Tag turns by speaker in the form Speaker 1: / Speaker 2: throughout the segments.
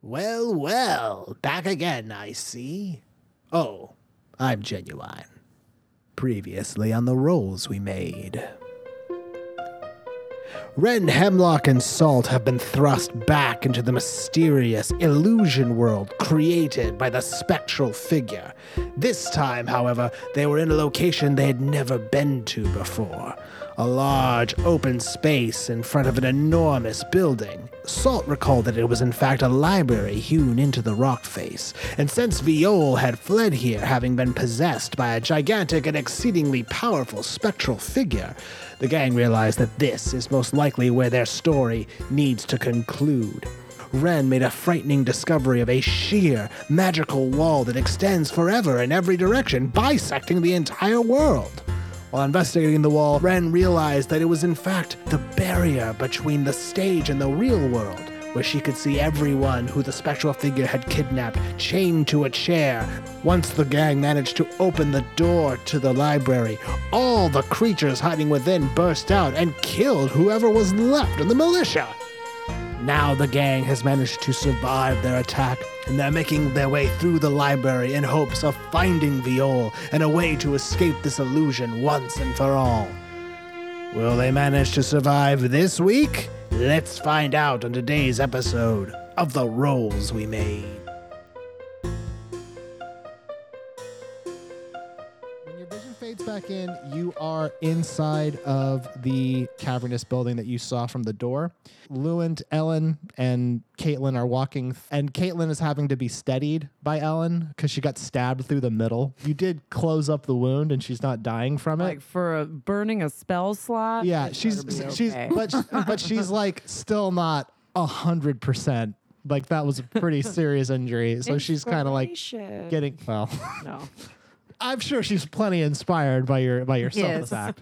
Speaker 1: Well, well, back again, I see. Oh, I'm genuine. Previously on the rolls we made. Ren, Hemlock, and Salt have been thrust back into the mysterious illusion world created by the spectral figure. This time, however, they were in a location they had never been to before a large open space in front of an enormous building. Salt recalled that it was in fact a library hewn into the rock face, and since Viol had fled here having been possessed by a gigantic and exceedingly powerful spectral figure, the gang realized that this is most likely where their story needs to conclude. Ren made a frightening discovery of a sheer, magical wall that extends forever in every direction, bisecting the entire world. While investigating the wall, Ren realized that it was in fact the barrier between the stage and the real world, where she could see everyone who the spectral figure had kidnapped chained to a chair. Once the gang managed to open the door to the library, all the creatures hiding within burst out and killed whoever was left in the militia. Now the gang has managed to survive their attack, and they're making their way through the library in hopes of finding Viol and a way to escape this illusion once and for all. Will they manage to survive this week? Let's find out on today's episode of The Rolls We Made.
Speaker 2: When your vision fades back in, you are inside of the cavernous building that you saw from the door. Lewent, Ellen, and Caitlin are walking, th- and Caitlin is having to be steadied by Ellen because she got stabbed through the middle. You did close up the wound, and she's not dying from it.
Speaker 3: like for a, burning a spell slot.
Speaker 2: yeah, she's
Speaker 3: be
Speaker 2: she's
Speaker 3: okay.
Speaker 2: but but she's like still not a hundred percent. Like that was a pretty serious injury, so she's kind of like
Speaker 3: Inspiration.
Speaker 2: getting well.
Speaker 3: no.
Speaker 2: I'm sure she's plenty inspired by your by your self
Speaker 3: Yes.
Speaker 2: attack.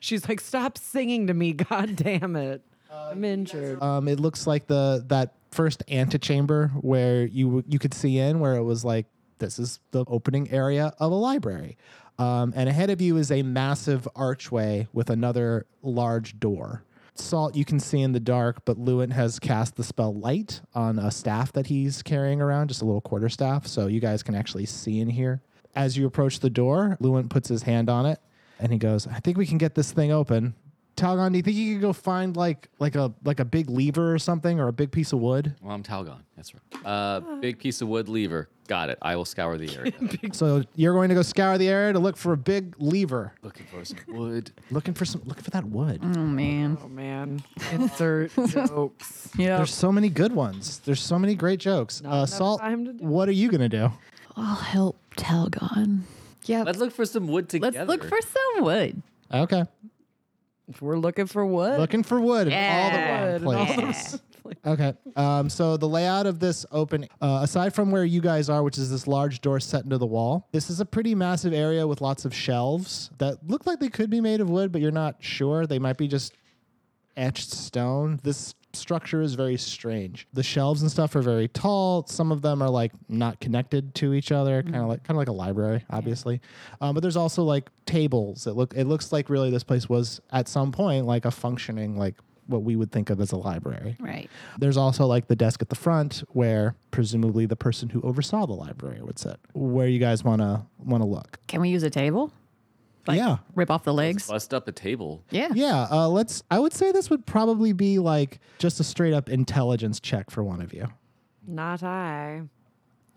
Speaker 3: She's like, stop singing to me, god damn it.
Speaker 2: Uh,
Speaker 3: I'm injured.
Speaker 2: um, it looks like the that first antechamber where you w- you could see in where it was like this is the opening area of a library um, and ahead of you is a massive archway with another large door salt you can see in the dark but lewin has cast the spell light on a staff that he's carrying around just a little quarter staff so you guys can actually see in here as you approach the door lewin puts his hand on it and he goes i think we can get this thing open Talgon, do you think you could go find like like a like a big lever or something or a big piece of wood?
Speaker 4: Well, I'm Talgon. That's right. Uh, big piece of wood lever. Got it. I will scour the area.
Speaker 2: So you're going to go scour the area to look for a big lever,
Speaker 4: Looking for some wood.
Speaker 2: looking for some, looking for that wood.
Speaker 5: Oh man.
Speaker 3: oh man. Insert jokes.
Speaker 5: Yeah.
Speaker 2: There's so many good ones. There's so many great jokes. Uh, Salt,
Speaker 3: time to do
Speaker 2: what are you gonna do?
Speaker 5: I'll help Talgon. Yeah.
Speaker 4: Let's look for some wood
Speaker 5: let's
Speaker 4: together.
Speaker 5: look for some wood.
Speaker 2: Okay,
Speaker 3: If we're looking for wood.
Speaker 2: looking for wood
Speaker 5: Yeah.
Speaker 2: in all the wrong
Speaker 3: Wood and all
Speaker 2: places.
Speaker 3: those- like,
Speaker 2: Okay. Um, so the layout of this open, uh, aside from where you guys are, which is this large door set into the wall, this is a pretty massive area with lots of shelves that look like they could be made of wood, but you're not sure. They might be just etched stone. This structure is very strange. The shelves and stuff are very tall. Some of them are like not connected to each other, kind of like kind of like a library, obviously. Um, but there's also like tables. It look it looks like really this place was at some point like a functioning like what we would think of as a library.
Speaker 5: Right.
Speaker 2: There's also like the desk at the front where presumably the person who oversaw the library would sit. Where you guys wanna wanna look?
Speaker 5: Can we use a table? Like,
Speaker 2: yeah,
Speaker 5: Rip off the legs.
Speaker 4: Bust up a table.
Speaker 5: Yeah.
Speaker 2: yeah. Uh, let's. I would say this would probably be like just a straight up intelligence check for one of you.
Speaker 3: not I.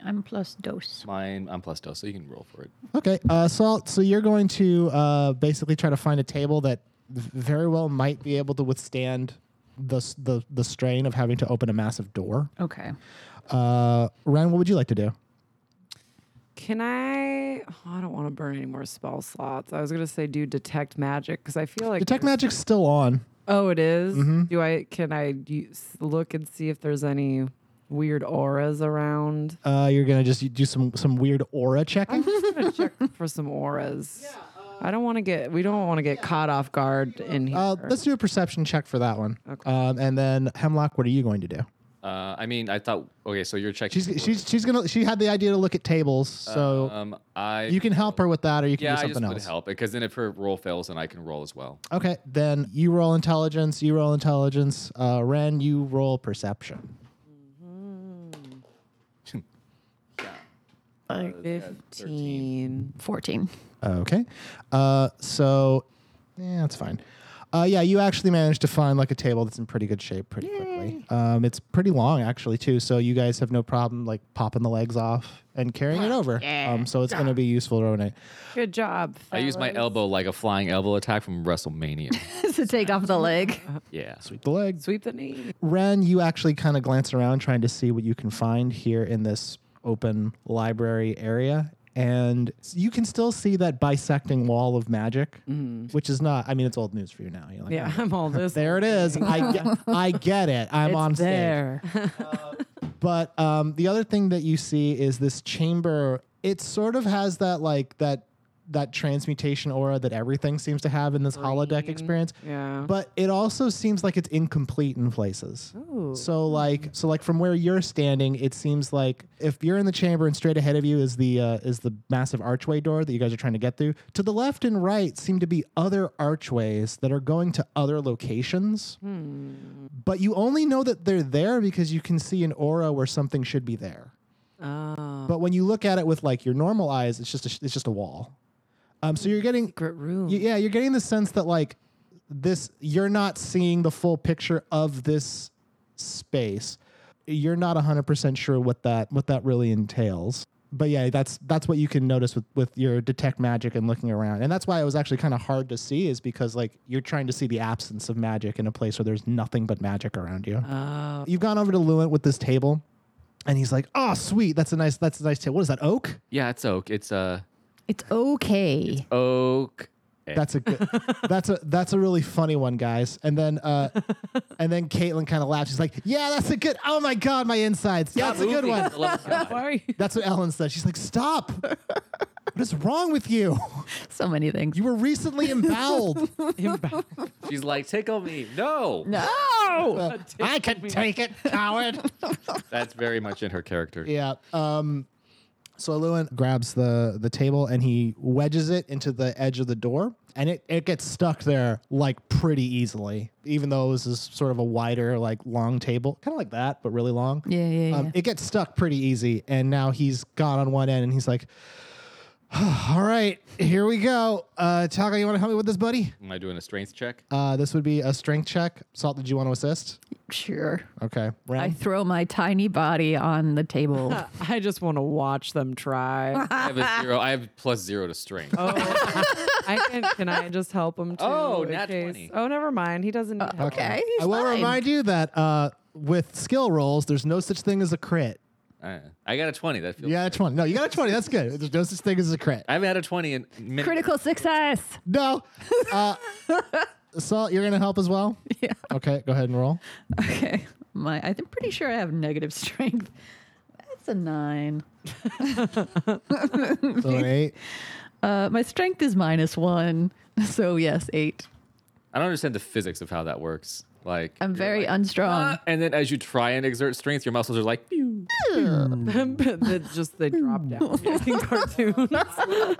Speaker 5: I'm plus dose.
Speaker 4: Mine. I'm plus dos, so you can roll for it.
Speaker 2: Okay, uh, Salt. So you're going to uh, basically try to find a table that v- very well might be able to withstand the s- the the strain of having to open a massive door.
Speaker 5: Okay.
Speaker 2: Uh, Ryan, what would you like to do?
Speaker 3: Can I? Oh, I don't want to burn any more spell slots. I was gonna say do detect magic because I feel like
Speaker 2: Detect Mm-hmm.
Speaker 3: there's-
Speaker 2: magic's still on.
Speaker 3: Oh, it is? Do I? Can I use, look and see if there's any weird auras around?
Speaker 2: Uh, you're gonna just do some some weird aura checking.
Speaker 3: for some auras. I don't want to get. We don't want to get caught off guard in here.
Speaker 2: Uh, let's do a perception check for that one. Um, and then Hemlock, what are you going to do?
Speaker 4: Uh, I mean, I thought. Okay, so you're checking.
Speaker 2: She's
Speaker 4: for wood.
Speaker 2: she's she's gonna she had the idea to look at tables, so
Speaker 4: Um, I.
Speaker 2: you can help her with that, or you can
Speaker 4: Yeah,
Speaker 2: do
Speaker 4: I just
Speaker 2: something
Speaker 4: would
Speaker 2: else.
Speaker 4: help because then if her roll fails, then I can roll as well.
Speaker 2: Okay, then you roll intelligence. You roll intelligence. Uh, Ren, you roll perception.
Speaker 5: Like
Speaker 3: Fifteen.
Speaker 5: 14.
Speaker 2: Okay. Uh, so, yeah, that's fine. Uh, yeah, you actually managed to find like a table that's in pretty good shape pretty quickly. Um, it's pretty long actually too, so you guys have no problem like popping the legs off and carrying it over. Um, so it's gonna be useful, Ronan.
Speaker 3: Good job.
Speaker 5: Oh,
Speaker 4: I use my
Speaker 3: fellas.
Speaker 4: elbow like a flying elbow attack from WrestleMania.
Speaker 5: to take off the leg.
Speaker 4: yeah.
Speaker 2: Sweep the legs.
Speaker 3: Sweep the knee.
Speaker 2: Ren, you actually kind of glance around trying to see what you can find here in this open library area. And you can still see that bisecting wall of magic, which is not, I mean, it's old news for you now. You're like,
Speaker 3: Mm-hmm. Yeah, I'm all this.
Speaker 2: There it is. I get, I get it. I'm on stage.
Speaker 3: there.
Speaker 2: But um, the other thing that you see is this chamber. It sort of has that like that that transmutation aura that everything seems to have in this holodeck experience.
Speaker 3: Yeah.
Speaker 2: But it also seems like it's incomplete in places. So like so like from where you're standing, it seems like if you're in the chamber and straight ahead of you is the uh, is the massive archway door that you guys are trying to get through. To the left and right seem to be other archways that are going to other locations. But you only know that they're there because you can see an aura where something should be there.
Speaker 3: Oh.
Speaker 2: But when you look at it with like your normal eyes, it's just a, it's just a wall. Um, so you're getting
Speaker 3: Secret room.
Speaker 2: Y- yeah, you're getting the sense that like this, you're not seeing the full picture of this space. You're not 100% sure what that what that really entails. But yeah, that's that's what you can notice with with your detect magic and looking around. And that's why it was actually kind of hard to see is because like you're trying to see the absence of magic in a place where there's nothing but magic around you. You've gone over to Luant with this table and he's like, "Oh, sweet. That's a nice that's a nice table. What is that? Oak?"
Speaker 4: Yeah, it's oak. It's uh,
Speaker 5: It's okay.
Speaker 4: oak.
Speaker 2: That's a good, that's a that's a really funny one, guys. And then uh, and then Caitlin kind of laughs. She's like, "Yeah, that's a good. Oh my god, my insides. Yeah, that's a good one."
Speaker 4: one.
Speaker 3: Why are you?
Speaker 2: That's what Ellen said. She's like, "Stop! what is wrong with you?
Speaker 5: So many things.
Speaker 2: You were recently emboweled.
Speaker 4: She's like, tickle me. No.
Speaker 5: no!
Speaker 2: Uh, I can take it, coward."
Speaker 4: That's very much in her character.
Speaker 2: Yeah. Um, so Lewin grabs the the table and he wedges it into the edge of the door, and it, it gets stuck there like pretty easily. Even though this is sort of a wider, like long table, kind of like that, but really long.
Speaker 5: Yeah, yeah,
Speaker 2: Um,
Speaker 5: yeah.
Speaker 2: It gets stuck pretty easy, and now he's gone on one end, and he's like, "All right, here we go. Uh, Taco, you want to help me with this, buddy?
Speaker 4: Am I doing a strength check?
Speaker 2: Uh, this would be a strength check. Salt, did you want to assist?
Speaker 5: Sure.
Speaker 2: Okay, Ren?
Speaker 5: I throw my tiny body on the table.
Speaker 3: I just want to watch them try.
Speaker 4: I have a zero. I have plus zero to strength.
Speaker 3: Oh, I can, can I just help him too?
Speaker 4: Oh,
Speaker 3: in
Speaker 4: nat
Speaker 3: case-
Speaker 4: 20.
Speaker 3: Oh, never mind. He doesn't.
Speaker 2: Uh,
Speaker 3: need help.
Speaker 5: okay. he's
Speaker 2: Um, I will
Speaker 5: fine.
Speaker 2: remind you that uh, with skill rolls, there's no such thing as a crit.
Speaker 4: Uh, I got a twenty. That feels.
Speaker 2: You got a 20. No, you got a 20. That's good. There's no such thing as a crit.
Speaker 4: I haven't had a twenty in minutes.
Speaker 5: Critical success.
Speaker 2: No. Uh, Salt, you're going to help as well? Yeah. Okay, go ahead and roll.
Speaker 5: Okay. My, I'm pretty sure I have negative strength. That's a nine.
Speaker 2: So an eight.
Speaker 5: Uh, my strength is minus one. So, yes, eight.
Speaker 4: I don't understand the physics of how that works. Like
Speaker 5: I'm
Speaker 4: you're
Speaker 5: very
Speaker 4: like, "Ah,"
Speaker 5: unstrong.
Speaker 4: And then as you try and exert strength, your muscles are like, pew.
Speaker 3: But they just they drop down. Fucking cartoon.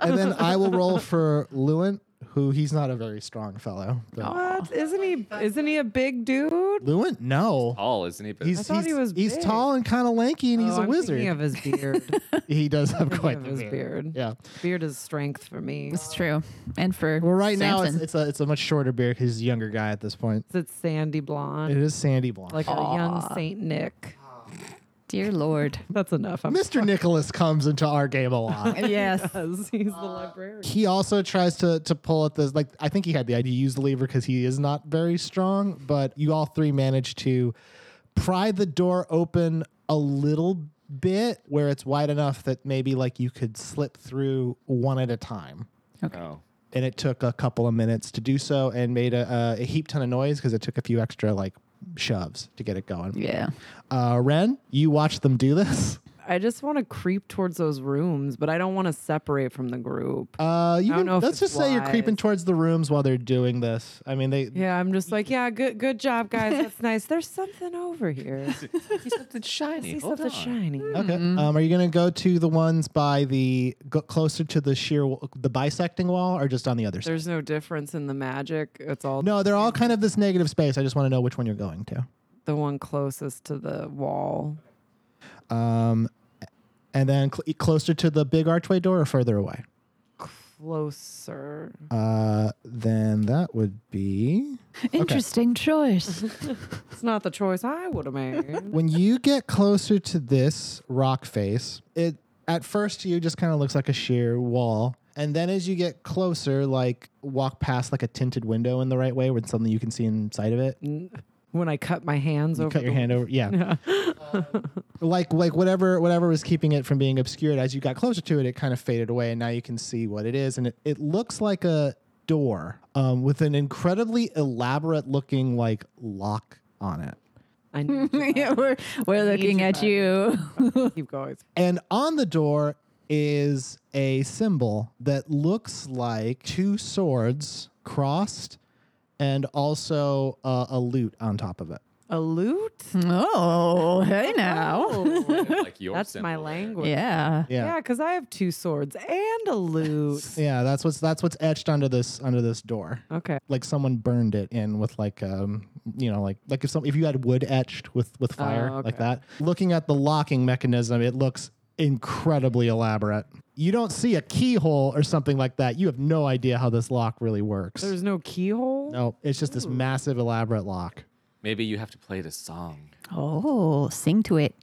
Speaker 2: And then I will roll for Lewin, who he's not a very strong fellow. But
Speaker 3: what? Isn't he? Isn't he a big dude?
Speaker 2: Lewin? No.
Speaker 4: tall, isn't it? But
Speaker 2: He's,
Speaker 3: I thought
Speaker 2: he's,
Speaker 3: he was
Speaker 2: he's
Speaker 3: big.
Speaker 2: tall and kind of lanky, and he's
Speaker 3: Oh,
Speaker 2: a
Speaker 3: I'm
Speaker 2: wizard.
Speaker 3: Thinking of his beard.
Speaker 2: he does have quite
Speaker 3: of
Speaker 2: the
Speaker 3: his
Speaker 2: beard.
Speaker 3: beard.
Speaker 2: Yeah.
Speaker 3: beard is strength for me.
Speaker 5: It's true. And for
Speaker 2: Well, right now
Speaker 5: Samson.
Speaker 2: it's, it's a it's a much shorter beard because he's a younger guy at this point.
Speaker 3: Is it sandy
Speaker 2: It
Speaker 3: blonde?
Speaker 2: is sandy blonde.
Speaker 3: Like a young Saint Nick.
Speaker 5: Dear Lord.
Speaker 3: That's enough. I'm
Speaker 2: Mr. Nicholas comes into our game a lot.
Speaker 5: yes.
Speaker 3: He's the librarian.
Speaker 2: he also tries to to pull at this. Like I think he had the idea to use the lever because he is not very strong. But you all three manage to pry the door open a little bit where it's wide enough that maybe like you could slip through one at a time.
Speaker 4: oh.
Speaker 2: And it took a couple of minutes to do so, and made a, a, a heap ton of noise because it took a few extra like shoves to get it going.
Speaker 5: Yeah.
Speaker 2: Uh, Ren, you watch them do this.
Speaker 3: I just want to creep towards those rooms, but I don't want to separate from the group.
Speaker 2: Uh, you
Speaker 3: I
Speaker 2: can,
Speaker 3: don't know if
Speaker 2: let's
Speaker 3: it's
Speaker 2: just say you're creeping
Speaker 3: wise.
Speaker 2: towards the rooms while they're doing this. I mean, they
Speaker 3: yeah, I'm just like, yeah, good, good job, guys. That's nice. There's something over here. I
Speaker 4: He's something shiny.
Speaker 3: see
Speaker 4: Hold
Speaker 3: something
Speaker 4: on.
Speaker 3: shiny.
Speaker 2: Okay. Um, are you going to go to the ones by the go closer to the sheer wa- the bisecting wall, or just on the other side?
Speaker 3: There's no difference in the magic. It's all
Speaker 2: No, they're all kind of this negative space. I just want to know which one you're going to.
Speaker 3: the one closest to the wall.
Speaker 2: Um, And then cl- closer to the big archway door or further away?
Speaker 3: Closer.
Speaker 2: Uh, then that would be
Speaker 5: Interesting choice.
Speaker 3: It's not the choice I would have made.
Speaker 2: when you get closer to this rock face, it at first to you just kind of looks like a sheer wall. And then as you get closer, like walk past like a tinted window in the right way where suddenly you can see inside of it.
Speaker 3: when I cut my hands over
Speaker 2: Cut your
Speaker 3: the-
Speaker 2: hand over. Yeah. Um, like like whatever whatever was keeping it from being obscured, as you got closer to it, it kind of faded away and now you can see what it is. And it, it looks like a door um, with an incredibly elaborate looking like lock on it.
Speaker 3: I need you.
Speaker 5: yeah, we're we're looking at you.
Speaker 3: keep going.
Speaker 2: And on the door is a symbol that looks like two swords crossed and also uh, a lute on top of it.
Speaker 3: A lute?
Speaker 5: Oh, hey now.
Speaker 3: Oh,
Speaker 4: like your
Speaker 3: that's my
Speaker 4: symbol there.
Speaker 3: language.
Speaker 5: Oh. Yeah.
Speaker 2: Yeah.
Speaker 3: Yeah, because I have two swords and a lute.
Speaker 2: Yeah, that's what's that's what's etched under this under this door.
Speaker 3: Okay.
Speaker 2: Like someone burned it in with like um you know like like if some if you had wood etched with with fire
Speaker 3: Oh,
Speaker 2: like
Speaker 3: okay.
Speaker 2: that. Looking at the locking mechanism, it looks incredibly elaborate. You don't see a keyhole or something like that. You have no idea how this lock really works.
Speaker 3: There's no keyhole?
Speaker 2: No, it's just this massive, elaborate lock.
Speaker 4: Maybe you have to play the song.
Speaker 5: Oh, sing to it,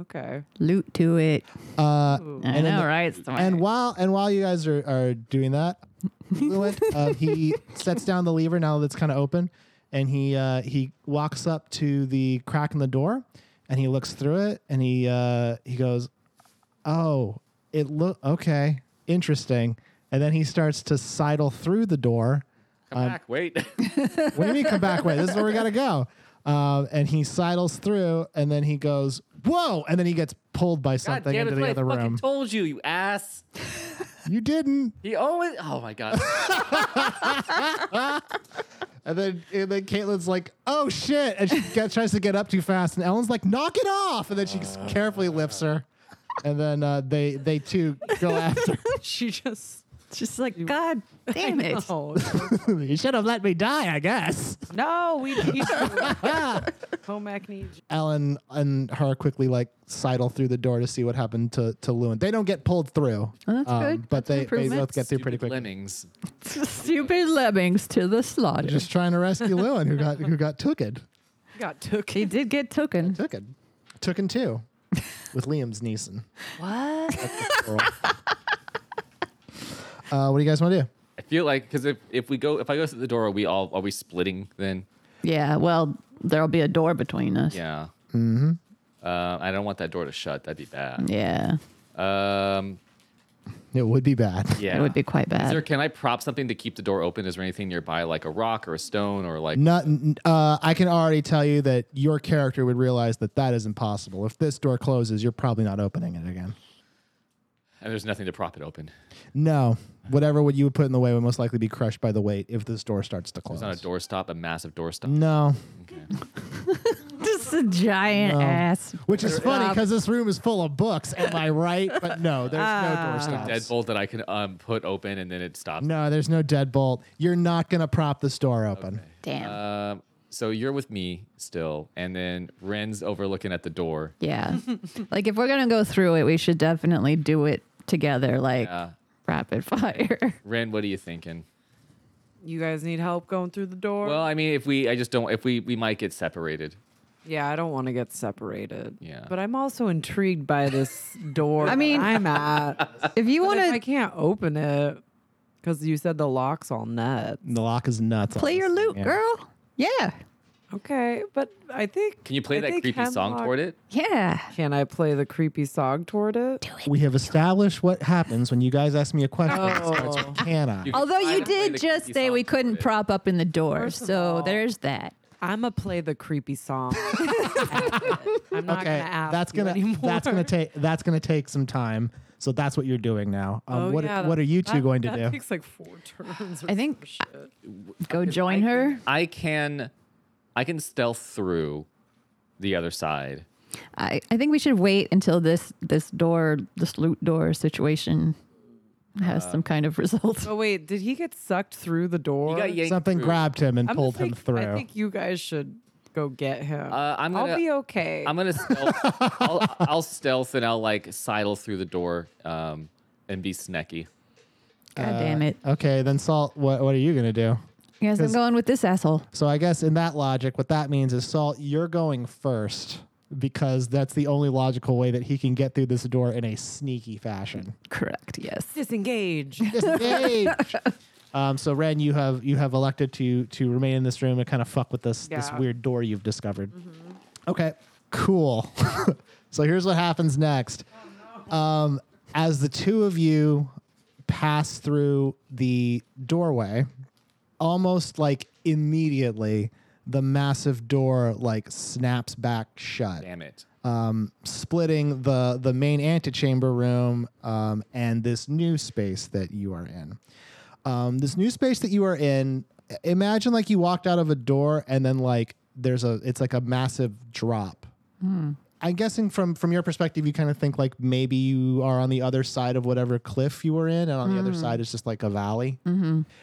Speaker 3: Okay.
Speaker 5: loot to it.
Speaker 2: Uh,
Speaker 5: I
Speaker 2: then
Speaker 5: know,
Speaker 2: the-
Speaker 5: right? It's
Speaker 2: and while and while you guys are, are doing that, Llewyn, uh, he sets down the lever now that it's kind of open, and he uh, he walks up to the crack in the door, and he looks through it, and he uh, he goes, "Oh, it look okay, interesting," and then he starts to sidle through the door.
Speaker 4: Come back, wait.
Speaker 2: What do you mean come back way? This is where we gotta go. Um, and he sidles through, and then he goes, "Whoa!" And then he gets pulled by
Speaker 4: God
Speaker 2: something
Speaker 4: damn
Speaker 2: into
Speaker 4: it,
Speaker 2: the
Speaker 4: I
Speaker 2: other
Speaker 4: fucking
Speaker 2: room.
Speaker 4: told you, you ass.
Speaker 2: you didn't.
Speaker 4: He always. Oh my god.
Speaker 2: And then, and then Caitlin's like, "Oh shit!" And she get, tries to get up too fast, and Ellen's like, "Knock it off!" And then she carefully lifts her, and then uh, they they too go after.
Speaker 3: She just.
Speaker 5: just like God damn it.
Speaker 3: Oh,
Speaker 2: you should have let me die, I guess.
Speaker 3: no, we need you. Comac needs you.
Speaker 2: Ellen and her quickly like sidle through the door to see what happened to to Lewin. They don't get pulled through, Um,
Speaker 5: that's good.
Speaker 2: but
Speaker 5: That's an
Speaker 2: they, they
Speaker 5: improvement.
Speaker 2: both get through pretty
Speaker 4: Stupid
Speaker 2: quick.
Speaker 4: Lemmings.
Speaker 5: Stupid lemmings to the slaughter.
Speaker 2: just trying to rescue Lewin, who got who got tooken,
Speaker 3: Got took.
Speaker 5: he did get taken.
Speaker 2: tooken, tooken too, with Liam's Neeson.
Speaker 5: What?
Speaker 2: Uh, what do you guys want to do?
Speaker 4: I feel like because if, if we go if I go through the door, are we all are we splitting then?
Speaker 5: yeah. Well, there'll be a door between us.
Speaker 4: Yeah. Mm-hmm. Uh, I don't want that door to shut. That'd be bad.
Speaker 5: Yeah.
Speaker 4: Um.
Speaker 2: It would be bad.
Speaker 4: Yeah.
Speaker 5: It would be quite
Speaker 4: Is
Speaker 5: bad.
Speaker 4: there, can I prop something to keep the door open? Is there anything nearby, like a rock or a stone or like?
Speaker 2: Not, n- uh, I can already tell you that your character would realize that that is impossible. If this door closes, you're probably not opening it again.
Speaker 4: And there's nothing to prop it open.
Speaker 2: No, whatever would you would put in the way would most likely be crushed by the weight if this door starts to close.
Speaker 4: It's not a doorstop, a massive doorstop.
Speaker 2: No,
Speaker 5: just a giant ass.
Speaker 2: which is funny
Speaker 5: Stop.
Speaker 2: because this room is full of books. Am I right? But no, there's no doorstop.
Speaker 4: Deadbolt that I can um, put open and then it stops.
Speaker 2: No, there's no deadbolt. You're not gonna prop this door open.
Speaker 5: Damn.
Speaker 4: Um, so you're with me still, and then Ren's overlooking at the door.
Speaker 5: yeah. like if we're gonna go through it, we should definitely do it together, like
Speaker 4: Yeah.
Speaker 5: rapid fire.
Speaker 4: Uh, Ren, what are you thinking?
Speaker 3: You guys need help going through the door?
Speaker 4: Well, I mean, if we, I just don't. If we, we might get separated.
Speaker 3: yeah, I don't want to get separated.
Speaker 4: Yeah.
Speaker 3: But I'm also intrigued by this door.
Speaker 5: I
Speaker 3: I mean,
Speaker 5: mean-
Speaker 3: I'm at.
Speaker 5: if you want
Speaker 3: if I
Speaker 5: to
Speaker 3: can't open it because you said the lock's all nut.
Speaker 2: The lock is nuts. on
Speaker 5: play
Speaker 2: this
Speaker 5: your
Speaker 2: thing,
Speaker 5: loot,
Speaker 2: yeah.
Speaker 5: girl. Yeah.
Speaker 3: Okay, but I think.
Speaker 4: Can you play
Speaker 3: I
Speaker 4: that
Speaker 3: think
Speaker 4: creepy song
Speaker 3: hemlock-
Speaker 4: toward it?
Speaker 5: Yeah.
Speaker 3: Can I play the creepy song toward it?
Speaker 2: We have established what happens when you guys ask me a question. It starts
Speaker 3: Oh.
Speaker 2: with can I?
Speaker 4: You-
Speaker 5: Although
Speaker 4: I
Speaker 5: you
Speaker 4: don't play
Speaker 5: did
Speaker 4: the
Speaker 5: just
Speaker 4: creepy
Speaker 5: say
Speaker 4: song
Speaker 5: we
Speaker 4: toward
Speaker 5: couldn't
Speaker 4: it.
Speaker 5: prop up in the door,
Speaker 3: First of
Speaker 5: so
Speaker 3: all-
Speaker 5: there's that.
Speaker 3: I'm gonna play the creepy song. I'm not
Speaker 2: okay,
Speaker 3: gonna ask
Speaker 2: that's
Speaker 3: you
Speaker 2: gonna
Speaker 3: anymore.
Speaker 2: that's gonna take that's gonna take some time. So that's what you're doing now. Um,
Speaker 3: Oh,
Speaker 2: what
Speaker 3: yeah,
Speaker 2: what are you two
Speaker 3: that-
Speaker 2: going to
Speaker 3: that
Speaker 2: do?
Speaker 3: Takes like four turns. Or
Speaker 5: I think-
Speaker 3: some shit.
Speaker 5: Go join her.
Speaker 4: I can, I can stealth through the other side.
Speaker 5: I, I think we should wait until this this door this loot door situation has some kind of result.
Speaker 3: Oh wait, did he get sucked through the door?
Speaker 4: You got yanked
Speaker 2: Something
Speaker 4: through.
Speaker 2: grabbed him and
Speaker 3: I'm
Speaker 2: pulled him
Speaker 3: think, I
Speaker 2: through.
Speaker 3: think you guys should go get him.
Speaker 4: Uh, I'm
Speaker 3: I'll
Speaker 4: gonna-
Speaker 3: be okay.
Speaker 4: I'm gonna stealth. I'll, I'll stealth and I'll like sidle through the door um, and be sneaky.
Speaker 5: God damn it.
Speaker 2: Uh, Okay, then Salt, what, what are you going to do?
Speaker 5: You guys, I'm going with this asshole.
Speaker 2: So I guess in that logic, what that means is Salt, you're going first because that's the only logical way that he can get through this door in a sneaky fashion.
Speaker 5: Correct. Yes.
Speaker 3: disengage.
Speaker 2: Disengage. um, so Ren, you have you have elected to to remain in this room and kind of fuck with this this
Speaker 3: Yeah.
Speaker 2: weird door you've discovered. Okay, cool. so here's what happens next. Um, as the two of you pass through the doorway, almost like immediately, the massive door like snaps back shut
Speaker 4: Damn it.
Speaker 2: um, splitting the the main antechamber room um, and this new space that you are in. Um, this new space that you are in, imagine like you walked out of a door and then like there's a it's like a massive drop. I'm guessing from from your perspective, you kind of think like maybe you are on the other side of whatever cliff you were in, and on the other side is just like a valley.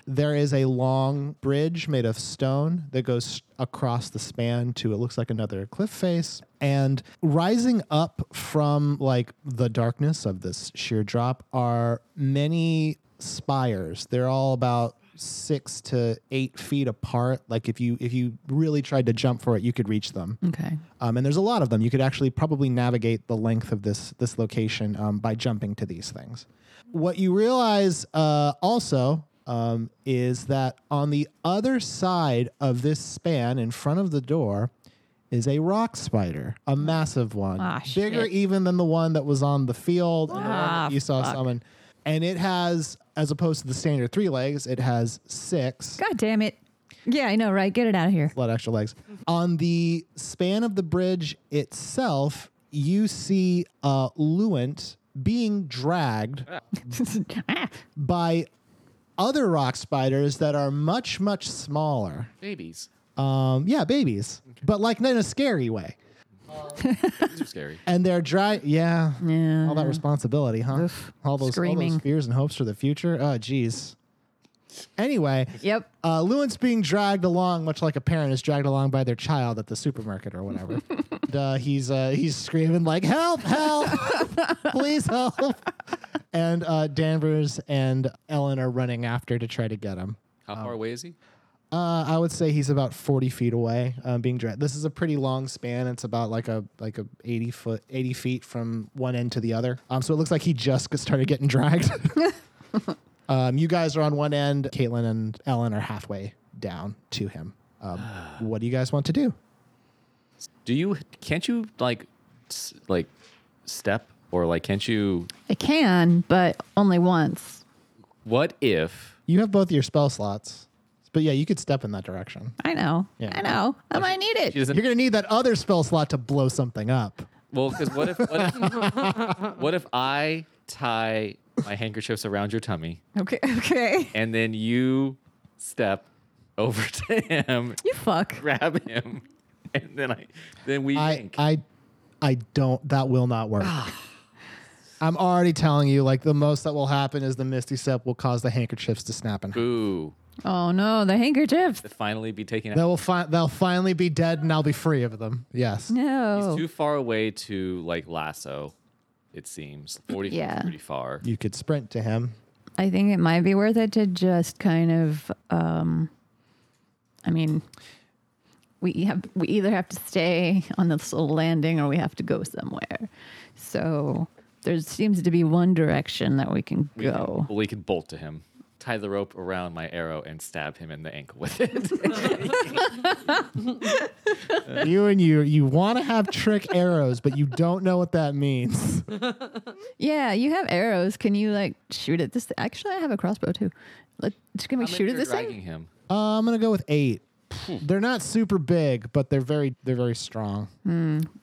Speaker 2: There is a long bridge made of stone that goes across the span to it looks like another cliff face. And rising up from like the darkness of this sheer drop are many spires. They're all about six to eight feet apart. Like if you if you really tried to jump for it, you could reach them.
Speaker 5: Okay.
Speaker 2: Um, and there's a lot of them. You could actually probably navigate the length of this this location um, by jumping to these things. What you realize uh, also um, is that on the other side of this span, in front of the door, is a rock spider, a massive one,
Speaker 5: Ah,
Speaker 2: bigger
Speaker 5: shit.
Speaker 2: even than the one that was on the field and the one
Speaker 5: Ah,
Speaker 2: that you saw
Speaker 5: fuck.
Speaker 2: summon. And it has, as opposed to the standard three legs, it has six
Speaker 5: God damn it. Yeah, I know, right? Get it out of here.
Speaker 2: a lot of extra legs. On the span of the bridge itself, you see uh, Luant being dragged
Speaker 5: Ah,
Speaker 2: by other rock spiders that are much, much smaller.
Speaker 4: Babies.
Speaker 2: Um, yeah, babies, but like not in a scary way.
Speaker 4: Babies are scary.
Speaker 2: And they're dry. Yeah.
Speaker 5: Yeah.
Speaker 2: All that responsibility, huh?
Speaker 5: Oof.
Speaker 2: All those all
Speaker 5: Screaming.
Speaker 2: those fears and hopes for the future. Oh, geez. Anyway,
Speaker 5: Yep.
Speaker 2: uh, Lewin's being dragged along, much like a parent is dragged along by their child at the supermarket or whatever. and, uh, he's uh, he's screaming like, "Help! Help! Please help!" And uh, Danvers and Ellen are running after to try to get him.
Speaker 4: How far away is he?
Speaker 2: Uh, I would say he's about forty feet away, um, being dragged. This is a pretty long span. It's about like a like a eighty foot, eighty feet from one end to the other. Um, so it looks like he just started getting dragged. um, you guys are on one end. Caitlin and Ellen are halfway down to him. Um, what do you guys want to do?
Speaker 4: Do you? Can't you like, s- like, step or like? Can't you?
Speaker 5: I can, but only once.
Speaker 4: What if?
Speaker 2: You have both of your spell slots, but yeah, you could step in that direction.
Speaker 5: I know.
Speaker 2: Yeah.
Speaker 5: I know. I might need it.
Speaker 4: She doesn't.
Speaker 2: You're gonna need that other spell slot to blow something up.
Speaker 4: Well, because what if what if, what if I tie my handkerchiefs around your tummy
Speaker 5: Okay. Okay.
Speaker 4: and then you step over to him,
Speaker 5: You fuck.
Speaker 4: grab him, and then I then we
Speaker 2: I,
Speaker 4: yank.
Speaker 2: I, I don't. That will not work.
Speaker 4: Ah.
Speaker 2: I'm already telling you, like the most that will happen is the misty step will cause the handkerchiefs to snap and
Speaker 4: Boo!
Speaker 5: Oh no, the handkerchief.
Speaker 4: To finally be taken
Speaker 2: they
Speaker 4: out.
Speaker 2: will fi- they'll finally be dead, and I'll be free of them. Yes.
Speaker 5: No.
Speaker 4: He's too far away to like lasso. It seems forty feet is
Speaker 5: Yeah.
Speaker 4: pretty far.
Speaker 2: You could sprint to him.
Speaker 5: I think it might be worth it to just kind of um I mean we have we either have to stay on this little landing or we have to go somewhere. So there seems to be one direction that we can
Speaker 4: We
Speaker 5: go.
Speaker 4: Can, we can bolt to him. Tie the rope around my arrow and stab him in the ankle with it.
Speaker 2: you and you, you want to have trick arrows, but you don't know what that means. Uh,
Speaker 5: Yeah, you have arrows. Can you like shoot at this? Thing? Actually, I have a crossbow too. Let, can we
Speaker 4: How many
Speaker 5: shoot
Speaker 4: are
Speaker 5: at this
Speaker 4: dragging
Speaker 5: thing?
Speaker 4: him.
Speaker 2: Uh, I'm gonna go with eight. They're not super big, but they're very they're very strong.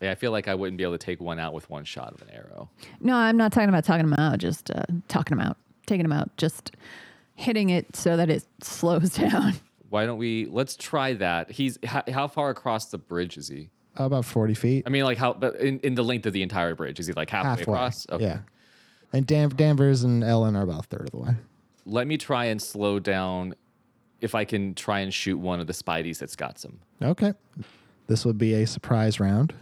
Speaker 4: Yeah, I feel like I wouldn't be able to take one out with one shot of an arrow.
Speaker 5: No, I'm not talking about talking them out. Just uh, talking them out, taking them out, just hitting it so that it slows down.
Speaker 4: Why don't we? Let's try that. He's how, how far across the bridge is he?
Speaker 2: About forty feet.
Speaker 4: I mean, like how? But in, in the length of the entire bridge, is he like halfway,
Speaker 2: halfway.
Speaker 4: across?
Speaker 2: Yeah. And Dan- Danvers and Ellen are about a third of the way.
Speaker 4: Let me try and slow down. If I can try and shoot one of the spideys that's got some.
Speaker 2: Okay. This will be a surprise round.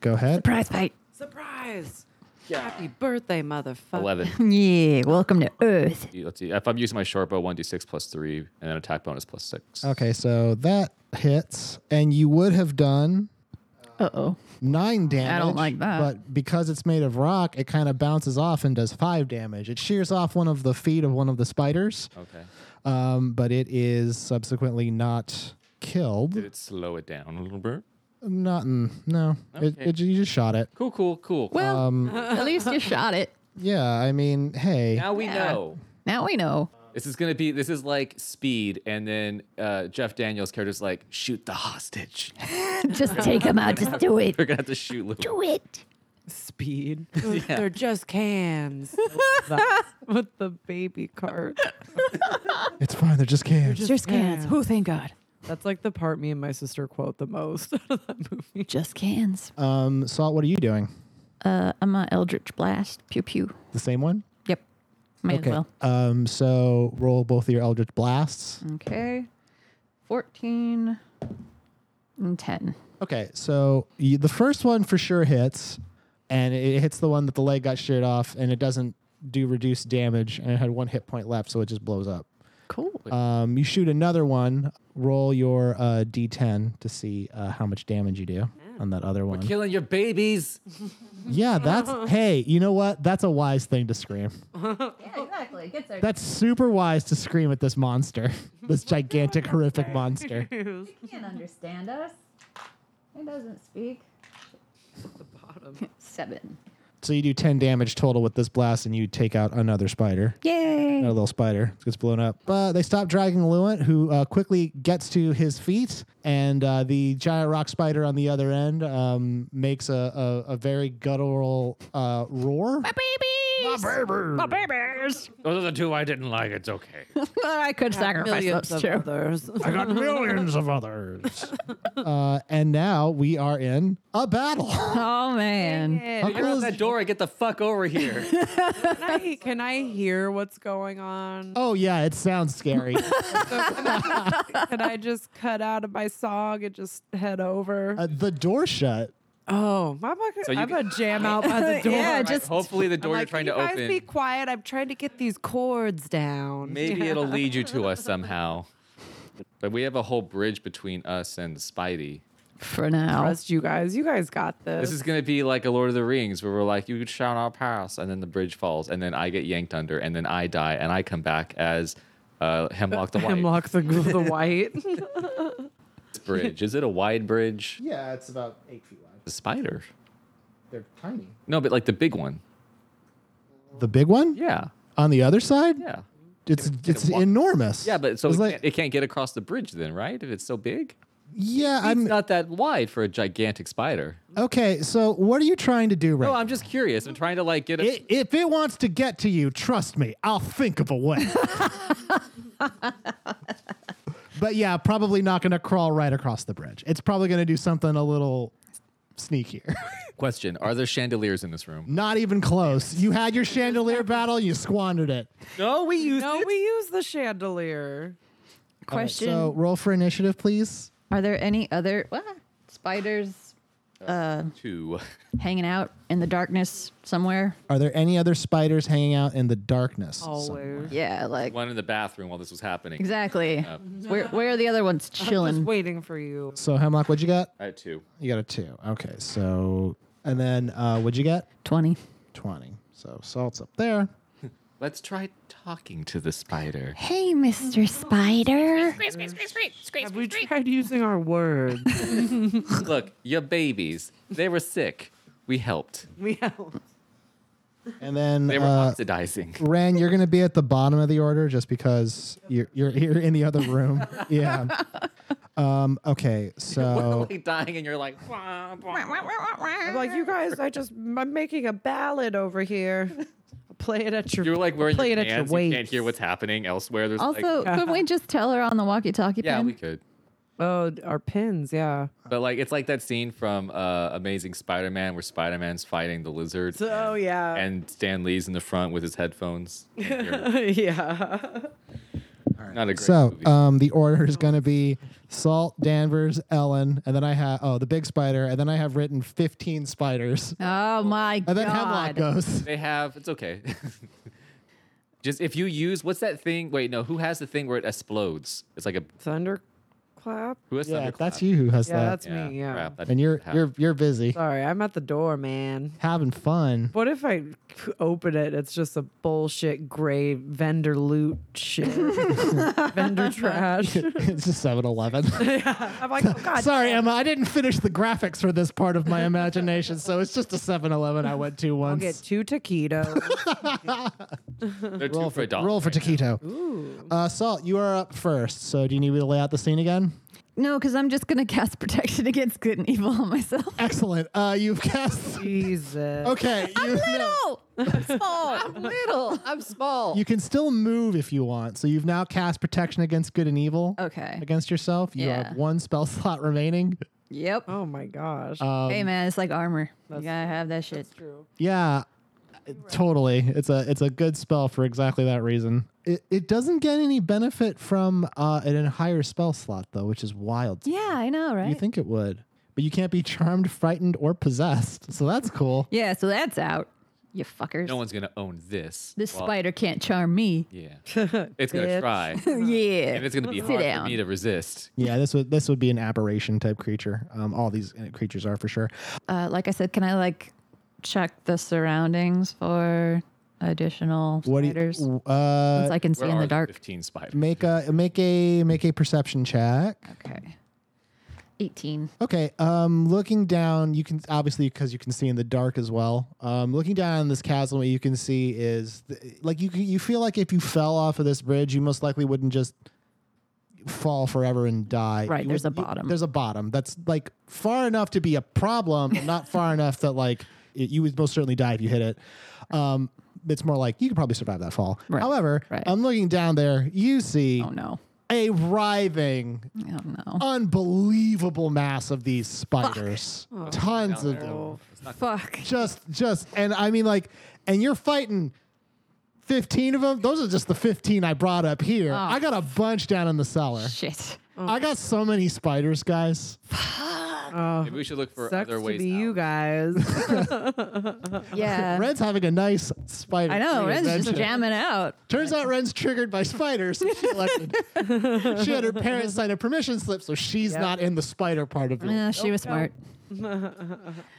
Speaker 2: Go ahead.
Speaker 5: Prize fight.
Speaker 3: Surprise! Happy birthday, motherfucker.
Speaker 4: 11.
Speaker 5: Yeah, welcome to Earth.
Speaker 4: Let's see. If I'm using my short bow, 1d6 plus 3, and then attack bonus plus 6.
Speaker 2: Okay, so that hits, and you would have done
Speaker 5: Uh oh.
Speaker 2: nine damage.
Speaker 5: like that.
Speaker 2: But because it's made of rock, it kind of bounces off and does five damage. It shears off one of the feet of one of the spiders,
Speaker 4: Okay.
Speaker 2: um, but it is subsequently not killed.
Speaker 4: Did it slow it down a little bit?
Speaker 2: Not in, no. It,
Speaker 4: Okay.
Speaker 2: it, you just shot it.
Speaker 4: Cool, cool, cool.
Speaker 5: Well, at least you shot it.
Speaker 2: Yeah, I mean, hey,
Speaker 4: now we know.
Speaker 5: Now we know.
Speaker 4: This is gonna be. This is like speed, and then uh, Jeff Daniels' character's like, shoot the hostage.
Speaker 5: Just take him out. Just do it.
Speaker 4: We're gonna have to shoot. Lou.
Speaker 5: Do it.
Speaker 3: Speed. They're just cans. With the baby cart.
Speaker 2: it's fine. They're just cans.
Speaker 5: Just cans.
Speaker 3: cans.
Speaker 5: Oh, thank God.
Speaker 3: That's like the part me and my sister quote the most out of that movie.
Speaker 5: Just cans.
Speaker 2: Um, Salt, what are you doing?
Speaker 5: Uh, I'm a Eldritch Blast. Pew pew.
Speaker 2: The same one?
Speaker 5: Yep. Might
Speaker 2: Okay.
Speaker 5: as well. Mm.
Speaker 2: Um, so roll both of your Eldritch Blasts.
Speaker 5: Okay. 14 and 10.
Speaker 2: Okay, so you, the first one for sure hits, and it hits the one that the leg got sheared off, and it doesn't do reduced damage, and it had one hit point left, so it just blows up.
Speaker 5: Cool.
Speaker 2: Um, you shoot another one, roll your uh, d10 to see uh, how much damage you do on that other one.
Speaker 4: Killing your babies.
Speaker 2: yeah, that's hey, you know what? That's a wise thing to scream.
Speaker 5: Yeah, exactly. Gets our
Speaker 2: That's super wise to scream at this monster, this gigantic, horrific monster.
Speaker 5: can't understand us. He doesn't speak. Seven.
Speaker 2: So you do 10 damage total with this blast, and you take out another spider.
Speaker 5: Yay!
Speaker 2: Another little spider gets blown up. But they stop dragging Luant, who uh, quickly gets to his feet, and uh, the giant rock spider on the other end um, makes a, a, a very guttural uh, roar.
Speaker 5: Babies! My babies!
Speaker 4: Those are the two I didn't like. It's okay.
Speaker 5: I could sacrifice
Speaker 3: Millions
Speaker 5: those
Speaker 3: of
Speaker 5: too.
Speaker 3: others.
Speaker 2: I got millions of others. uh, and now we are in a battle.
Speaker 5: Oh man.
Speaker 4: Get out
Speaker 2: Uncle's-
Speaker 4: that door and get the fuck over here.
Speaker 3: Can I, can I hear what's going on?
Speaker 2: oh, yeah, it sounds scary.
Speaker 3: Can I just cut out of my song and just head over?
Speaker 2: uh, the door shut.
Speaker 3: oh, my fucking,
Speaker 4: So you
Speaker 3: I'm
Speaker 4: can-
Speaker 3: gonna jam out by the door.
Speaker 5: Yeah,
Speaker 4: Right,
Speaker 5: just-
Speaker 4: hopefully the
Speaker 3: I'm
Speaker 4: door
Speaker 3: like,
Speaker 4: you're trying
Speaker 3: "Can
Speaker 4: to
Speaker 3: you guys
Speaker 4: open.
Speaker 3: be quiet. I'm trying to get these chords down.
Speaker 4: Maybe it'll lead you to us somehow. But we have a whole bridge between us and Spidey.
Speaker 5: For now.
Speaker 3: Trust you guys. You guys got this.
Speaker 4: This is gonna be like a Lord of the Rings, where we're like, you shout out pass, and then the bridge falls, and then I get yanked under, and then I die, and I come back as uh, Hemlock the White.
Speaker 3: Hemlock the, the white.
Speaker 4: This bridge. Is it a wide bridge?
Speaker 2: Yeah, it's about eight feet wide.
Speaker 4: The spider.
Speaker 2: They're tiny.
Speaker 4: No, but like the big one.
Speaker 2: The big one
Speaker 4: Yeah,
Speaker 2: on the other side?
Speaker 4: yeah,
Speaker 2: It's it's
Speaker 4: walk-
Speaker 2: enormous.
Speaker 4: yeah. But so
Speaker 2: it's
Speaker 4: it,
Speaker 2: like
Speaker 4: can't, it can't get across the bridge then, right? If it's so big,
Speaker 2: yeah,
Speaker 4: it's
Speaker 2: I'm
Speaker 4: not that wide for a gigantic spider.
Speaker 2: Okay, so what are you trying to do right?
Speaker 4: No, Oh, I'm just curious. I'm trying to like get a.
Speaker 2: I- if it wants to get to you, trust me, I'll think of a way. but yeah, probably not going to crawl right across the bridge. It's probably going to do something a little sneakier.
Speaker 4: Question: Are there chandeliers in this room?
Speaker 2: not even close. You had your chandelier battle, you squandered it.
Speaker 4: No, we use
Speaker 3: no, we use the chandelier.
Speaker 5: Question
Speaker 2: So roll for initiative, please.
Speaker 5: Are there any other ah, spiders
Speaker 2: Mm.
Speaker 4: two.
Speaker 5: hanging out in the darkness somewhere?
Speaker 2: Are there any other spiders hanging out in the darkness?
Speaker 3: Always.
Speaker 5: Yeah, like
Speaker 4: One in the bathroom while this was happening.
Speaker 5: exactly.
Speaker 4: Uh,
Speaker 5: Where where are the other ones
Speaker 3: Just
Speaker 5: chilling?
Speaker 3: waiting for you.
Speaker 2: So Hemlock, what'd you got?
Speaker 4: I had two.
Speaker 2: You got a two. Okay, so and then uh, what'd you get?
Speaker 5: Twenty.
Speaker 2: Twenty. So salt's up there.
Speaker 4: Let's try talking to the spider.
Speaker 5: Hey, Mr. Spider.
Speaker 3: Have we tried using our words?
Speaker 4: Look, your babies, they were sick. We helped.
Speaker 3: we helped.
Speaker 2: And then
Speaker 4: They were
Speaker 2: uh,
Speaker 4: oxidizing.
Speaker 2: Ren, you're gonna be at the bottom of the order just because you're you're here in the other room. yeah. Um. Okay. So
Speaker 4: like dying, and you're like, "Wah, wah."
Speaker 3: I'm like, you guys, I just, I'm making a ballad over here. Play it at your.
Speaker 4: you're like wearing
Speaker 3: play
Speaker 4: your
Speaker 3: it at your
Speaker 4: pants. You can't
Speaker 3: waist.
Speaker 4: hear what's happening elsewhere. There's
Speaker 5: Also,
Speaker 4: like,
Speaker 5: couldn't we just tell her on the walkie-talkie?
Speaker 4: yeah,
Speaker 5: pen?
Speaker 4: we could.
Speaker 3: Oh, our pins, yeah.
Speaker 4: But like, it's like that scene from uh, Amazing Spider-Man where Spider-Man's fighting the lizard.
Speaker 3: So,
Speaker 4: and,
Speaker 3: yeah.
Speaker 4: And Stan Lee's in the front with his headphones. And you're-
Speaker 3: yeah.
Speaker 4: Not a great
Speaker 2: So
Speaker 4: movie.
Speaker 2: um, the order is going to be Salt, Danvers, Ellen, and then I have oh the big spider, and then I have written fifteen spiders,
Speaker 5: Oh my
Speaker 2: and then
Speaker 5: god.
Speaker 2: Hemlock goes.
Speaker 4: They have. It's okay. Just if you use what's that thing? Wait, no. Who has the thing where it explodes? It's like a
Speaker 3: Thunderclap?
Speaker 4: who has
Speaker 2: Yeah,
Speaker 4: thunderclap?
Speaker 2: that's you who has
Speaker 3: Yeah,
Speaker 2: that.
Speaker 3: that's me. Yeah.
Speaker 4: crap, that
Speaker 2: and you're
Speaker 4: happened.
Speaker 2: you're you're busy
Speaker 3: Sorry, I'm at the door, man.
Speaker 2: having fun.
Speaker 3: What if I open it? It's just a bullshit gray vendor loot shit. vendor trash.
Speaker 2: it's just 7-Eleven.
Speaker 3: I'm like, oh god.
Speaker 2: Sorry, Emma, I didn't finish the graphics for this part of my imagination, so it's just a 7-Eleven I went to
Speaker 3: I'll
Speaker 2: once.
Speaker 3: get two taquitos.
Speaker 4: They're two
Speaker 2: roll
Speaker 4: for a dollar.
Speaker 2: roll for
Speaker 4: right now.
Speaker 2: taquito. Uh, Salt, you are up first, so do you need me to lay out the scene again?
Speaker 5: No, because I'm just gonna cast protection against good and evil on myself.
Speaker 2: Excellent. Uh, you've cast.
Speaker 3: Jesus.
Speaker 2: Okay, you, no,
Speaker 5: Little, small, I'm little, I'm small.
Speaker 2: you can still move if you want. So you've now cast protection against good and evil.
Speaker 5: Okay.
Speaker 2: Against yourself, you
Speaker 5: Yeah.
Speaker 2: have one spell slot remaining.
Speaker 5: Yep.
Speaker 3: Oh my gosh.
Speaker 4: Uh,
Speaker 2: Um,
Speaker 5: hey man, it's like armor. You gotta have that shit.
Speaker 2: Yeah, totally. It's a it's a good spell for exactly that reason. It, it doesn't get any benefit from uh, an entire spell slot though, which is wild.
Speaker 5: Yeah, I know, right?
Speaker 2: You think it would, but you can't be charmed, frightened, or possessed. So that's cool.
Speaker 5: yeah, so that's out. You fuckers.
Speaker 4: No one's gonna own this.
Speaker 5: this
Speaker 4: Well,
Speaker 5: spider can't charm me.
Speaker 4: Yeah. It's gonna
Speaker 3: Bitch.
Speaker 4: try,
Speaker 5: yeah.
Speaker 4: and it's gonna be
Speaker 5: Sit
Speaker 4: hard for
Speaker 5: down.
Speaker 4: me to resist.
Speaker 2: Yeah, this would this would be an aberration type creature. Um, all these uh, creatures are for sure.
Speaker 5: Uh, like I said, can I like check the surroundings for additional
Speaker 2: What do
Speaker 5: spiders?
Speaker 2: you? Uh,
Speaker 5: Since I can see
Speaker 4: Where
Speaker 5: in
Speaker 4: are
Speaker 5: the dark.
Speaker 4: Fifteen spiders.
Speaker 2: make a make a make a perception check.
Speaker 5: Okay. 18.
Speaker 2: Okay. Um, looking down, you can obviously because you can see in the dark as well. Um, looking down in this chasm, what you can see is th- like you c- you feel like if you fell off of this bridge, you most likely wouldn't just fall forever and die.
Speaker 5: Right,
Speaker 2: You
Speaker 5: there's
Speaker 2: would-
Speaker 5: a
Speaker 2: you-
Speaker 5: bottom.
Speaker 2: there's a bottom that's like far enough to be a problem, but not far enough that like it, you would most certainly die if you hit it. Um, it's more like you could probably survive that fall.
Speaker 5: Right,
Speaker 2: However,
Speaker 5: right.
Speaker 2: I'm looking down there. You see
Speaker 5: Oh no.
Speaker 2: a writhing
Speaker 5: Oh no.
Speaker 2: unbelievable mass of these spiders.
Speaker 5: Oh,
Speaker 2: Tons of them.
Speaker 5: Fuck.
Speaker 2: Just, just, and I mean, like, and you're fighting 15 of them. Those are just the 15 I brought up here.
Speaker 5: Oh.
Speaker 2: I got a bunch down in the cellar.
Speaker 5: Shit.
Speaker 2: I got so many spiders, guys.
Speaker 3: Oh,
Speaker 4: Maybe we should look for
Speaker 3: sucks
Speaker 4: other
Speaker 3: to
Speaker 4: ways.
Speaker 3: be you
Speaker 4: out.
Speaker 3: guys.
Speaker 5: Yeah.
Speaker 2: Ren's having a nice spider.
Speaker 5: Uh, I know.
Speaker 2: free
Speaker 5: Ren's just
Speaker 2: adventure.
Speaker 5: jamming out.
Speaker 2: Turns out Ren's triggered by spiders. So she, elected- she had her parents sign a permission slip, so she's
Speaker 3: Yep.
Speaker 2: not in the spider part of it.
Speaker 5: Yeah, she was smart.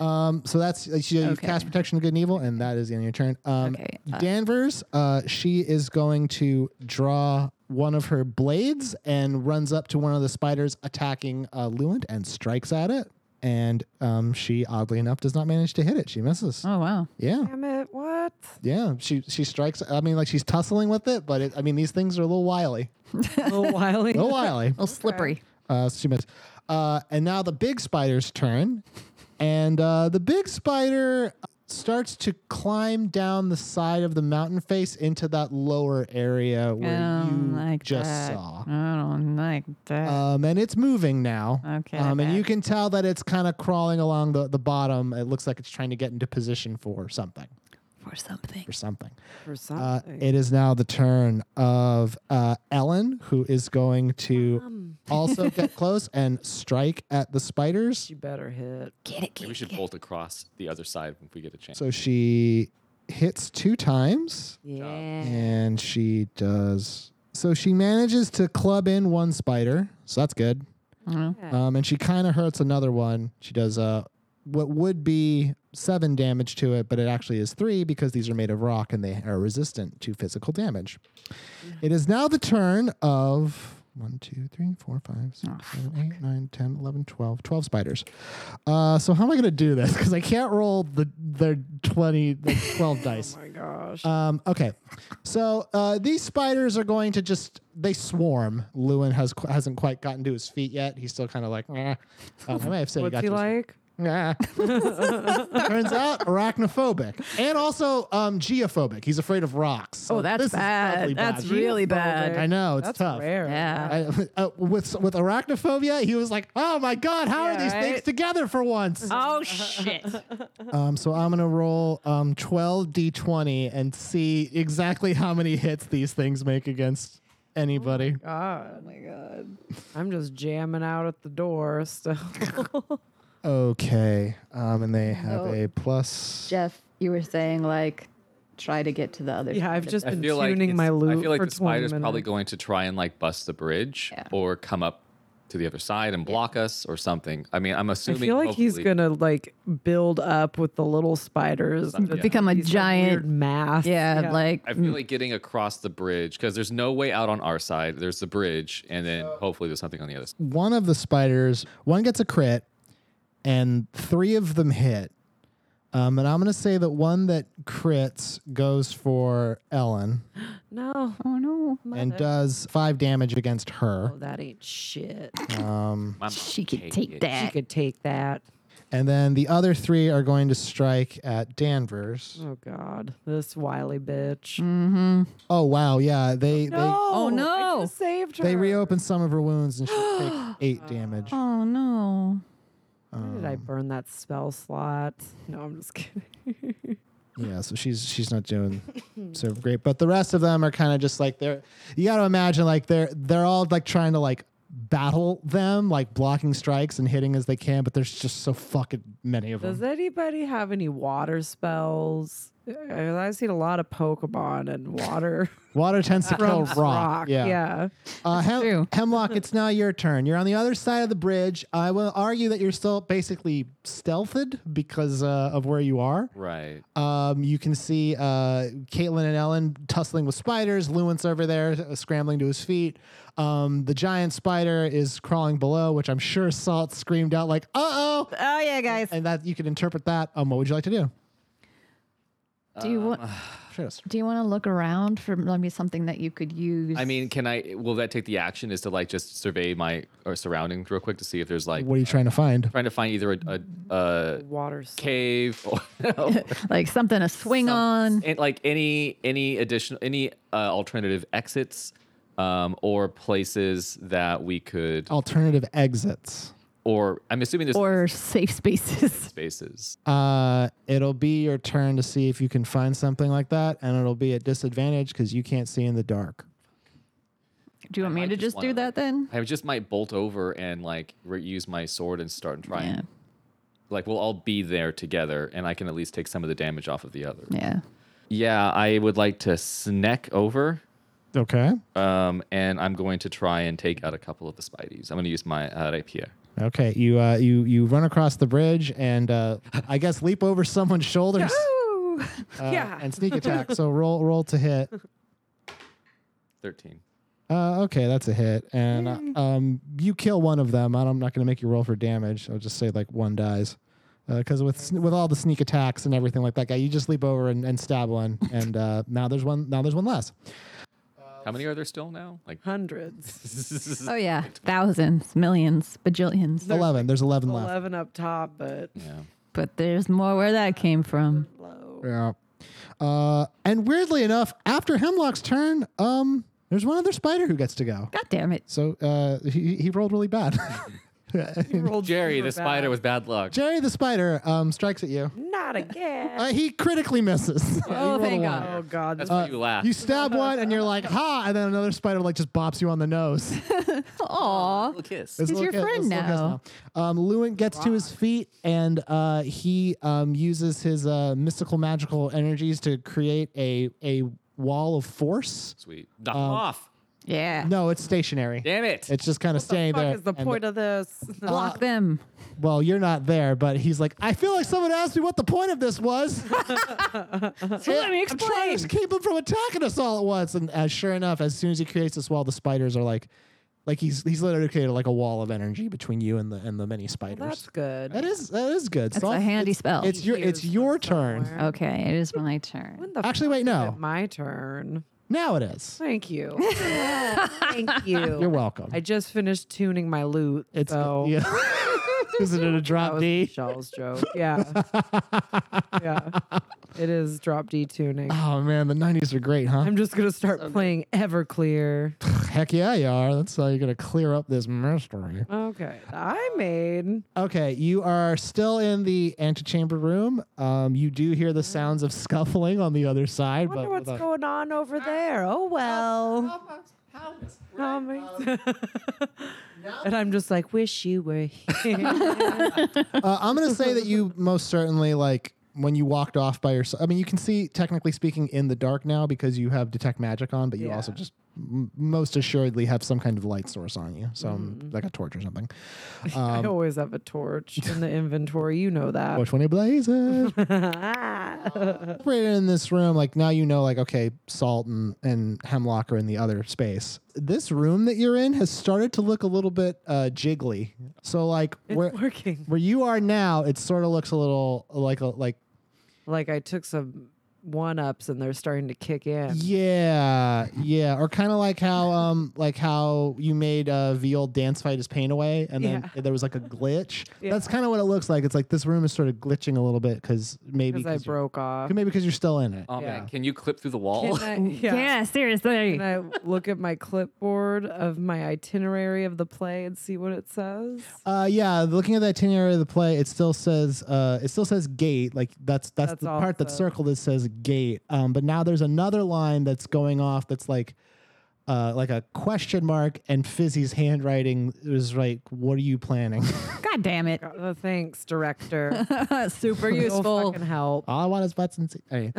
Speaker 2: Um, so that's uh, she, you
Speaker 5: Okay.
Speaker 2: cast protection of good and evil, and that is the end of your turn. Um,
Speaker 5: Okay, uh,
Speaker 2: Danvers, uh, she is going to draw one of her blades and runs up to one of the spiders attacking uh, Luant and strikes at it. And um, she, oddly enough, does not manage to hit it. She misses.
Speaker 5: Oh wow.
Speaker 2: Yeah,
Speaker 3: Damn it. What?
Speaker 2: yeah. She she strikes. I mean, like she's tussling with it, but it, I mean, these things are a little wily.
Speaker 3: Little Wiley.
Speaker 2: A little wily.
Speaker 5: A little slippery.
Speaker 2: Uh, so she missed. Uh, and now the big spider's turn. And uh, the big spider starts to climb down the side of the mountain face into that lower area
Speaker 5: I
Speaker 2: where
Speaker 5: don't
Speaker 2: you
Speaker 5: Oh, like
Speaker 2: just
Speaker 5: that.
Speaker 2: saw.
Speaker 5: I don't like that.
Speaker 2: Um, and it's moving now.
Speaker 5: Okay,
Speaker 2: Um, and
Speaker 5: bad.
Speaker 2: you can tell that it's kind of crawling along the, the bottom. It looks like it's trying to get into position for something.
Speaker 5: For something.
Speaker 2: For something.
Speaker 3: For
Speaker 2: Uh,
Speaker 3: something.
Speaker 2: it is now the turn of uh, Ellen, who is going to also get close and strike at the spiders.
Speaker 3: you better hit.
Speaker 5: Get it, get
Speaker 4: Maybe we
Speaker 5: it.
Speaker 4: should bolt across the other side if we get a chance.
Speaker 2: So she hits two times
Speaker 3: Oh Yeah.
Speaker 2: and she does. So she manages to club in one spider. So that's good. Um, and she kind of hurts another one. She does uh, what would be seven damage to it, but it actually is three because these are made of rock and they are resistant to physical damage. It is now the turn of. one, two, three, four, five, six, seven, eight, nine, 10, 11, 12. 12 spiders. Uh, so, how am I going to do this? Because I can't roll the, the 20, the 12 dice.
Speaker 3: Oh my gosh.
Speaker 2: Um, okay, so uh, these spiders are going to just they swarm. Lewin has qu- hasn't quite gotten to his feet yet. He's still kind of like, "Nah." um, I may have said he
Speaker 3: What's
Speaker 2: got
Speaker 3: he
Speaker 2: to his feet.
Speaker 3: like?
Speaker 2: Nah. Turns out arachnophobic and also um, geophobic. He's afraid of rocks. So
Speaker 5: Oh, that's
Speaker 2: this is doubly
Speaker 5: bad. That's
Speaker 2: bad.
Speaker 5: really
Speaker 3: Geophobic.
Speaker 5: bad.
Speaker 2: I know it's
Speaker 3: That's
Speaker 2: tough.
Speaker 3: rare.
Speaker 5: Yeah.
Speaker 2: I, uh, with with arachnophobia, he was like, "Oh my god, how are
Speaker 3: Yeah,
Speaker 2: these things
Speaker 3: right?
Speaker 2: together for once?"
Speaker 5: Oh shit.
Speaker 2: Um, so I'm gonna roll um, 12 d20 and see exactly how many hits these things make against anybody.
Speaker 3: God. Oh my God. I'm just jamming out at the door still.
Speaker 2: Okay. Um, and they have
Speaker 5: Oh.
Speaker 2: a plus.
Speaker 5: Jeff, you were saying like try to get to the other
Speaker 3: yeah,
Speaker 5: side
Speaker 3: I've
Speaker 5: of
Speaker 3: just
Speaker 5: it.
Speaker 3: been
Speaker 4: feel like
Speaker 3: tuning
Speaker 4: it's-
Speaker 3: my loot
Speaker 4: I feel like
Speaker 3: for 20
Speaker 4: the spider's
Speaker 3: minutes.
Speaker 4: probably going to try and like bust the bridge
Speaker 5: Yeah.
Speaker 4: or come up to the other side and block us or something. I mean, I'm
Speaker 3: I
Speaker 4: assuming.
Speaker 3: feel like he's
Speaker 4: hopefully-
Speaker 3: gonna like build up with the little spiders, and
Speaker 4: Yeah.
Speaker 5: Become a
Speaker 3: these, like,
Speaker 5: giant-
Speaker 3: weird mass.
Speaker 5: yeah, like
Speaker 4: I
Speaker 3: Mm.
Speaker 4: feel like getting across the bridge because there's no way out on our side. There's the bridge, and then hopefully there's something on the other side.
Speaker 2: One of the spiders, one gets a crit, and three of them hit. Um, and I'm going to say that one that crits goes for Ellen
Speaker 3: no,
Speaker 5: oh no.
Speaker 2: and does five damage against her.
Speaker 3: oh, that ain't shit.
Speaker 4: Mom,
Speaker 5: She could
Speaker 4: take
Speaker 5: take
Speaker 4: it.
Speaker 3: she
Speaker 5: that.
Speaker 3: could take that.
Speaker 2: And then the other three are going to strike at Danvers.
Speaker 3: Oh God, this wily bitch.
Speaker 2: Oh, wow. Yeah. They,
Speaker 3: oh
Speaker 5: no.
Speaker 3: I just saved her.
Speaker 2: they, they reopen some of her wounds and she'll take eight damage.
Speaker 5: Oh no.
Speaker 3: Why did I
Speaker 2: Mm.
Speaker 3: burn that spell slot? No, I'm just kidding.
Speaker 2: Yeah, so she's she's not doing so great, but the rest of them are kind of just like they're. You got to imagine like they're they're all like trying to like battle them, like blocking strikes and hitting as they can, but there's just so fucking many of
Speaker 3: Does
Speaker 2: them.
Speaker 3: anybody have any water spells? I- I've seen a lot of Pokemon and water
Speaker 2: Water tends to kill rock.
Speaker 3: rock.
Speaker 2: Yeah.
Speaker 3: yeah.
Speaker 2: Uh, Hem-
Speaker 5: true.
Speaker 2: Hemlock, it's now your turn. You're on the other side of the bridge. I will argue that you're still basically stealthed because uh, of where you are.
Speaker 4: Right.
Speaker 2: Um, you can see uh, Caitlin and Ellen tussling with spiders. Lewin's over there uh, scrambling to his feet. Um, the giant spider is crawling below, which I'm sure Salt screamed out like "Uh oh!"
Speaker 5: Oh yeah, guys.
Speaker 2: And that you can interpret that. Um, what would you like to do?
Speaker 5: Do you want
Speaker 2: Shoot us.
Speaker 5: do you want to look around for maybe something that you could use?
Speaker 4: I mean, can I? Will that take the action? Is to like just survey my or surroundings real quick to see if there's like
Speaker 2: What are you trying to find?
Speaker 4: trying to find either a, a, a
Speaker 3: Water spells.
Speaker 4: cave or
Speaker 5: like something to swing on.
Speaker 4: and like any any additional any uh, alternative exits um, or places that we could
Speaker 2: Alternative exits.
Speaker 4: or I'm assuming there's
Speaker 5: Or safe spaces.
Speaker 4: spaces.
Speaker 2: Uh, it'll be your turn to see if you can find something like that, and it'll be at disadvantage because you can't see in the dark.
Speaker 5: Do you want me
Speaker 4: might
Speaker 5: to
Speaker 4: just
Speaker 5: just do
Speaker 4: wanna-
Speaker 5: that then?
Speaker 4: I just might bolt over and like re- use my sword and start and try
Speaker 5: Yeah.
Speaker 4: and like we'll all be there together and I can at least take some of the damage off of the other.
Speaker 5: Yeah.
Speaker 4: Yeah, I would like to sneak over
Speaker 2: Okay.
Speaker 4: um, and I'm going to try and take out a couple of the spideys. I'm going to use my uh, rapier.
Speaker 2: Okay, you uh, you you run across the bridge and uh, I guess leap over someone's shoulders uh,
Speaker 3: Yeah.
Speaker 2: and sneak attack. So roll roll to hit.
Speaker 4: 13.
Speaker 2: Uh, okay, that's a hit, and uh, um, you kill one of them. I don't- I'm not going to make you roll for damage. I'll just say like one dies, because with sn- with all the sneak attacks and everything like that, guy, you just leap over and, and stab one, and uh, now there's one now there's one less.
Speaker 4: How many are there still now? Like
Speaker 3: Hundreds.
Speaker 5: Oh yeah. Thousands, millions, bajillions.
Speaker 2: eleven. There's eleven, left.
Speaker 3: 11 up top, but
Speaker 4: yeah.
Speaker 5: But there's more where that came from.
Speaker 3: low.
Speaker 2: Yeah. Uh, and weirdly enough, after Hemlock's turn, um, there's one other spider who gets to go.
Speaker 5: God damn it.
Speaker 2: So uh, he, he rolled really bad.
Speaker 4: Jerry, the spider with bad luck.
Speaker 2: Jerry the spider um, strikes at you.
Speaker 3: Not again.
Speaker 2: Uh, he critically misses.
Speaker 5: Oh, thank God.
Speaker 3: oh, God.
Speaker 4: That's
Speaker 3: This
Speaker 4: why you laugh.
Speaker 2: you stab one and you're like, ha, and then another spider like just bops you on the nose.
Speaker 5: Aw.
Speaker 4: little kiss.
Speaker 2: This
Speaker 5: He's
Speaker 2: little
Speaker 5: your
Speaker 2: kid-
Speaker 5: friend
Speaker 2: this little kid's
Speaker 5: now.
Speaker 2: now. Um, Lewin gets to his feet and uh, he um, uses his uh, mystical magical energies to create a a wall of force.
Speaker 4: Sweet. Knock him off.
Speaker 5: Yeah.
Speaker 2: No, it's stationary.
Speaker 4: Damn it.
Speaker 2: It's just kind of staying
Speaker 3: fuck
Speaker 2: there.
Speaker 3: is the
Speaker 2: and-
Speaker 3: point of this?
Speaker 5: Block them.
Speaker 2: well, you're not there, but he's like, I feel like someone asked me what the point of this was.
Speaker 5: So let me
Speaker 2: I'm trying to
Speaker 5: explain.
Speaker 2: keep him from attacking us all at once. And uh, sure enough, as soon as he creates this wall, the spiders are like, like he's he's literally created like a wall of energy between you and the and the many spiders.
Speaker 3: That's good.
Speaker 2: that is that is good.
Speaker 5: That's
Speaker 2: Sol-
Speaker 5: a handy
Speaker 2: it's-
Speaker 5: spell.
Speaker 2: It's your it's your turn. Uh,
Speaker 3: somewhere.
Speaker 5: Okay, it is my turn.
Speaker 3: When the
Speaker 2: Actually,
Speaker 3: fuck
Speaker 2: wait,
Speaker 3: is
Speaker 2: no.
Speaker 3: it My turn.
Speaker 2: Now it is.
Speaker 3: Thank you. Thank you.
Speaker 2: You're welcome.
Speaker 3: I just finished tuning my loot.
Speaker 2: it's uh,
Speaker 3: so
Speaker 2: yeah. is it a
Speaker 3: that
Speaker 2: drop
Speaker 3: was
Speaker 2: D?
Speaker 3: Michelle's joke. Yeah. yeah. It is drop D tuning.
Speaker 2: Oh man, the '90s are great, huh?
Speaker 3: I'm just gonna start playing Everclear.
Speaker 2: Heck yeah, you are. That's how you're gonna clear up this mystery.
Speaker 3: Okay. I made
Speaker 2: Okay, you are still in the antechamber room. Um, you do hear the sounds of scuffling on the other side,
Speaker 3: wonder
Speaker 2: but
Speaker 3: what's
Speaker 2: without-
Speaker 3: going on over there. Oh well. Oh, my- and I'm just like, wish you were here.
Speaker 2: Uh, I'm gonna say that you most certainly like when you walked off by yourself. I mean, you can see, technically speaking, in the dark now because you have detect magic on, but you
Speaker 3: Yeah.
Speaker 2: also just m- most assuredly have some kind of light source on you, some
Speaker 3: Mm.
Speaker 2: like a torch or something. Um,
Speaker 3: I always have a torch in the inventory. You know that.
Speaker 2: Which one you blaze it? Right in this room, like now you know, like okay, Salt and, and Hemlock are in the other space. This room that you're in has started to look a little bit uh, jiggly. So like where
Speaker 3: working.
Speaker 2: where you are now, it sort of looks a little like a like
Speaker 3: Like I took some one ups and they're starting to kick in.
Speaker 2: Yeah, yeah, or kind of like how um like how you made uh Veal dance fight his pain away, and then there was like a glitch. That's kind of what it looks like. It's like this room is sort of glitching a little bit because maybe
Speaker 3: Because I
Speaker 2: 'cause you're-
Speaker 3: broke off.
Speaker 2: maybe because you're still in it.
Speaker 4: Oh
Speaker 3: Yeah.
Speaker 4: man, can you clip through the wall?
Speaker 3: Can I, yeah.
Speaker 5: seriously.
Speaker 3: Can I look at my clipboard of my itinerary of the play and see what it says?
Speaker 2: Uh, yeah, looking at that itinerary of the play, it still says uh, it still says gate. Like that's that's,
Speaker 3: That's
Speaker 2: the
Speaker 3: all it
Speaker 2: part that's
Speaker 3: says.
Speaker 2: circled that says gate. Um, but now there's another line that's going off that's like uh, like a question mark, and Fizzy's handwriting is like, "What are you planning?"
Speaker 5: God damn it.
Speaker 3: Oh, thanks, director.
Speaker 5: Super
Speaker 3: You'll
Speaker 5: useful. Uh,
Speaker 3: fucking help.
Speaker 2: All I want is butts and seats. Anyway.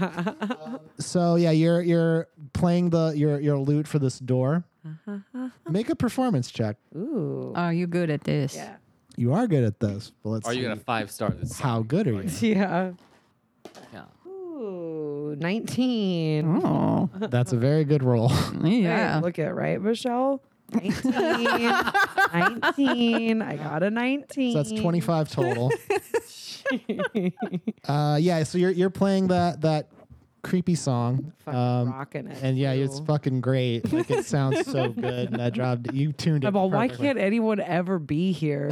Speaker 2: Um, so yeah, you're you're playing the your your loot for this door.
Speaker 3: Uh-huh.
Speaker 2: Make a performance check.
Speaker 3: Ooh.
Speaker 5: Are Oh, you good at this?
Speaker 3: Yeah.
Speaker 2: You are good at this, but let's
Speaker 4: Are
Speaker 2: see
Speaker 4: you gonna five star this?
Speaker 2: how good are you?
Speaker 3: Yeah.
Speaker 4: Yeah.
Speaker 3: Ooh, 19.
Speaker 5: Oh,
Speaker 2: That's a very good roll.
Speaker 5: yeah.
Speaker 3: Hey, look at right, Michelle. 19. 19. I got a 19.
Speaker 2: So that's 25 total. uh, yeah, so you're you're playing that that creepy song.
Speaker 3: Fucking
Speaker 2: Um,
Speaker 3: rocking it.
Speaker 2: and yeah, it's
Speaker 3: too.
Speaker 2: fucking great. Like it sounds so good. And I dropped you tuned it.
Speaker 3: Yeah, but why
Speaker 2: perfectly.
Speaker 3: can't anyone ever be here?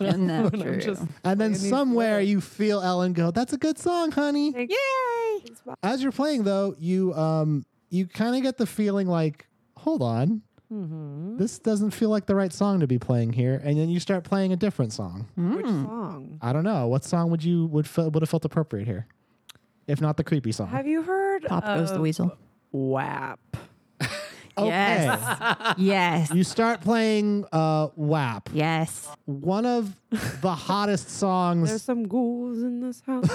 Speaker 5: Isn't that true?
Speaker 3: Just
Speaker 2: And then
Speaker 3: playing these
Speaker 2: somewhere you feel Ellen go, "That's a good song, honey."
Speaker 3: Thank-
Speaker 2: As you're playing though, you um you kind of get the feeling like, "Hold on.
Speaker 3: Mm-hmm.
Speaker 2: This doesn't feel like the right song to be playing here." And then you start playing a different song.
Speaker 3: Which
Speaker 2: Hmm.
Speaker 3: song?
Speaker 2: I don't know. What song would you would fe- would have felt appropriate here? If not the creepy song.
Speaker 3: Have you heard
Speaker 5: Pop goes the
Speaker 3: of
Speaker 5: weasel.
Speaker 3: WAP?
Speaker 5: Yes. yes.
Speaker 2: you start playing uh WAP,
Speaker 5: Yes.
Speaker 2: one of the hottest
Speaker 3: There's
Speaker 2: songs.
Speaker 3: some ghouls in this house.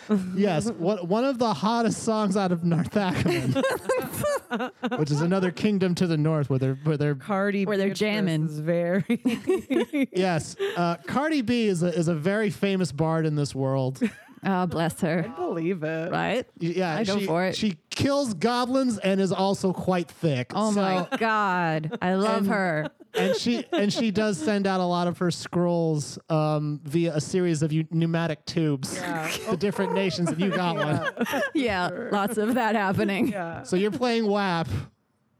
Speaker 2: yes, one, one of the hottest songs out of Narthakaman. which is another kingdom to the north where they're where they're
Speaker 3: Cardi
Speaker 5: Where they're
Speaker 3: Beatrice
Speaker 5: jamming.
Speaker 3: is very
Speaker 2: Yes, uh, Cardi B is a, is a very famous bard in this world. Y-
Speaker 5: Oh, bless her.
Speaker 3: believe it.
Speaker 5: Right?
Speaker 2: Yeah,
Speaker 5: I go
Speaker 2: she,
Speaker 5: for it.
Speaker 2: She kills goblins and is also quite thick.
Speaker 5: Oh
Speaker 2: So-
Speaker 5: my God. I love her.
Speaker 2: And she and she does send out a lot of her scrolls um, via a series of eu- pneumatic tubes to different nations. If you got one,
Speaker 5: Yeah. Lots of that happening.
Speaker 3: Yeah.
Speaker 2: so you're playing WAP.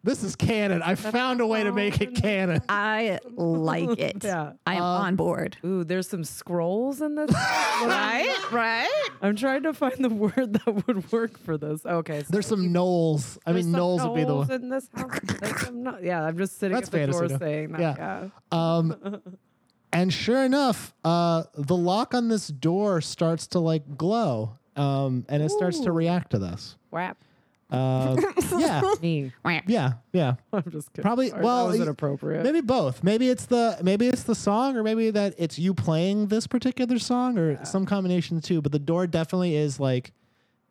Speaker 2: This is canon. I found a way to make it canon.
Speaker 5: I like it.
Speaker 3: Yeah.
Speaker 5: I am on board.
Speaker 3: Ooh, there's some scrolls in this.
Speaker 5: Right? Right?
Speaker 3: I'm trying to find the word that would work for this. Okay. So
Speaker 2: There's some knolls. I mean,
Speaker 3: some
Speaker 2: knolls would be the
Speaker 3: gnolls
Speaker 2: one.
Speaker 3: in this house. There's some gno- yeah, I'm just sitting
Speaker 2: That's
Speaker 3: at the door
Speaker 2: fantasy, though.
Speaker 3: saying that.
Speaker 2: Yeah.
Speaker 3: Yeah.
Speaker 2: And sure enough, uh, the lock on this door starts to like glow, um, and it starts to react to this.
Speaker 3: WAP.
Speaker 2: Uh, yeah,
Speaker 3: Me.
Speaker 2: yeah, yeah.
Speaker 3: I'm just kidding.
Speaker 2: Probably.
Speaker 3: Sorry,
Speaker 2: well,
Speaker 3: that was
Speaker 2: y-
Speaker 3: inappropriate.
Speaker 2: Maybe both. Maybe it's the maybe it's the song, or maybe that it's you playing this particular song, or some combination too. But the door definitely is like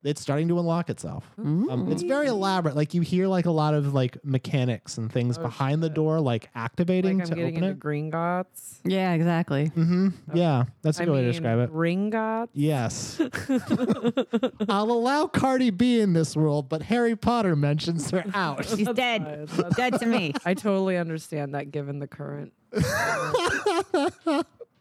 Speaker 2: it's starting to unlock itself. Um, it's very elaborate. Like you hear like a lot of like mechanics and things behind the door, like activating
Speaker 3: Oh, like I'm
Speaker 2: to
Speaker 3: getting
Speaker 2: open
Speaker 3: into
Speaker 2: it.
Speaker 3: green gots.
Speaker 5: Yeah, exactly.
Speaker 2: Yeah, that's a
Speaker 3: I
Speaker 2: good way to
Speaker 3: mean,
Speaker 2: describe it.
Speaker 3: Ring gots.
Speaker 2: Yes. I'll allow Cardi B in this world, but Harry Potter mentions her out.
Speaker 5: She's dead. Dead to me.
Speaker 3: I totally understand that given the current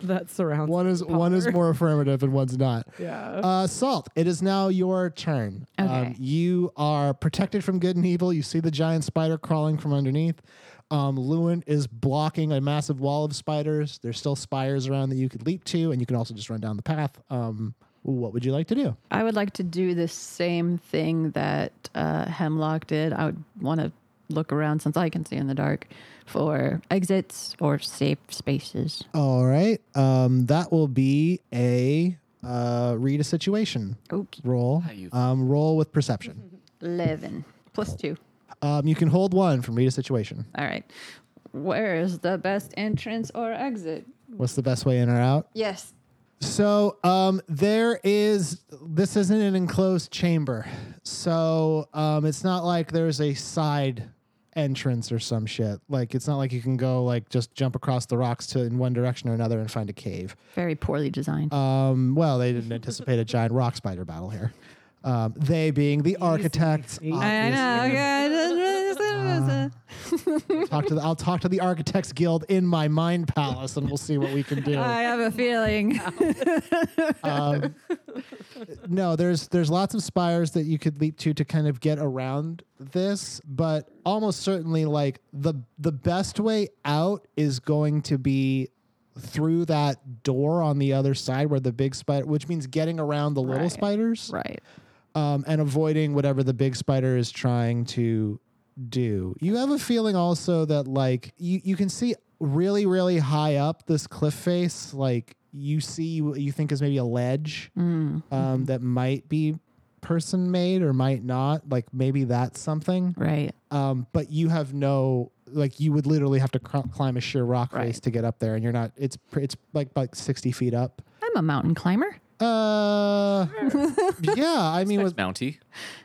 Speaker 3: that surrounds.
Speaker 2: One is one is more affirmative and one's not.
Speaker 3: Yeah.
Speaker 2: Uh, Salt, it is now your turn. Um,
Speaker 5: Okay.
Speaker 2: you are protected from good and evil. You see the giant spider crawling from underneath. Um, Lewin is blocking a massive wall of spiders. There's still spires around that you could leap to, and you can also just run down the path. Um, what would you like to do?
Speaker 5: I would like to do the same thing that uh, Hemlock did. I would want to look around since I can see in the dark for exits or safe spaces.
Speaker 2: All right. Um, that will be a uh, read a situation
Speaker 5: Okay.
Speaker 2: roll.
Speaker 4: you-
Speaker 2: Um, roll with perception.
Speaker 5: 11 plus 2.
Speaker 2: Um, you can hold one from read a situation.
Speaker 5: All right. Where is the best entrance or exit?
Speaker 2: What's the best way in or out?
Speaker 5: Yes.
Speaker 2: So um, there is this isn't an enclosed chamber, so um, it's not like there's a side entrance or some shit. Like it's not like you can go like just jump across the rocks to in one direction or another and find a cave.
Speaker 5: Very poorly designed.
Speaker 2: Um, well, they didn't anticipate a giant rock spider battle here. Um, they being the architects.
Speaker 5: I
Speaker 2: obviously.
Speaker 5: know. Yeah.
Speaker 2: Talk to the, I'll talk to the architects guild in my mind palace, and we'll see what we can do.
Speaker 5: I have a feeling.
Speaker 2: um, no, there's there's lots of spires that you could leap to to kind of get around this, but almost certainly like the the best way out is going to be through that door on the other side where the big spider, which means getting around the little
Speaker 5: Right.
Speaker 2: spiders
Speaker 5: right.
Speaker 2: um, and avoiding whatever the big spider is trying to do. You have a feeling also that like you, you can see really really high up this cliff face like you see what you think is maybe a ledge
Speaker 5: Mm, Mm-hmm.
Speaker 2: um, that might be person made or might not like maybe that's something
Speaker 5: Right.
Speaker 2: um, but you have no like you would literally have to cr- climb a sheer rock
Speaker 5: Right.
Speaker 2: face to get up there and you're not it's pr- it's like like 60 feet up
Speaker 5: I'm a mountain climber.
Speaker 2: uh yeah i mean with
Speaker 4: Mountie.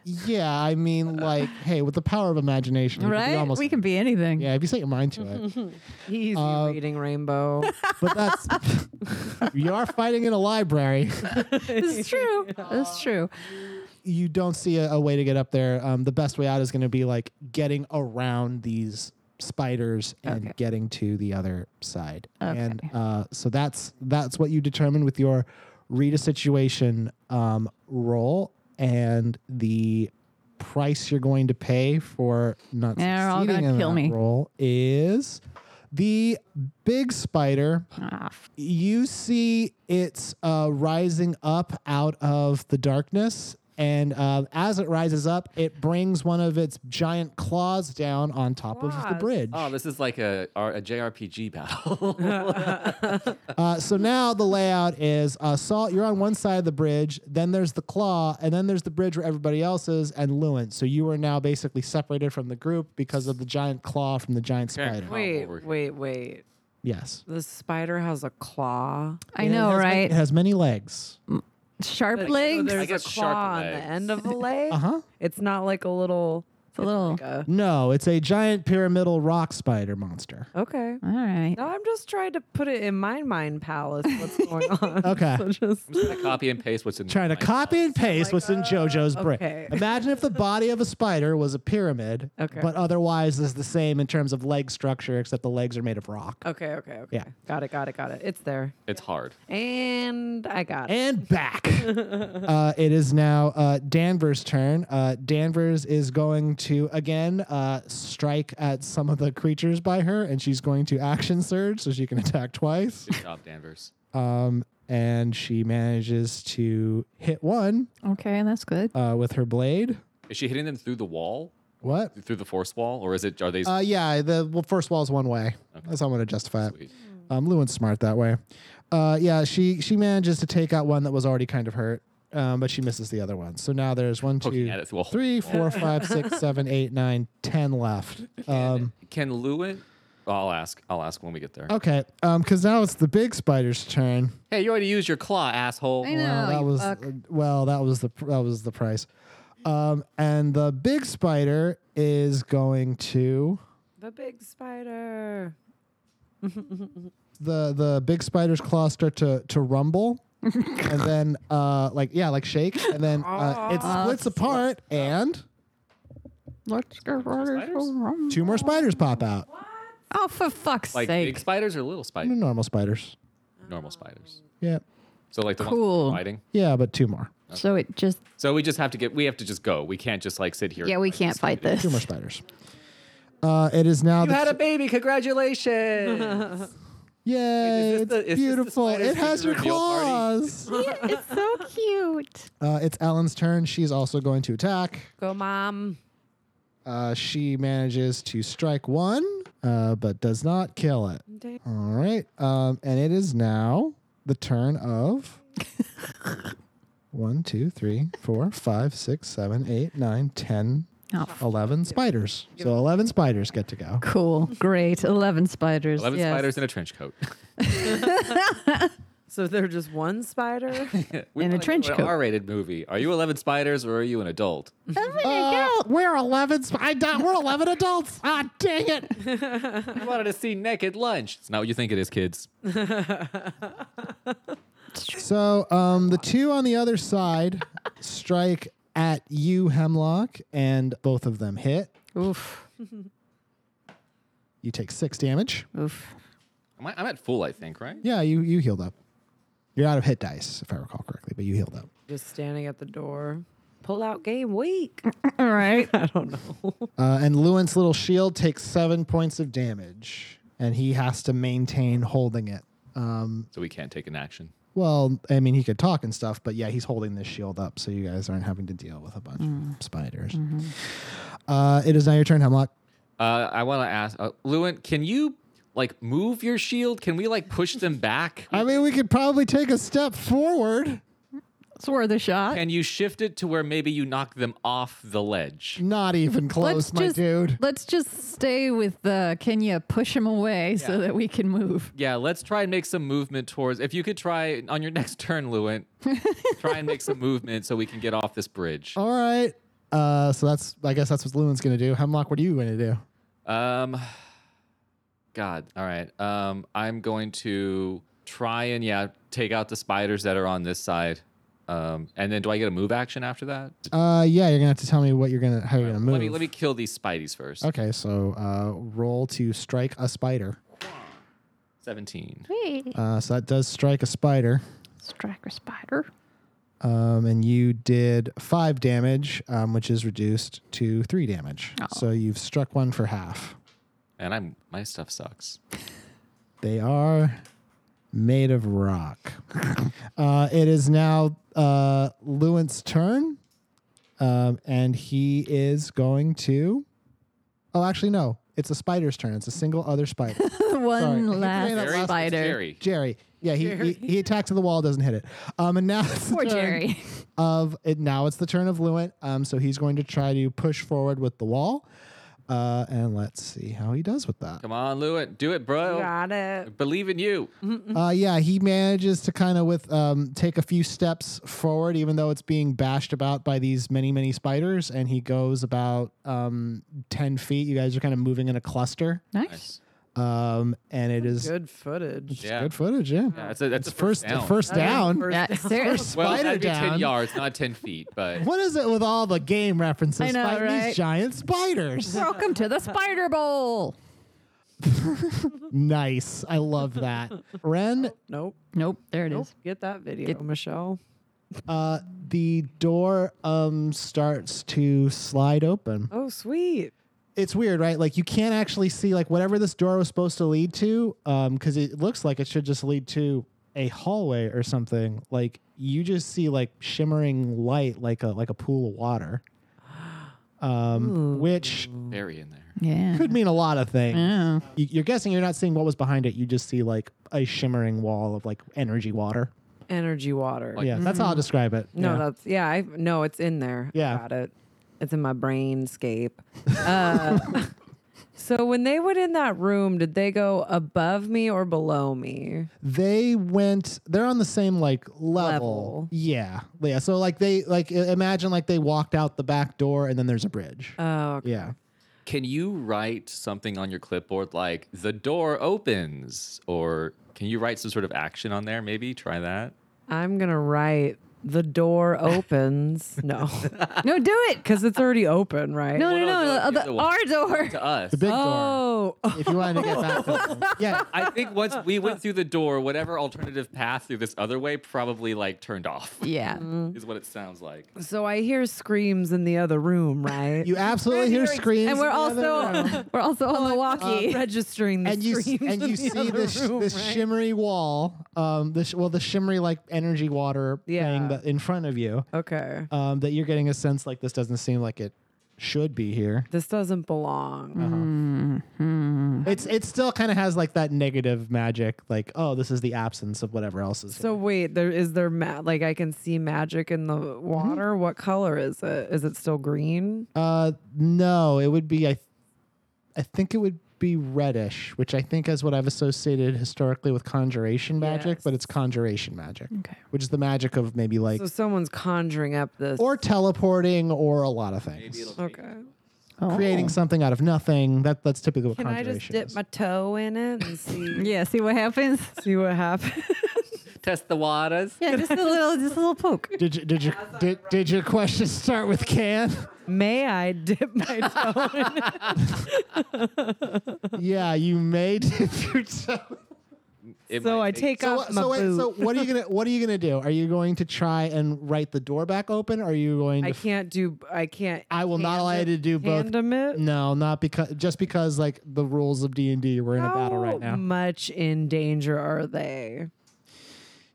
Speaker 2: yeah, I mean, like, hey, with the power of imagination, you could be
Speaker 5: Right.
Speaker 2: almost,
Speaker 5: we can be anything.
Speaker 2: yeah, if you set your mind to it.
Speaker 3: Easy
Speaker 2: uh,
Speaker 3: reading rainbow.
Speaker 2: but that's you are fighting in a library.
Speaker 5: This is true. It's true.
Speaker 2: You don't see a, a way to get up there. Um, the best way out is going to be like getting around these spiders and
Speaker 5: Okay.
Speaker 2: getting to the other side. And
Speaker 5: Okay.
Speaker 2: uh, so that's that's what you determine with your read a situation um, roll and the price you're going to pay for not
Speaker 5: They're all
Speaker 2: succeeding
Speaker 5: gonna
Speaker 2: in
Speaker 5: kill
Speaker 2: that
Speaker 5: me.
Speaker 2: roll is the big spider.
Speaker 5: Ah, f-
Speaker 2: You see it's uh, rising up out of the darkness. And uh, as it rises up, it brings one of its giant claws down on top of the
Speaker 3: Claws.
Speaker 2: bridge.
Speaker 4: Oh, this is like a, R- a JRPG battle.
Speaker 2: Uh, so now the layout is uh, Salt, you're on one side of the bridge, then there's the claw, and then there's the bridge where everybody else is, and Lewin. So you are now basically separated from the group because of the giant claw from the giant
Speaker 4: Okay.
Speaker 2: spider.
Speaker 3: Wait,
Speaker 4: over here.
Speaker 3: wait, wait.
Speaker 2: Yes.
Speaker 3: The spider has a claw.
Speaker 5: I
Speaker 2: And it
Speaker 5: know,
Speaker 2: has many-
Speaker 5: right?
Speaker 2: it has many legs.
Speaker 5: Sharp
Speaker 3: Like, so
Speaker 5: legs.
Speaker 4: I
Speaker 3: There's a
Speaker 4: guess sharp
Speaker 3: claw on the
Speaker 4: legs.
Speaker 3: end of a leg.
Speaker 2: Uh-huh.
Speaker 3: It's not like a little.
Speaker 5: It's a little.
Speaker 3: like a-
Speaker 2: No, it's a giant pyramidal rock spider monster.
Speaker 3: okay.
Speaker 5: All right.
Speaker 3: No, I'm just trying to put it in my mind palace. What's going on?
Speaker 2: Okay.
Speaker 3: So just
Speaker 4: I copy and paste what's in
Speaker 2: trying to
Speaker 4: my-
Speaker 2: copy and paste what's in JoJo's brain.
Speaker 3: okay.
Speaker 2: Imagine if the body of a spider was a pyramid,
Speaker 3: Okay.
Speaker 2: but otherwise is the same in terms of leg structure, except the legs are made of rock.
Speaker 3: okay, okay, okay.
Speaker 2: Yeah.
Speaker 3: Got it, got it, got it. It's there,
Speaker 4: It's hard.
Speaker 3: and I got it.
Speaker 2: And back. uh, it is now uh, Danvers' turn. Uh, Danvers is going to again uh, strike at some of the creatures by her, and she's going to action surge so she can attack twice.
Speaker 4: Good job, Danvers.
Speaker 2: Um, and she manages to hit one
Speaker 5: Okay, that's good.
Speaker 2: uh, with her blade.
Speaker 4: Is she hitting them through the wall,
Speaker 2: What?
Speaker 4: through the force wall, or is it? Are they?
Speaker 2: Uh, yeah, the well, first wall is one way. That's how I'm going to justify it.
Speaker 4: Sweet.
Speaker 2: Um, Lewin's smart that way. Uh, yeah, she she manages to take out one that was already kind of hurt, um, but she misses the other one. So now there's one,
Speaker 4: Poking
Speaker 2: two,
Speaker 4: at it through a hole.
Speaker 2: three, four, five, six, seven, eight, nine, ten left. Um,
Speaker 4: Can Lewin? I'll ask. I'll ask when we get there.
Speaker 2: okay, because now it's the big spider's turn.
Speaker 4: Hey, you already used your claw, asshole.
Speaker 5: I know.
Speaker 2: Well, that
Speaker 5: you
Speaker 2: was
Speaker 5: fuck.
Speaker 2: well, that was the pr- that was the price. Um, and the big spider is going to.
Speaker 3: The big spider.
Speaker 2: the the big spider's claws start to to rumble and then uh like yeah like shake and then uh, it splits apart and
Speaker 5: Let's get ready
Speaker 4: spiders?
Speaker 5: to rumble.
Speaker 2: two more spiders pop out
Speaker 5: Oh, for fuck's
Speaker 4: Like
Speaker 5: sake.
Speaker 4: big spiders or little spiders?
Speaker 2: normal spiders
Speaker 4: Normal spiders.
Speaker 2: yeah
Speaker 4: So like the
Speaker 5: Cool.
Speaker 4: ones fighting.
Speaker 2: yeah but two more
Speaker 5: so it just.
Speaker 4: So we just have to get. We have to just go. We can't just like sit here.
Speaker 5: Yeah,
Speaker 4: and
Speaker 5: we
Speaker 4: fight
Speaker 5: can't
Speaker 4: this.
Speaker 5: fight this.
Speaker 2: two more spiders uh it is now
Speaker 4: You
Speaker 2: the
Speaker 4: had a baby. Congratulations.
Speaker 2: yay
Speaker 4: is this the- is
Speaker 2: it's
Speaker 4: this the
Speaker 2: beautiful
Speaker 4: spiders
Speaker 2: it has
Speaker 4: secret
Speaker 2: your
Speaker 4: reveal party?
Speaker 2: claws
Speaker 5: it's so cute.
Speaker 2: uh it's ellen's turn she's also going to attack
Speaker 3: Go, mom.
Speaker 2: uh she manages to strike one uh but does not kill it
Speaker 3: Dang.
Speaker 2: All right. Um, and it is now the turn of one, two, three, four, five, six, seven, eight, nine, ten
Speaker 5: Oh,
Speaker 2: 11 spiders. So 11 spiders get to go.
Speaker 5: cool. Great. 11 spiders.
Speaker 4: 11
Speaker 5: yes.
Speaker 4: spiders in a trench coat.
Speaker 3: So they're just one spider.
Speaker 4: We
Speaker 5: In a
Speaker 4: wanna go
Speaker 5: trench
Speaker 4: to an
Speaker 5: coat.
Speaker 4: R-rated movie. Are you 11 spiders or are you an adult?
Speaker 2: Uh, we're 11 sp- I di- we're 11 adults. Ah, dang it.
Speaker 4: I wanted to see naked lunch. It's not what you think it is, kids.
Speaker 2: So um, the two on the other side strike at you, Hemlock, and both of them hit.
Speaker 5: Oof.
Speaker 2: You take six damage.
Speaker 5: Oof.
Speaker 4: Am I, I'm at full, I think, right?
Speaker 2: Yeah, you you healed up. You're out of hit dice, if I recall correctly, but you healed up.
Speaker 3: just standing at the door. Pull out game week.
Speaker 5: All right.
Speaker 3: I don't know.
Speaker 2: Uh, and Lewin's little shield takes seven points of damage, and he has to maintain holding it. Um,
Speaker 4: So we can't take an action.
Speaker 2: well, I mean, he could talk and stuff, but yeah, he's holding this shield up, so you guys aren't having to deal with a bunch of spiders. Uh, it is now your turn, Hemlock.
Speaker 4: Uh, I want to ask, uh, Lewin, can you like move your shield? Can we like push them back?
Speaker 2: I mean, we could probably take a step forward.
Speaker 5: It's worth a shot.
Speaker 4: Can you shift it to where maybe you knock them off the ledge?
Speaker 2: Not even close, my
Speaker 5: just,
Speaker 2: dude.
Speaker 5: Let's just stay with the can you push him away so that we can move.
Speaker 4: Yeah, let's try and make some movement towards. If you could try on your next turn, Lewin, try and make some movement so we can get off this bridge.
Speaker 2: All right. Uh, so that's, I guess that's what Lewin's going to do. Hemlock, what are you going to do?
Speaker 4: Um, God, all right. Um, I'm going to try and yeah, take out the spiders that are on this side. Um, and then do I get a move action after that?
Speaker 2: Uh, yeah, you're going to have to tell me what you're going to, how you're going to move.
Speaker 4: Let me let me kill these spideys first.
Speaker 2: Okay, so uh, roll to strike a spider.
Speaker 4: Seventeen.
Speaker 2: Uh, so that does strike a spider,
Speaker 5: Striker spider.
Speaker 2: um, and you did five damage, um, which is reduced to three damage. So you've struck one for half.
Speaker 4: And I'm my stuff sucks.
Speaker 2: They are made of rock. uh, it is now uh, Lewin's turn, um, and he is going to. Oh, actually, no. It's a spider's turn. It's a single other spider.
Speaker 5: One
Speaker 2: Sorry.
Speaker 5: last
Speaker 2: Very last one.
Speaker 5: spider.
Speaker 4: Jerry.
Speaker 2: Jerry. Yeah, he, he, he attacks at the wall, doesn't hit it. Um, and now it's the
Speaker 5: Poor
Speaker 2: turn
Speaker 5: Jerry.
Speaker 2: Of it now, it's the turn of Luent. Um, so he's going to try to push forward with the wall, uh, and let's see how he does with that.
Speaker 4: Come on, Lewin, do it, bro.
Speaker 3: Got it.
Speaker 4: I believe in you.
Speaker 2: Uh, yeah, he manages to kind of with um, take a few steps forward, even though it's being bashed about by these many many spiders, and he goes about um, ten feet. You guys are kind of moving in a cluster,
Speaker 5: Nice.
Speaker 2: um, and it is
Speaker 3: Good footage.
Speaker 2: it's
Speaker 4: Yeah.
Speaker 2: good footage. Yeah,
Speaker 4: Yeah, that's a, that's
Speaker 2: it's
Speaker 4: a first,
Speaker 2: first
Speaker 4: down.
Speaker 2: first down.
Speaker 3: First
Speaker 5: That, seriously.
Speaker 4: well,
Speaker 2: spider
Speaker 4: that'd be ten
Speaker 2: down.
Speaker 4: yards, not ten feet, but
Speaker 2: What is it with all the game references?
Speaker 5: I know,
Speaker 2: fighting
Speaker 5: right?
Speaker 2: These giant spiders.
Speaker 5: Welcome to the Spider Bowl.
Speaker 2: nice. I love that. Ren,
Speaker 3: Nope.
Speaker 5: Nope, there it is.
Speaker 3: Nope. Get that video, Michelle.
Speaker 2: uh, the door um, starts to slide open.
Speaker 3: Oh, sweet.
Speaker 2: It's weird, right? Like you can't actually see like whatever this door was supposed to lead to, because it looks like it should just lead to a hallway or something. Like you just see like shimmering light, like a like a pool of water, um, which
Speaker 4: bury in there.
Speaker 5: Yeah.
Speaker 2: could mean a lot of things.
Speaker 5: Yeah.
Speaker 2: You- You're guessing you're not seeing what was behind it. You just see like a shimmering wall of like energy water.
Speaker 3: Energy water.
Speaker 4: Like-
Speaker 2: yeah, that's how I'll describe it.
Speaker 3: no,
Speaker 2: yeah.
Speaker 3: that's yeah. I no, it's in there.
Speaker 2: Yeah.
Speaker 3: Got it. It's in my brainscape. Uh, so when they went in that room, did they go above me or below me?
Speaker 2: they went. They're on the same like level.
Speaker 3: Level.
Speaker 2: Yeah, yeah. So like they like i- imagine like they walked out the back door and then there's a bridge.
Speaker 3: Oh, okay.
Speaker 2: yeah.
Speaker 4: Can you write something on your clipboard like the door opens? Or can you write some sort of action on there? Maybe try that.
Speaker 3: I'm gonna write the door opens. no,
Speaker 5: No, do it.
Speaker 3: because it's already open, right?
Speaker 5: No,
Speaker 4: no,
Speaker 5: no,
Speaker 4: no,
Speaker 5: no.
Speaker 4: the-
Speaker 5: no,
Speaker 4: the
Speaker 5: the-
Speaker 4: one.
Speaker 5: our door.
Speaker 4: To us.
Speaker 2: The big
Speaker 3: Oh,
Speaker 2: door. If you wanted to get back to yeah,
Speaker 4: I think once we went through the door, whatever alternative path through this other way probably like turned off,
Speaker 5: Yeah.
Speaker 4: is what it sounds like.
Speaker 3: so I hear screams in the other room, right?
Speaker 2: you absolutely hear screams.
Speaker 5: And we're
Speaker 2: in the other room.
Speaker 5: also we're also
Speaker 3: Oh, uh,
Speaker 5: on Milwaukee.
Speaker 3: registering the
Speaker 2: and you s-
Speaker 3: screams
Speaker 2: and
Speaker 3: in
Speaker 2: you
Speaker 3: the
Speaker 2: see
Speaker 3: other
Speaker 2: this
Speaker 3: room,
Speaker 2: this
Speaker 3: right?
Speaker 2: shimmery wall, um, this well the shimmery like energy water
Speaker 3: Yeah.
Speaker 2: thing that in front of you.
Speaker 3: Okay.
Speaker 2: um, that you're getting a sense like this doesn't seem like it should be here.
Speaker 3: This doesn't belong.
Speaker 2: It's it still kind of has like that negative magic, like oh, this is the absence of whatever else is.
Speaker 3: So wait, there is there ma- like I can see magic in
Speaker 2: Mm-hmm.
Speaker 3: the water. What color is it? Is it still green?
Speaker 2: uh, no, it would be I, I think it would be reddish, which I think is what I've associated historically with conjuration magic,
Speaker 3: Yes.
Speaker 2: but it's conjuration magic,
Speaker 5: Okay.
Speaker 2: which is the magic of maybe like
Speaker 3: So someone's conjuring up this.
Speaker 2: or teleporting or a lot of things.
Speaker 3: okay.
Speaker 2: Creating something out of nothing. That that's typically what
Speaker 3: Oh. Can I just
Speaker 2: conjuration
Speaker 3: dip
Speaker 2: is.
Speaker 3: my toe in it and see
Speaker 5: Yeah, see what happens.
Speaker 3: see what happens?
Speaker 4: Test the waters.
Speaker 5: Yeah, just a little, just a little poke.
Speaker 2: did you, did you, did, did your question start with can?
Speaker 3: May I dip my toe?
Speaker 2: yeah, you may dip your toe.
Speaker 4: It
Speaker 3: so
Speaker 4: might
Speaker 3: I take
Speaker 2: So,
Speaker 3: off
Speaker 2: what-
Speaker 3: my
Speaker 2: so, wait,
Speaker 3: boot.
Speaker 2: so what are you gonna what are you gonna do? Are you going to try and write the door back open? are you going to?
Speaker 3: I can't do. I can't.
Speaker 2: I will not allow you to do both.
Speaker 3: Tandem it.
Speaker 2: No, not because just because like the rules of D and D. We're in a battle right
Speaker 3: How
Speaker 2: now.
Speaker 3: much in danger are they?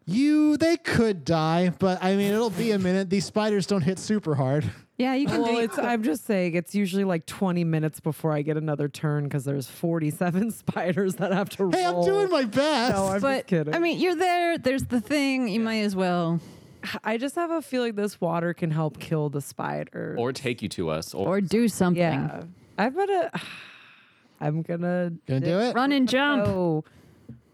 Speaker 2: You they could die, but I mean it'll be a minute. These spiders don't hit super hard.
Speaker 5: Yeah, you can
Speaker 3: Well,
Speaker 5: do
Speaker 3: it's, I'm just saying it's usually like 20 minutes before I get another turn because there's 47 spiders that have to
Speaker 2: Hey, I'm
Speaker 3: roll.
Speaker 2: doing my best.
Speaker 3: Oh. No, I'm just
Speaker 5: But
Speaker 3: kidding.
Speaker 5: I mean, you're there. There's the thing. You might as well.
Speaker 3: I just have a feeling this water can help kill the spider.
Speaker 4: Or take you to us. Or,
Speaker 5: Or do something.
Speaker 3: yeah, I'm gonna. I'm gonna.
Speaker 2: Gonna do it?
Speaker 5: Run and jump.
Speaker 3: Oh,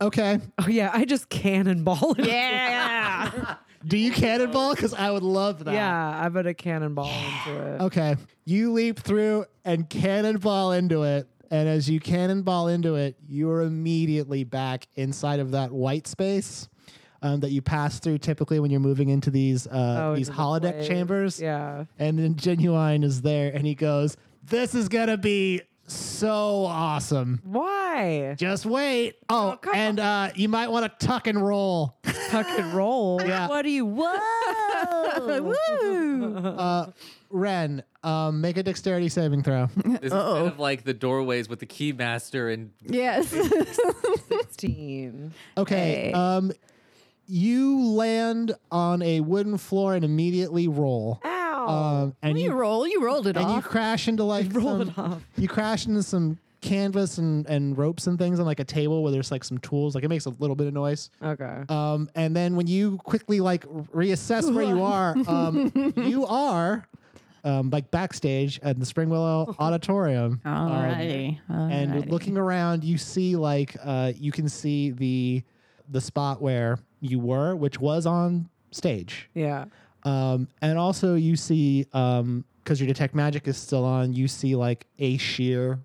Speaker 2: Okay.
Speaker 3: oh yeah! I just cannonball it.
Speaker 5: Yeah.
Speaker 2: Do you cannonball? Because I would love that.
Speaker 3: Yeah, I'm gonna cannonball into it.
Speaker 2: Okay. You leap through and cannonball into it. And as you cannonball into it, you're immediately back inside of that white space um, that you pass through typically when you're moving into these uh,
Speaker 3: Oh,
Speaker 2: these
Speaker 3: into the
Speaker 2: holodeck
Speaker 3: place.
Speaker 2: chambers.
Speaker 3: Yeah.
Speaker 2: And then Genuine is there and he goes, This is going to be so awesome.
Speaker 3: Why?
Speaker 2: Just wait. Oh,
Speaker 3: come
Speaker 2: and uh, you might want to tuck and roll.
Speaker 3: Tuck and roll.
Speaker 2: Yeah.
Speaker 3: What do you want?
Speaker 2: Uh, Ren, um, make a dexterity saving throw.
Speaker 4: this is kind of like the doorways with the keymaster and
Speaker 5: yes.
Speaker 3: 16.
Speaker 2: Okay.
Speaker 5: Hey.
Speaker 2: Um, you land on a wooden floor and immediately roll.
Speaker 3: Ow.
Speaker 2: Um, and
Speaker 5: you
Speaker 2: you,
Speaker 5: roll. You rolled it
Speaker 2: and you
Speaker 5: off.
Speaker 2: crash into like
Speaker 3: rolled
Speaker 2: some-
Speaker 3: it off.
Speaker 2: You crash into some canvas and, and ropes and things on like a table where there's like some tools. Like it makes a little bit of noise.
Speaker 3: Okay.
Speaker 2: Um, and then when you quickly like reassess where you are, um, you are um, like backstage at the Spring Willow Auditorium. Um,
Speaker 5: Alrighty.
Speaker 2: and
Speaker 5: alrighty.
Speaker 2: looking around you see like uh, you can see the the spot where you were which was on stage
Speaker 3: yeah.
Speaker 2: um, and also you see because your detect magic is still on you see like a sheer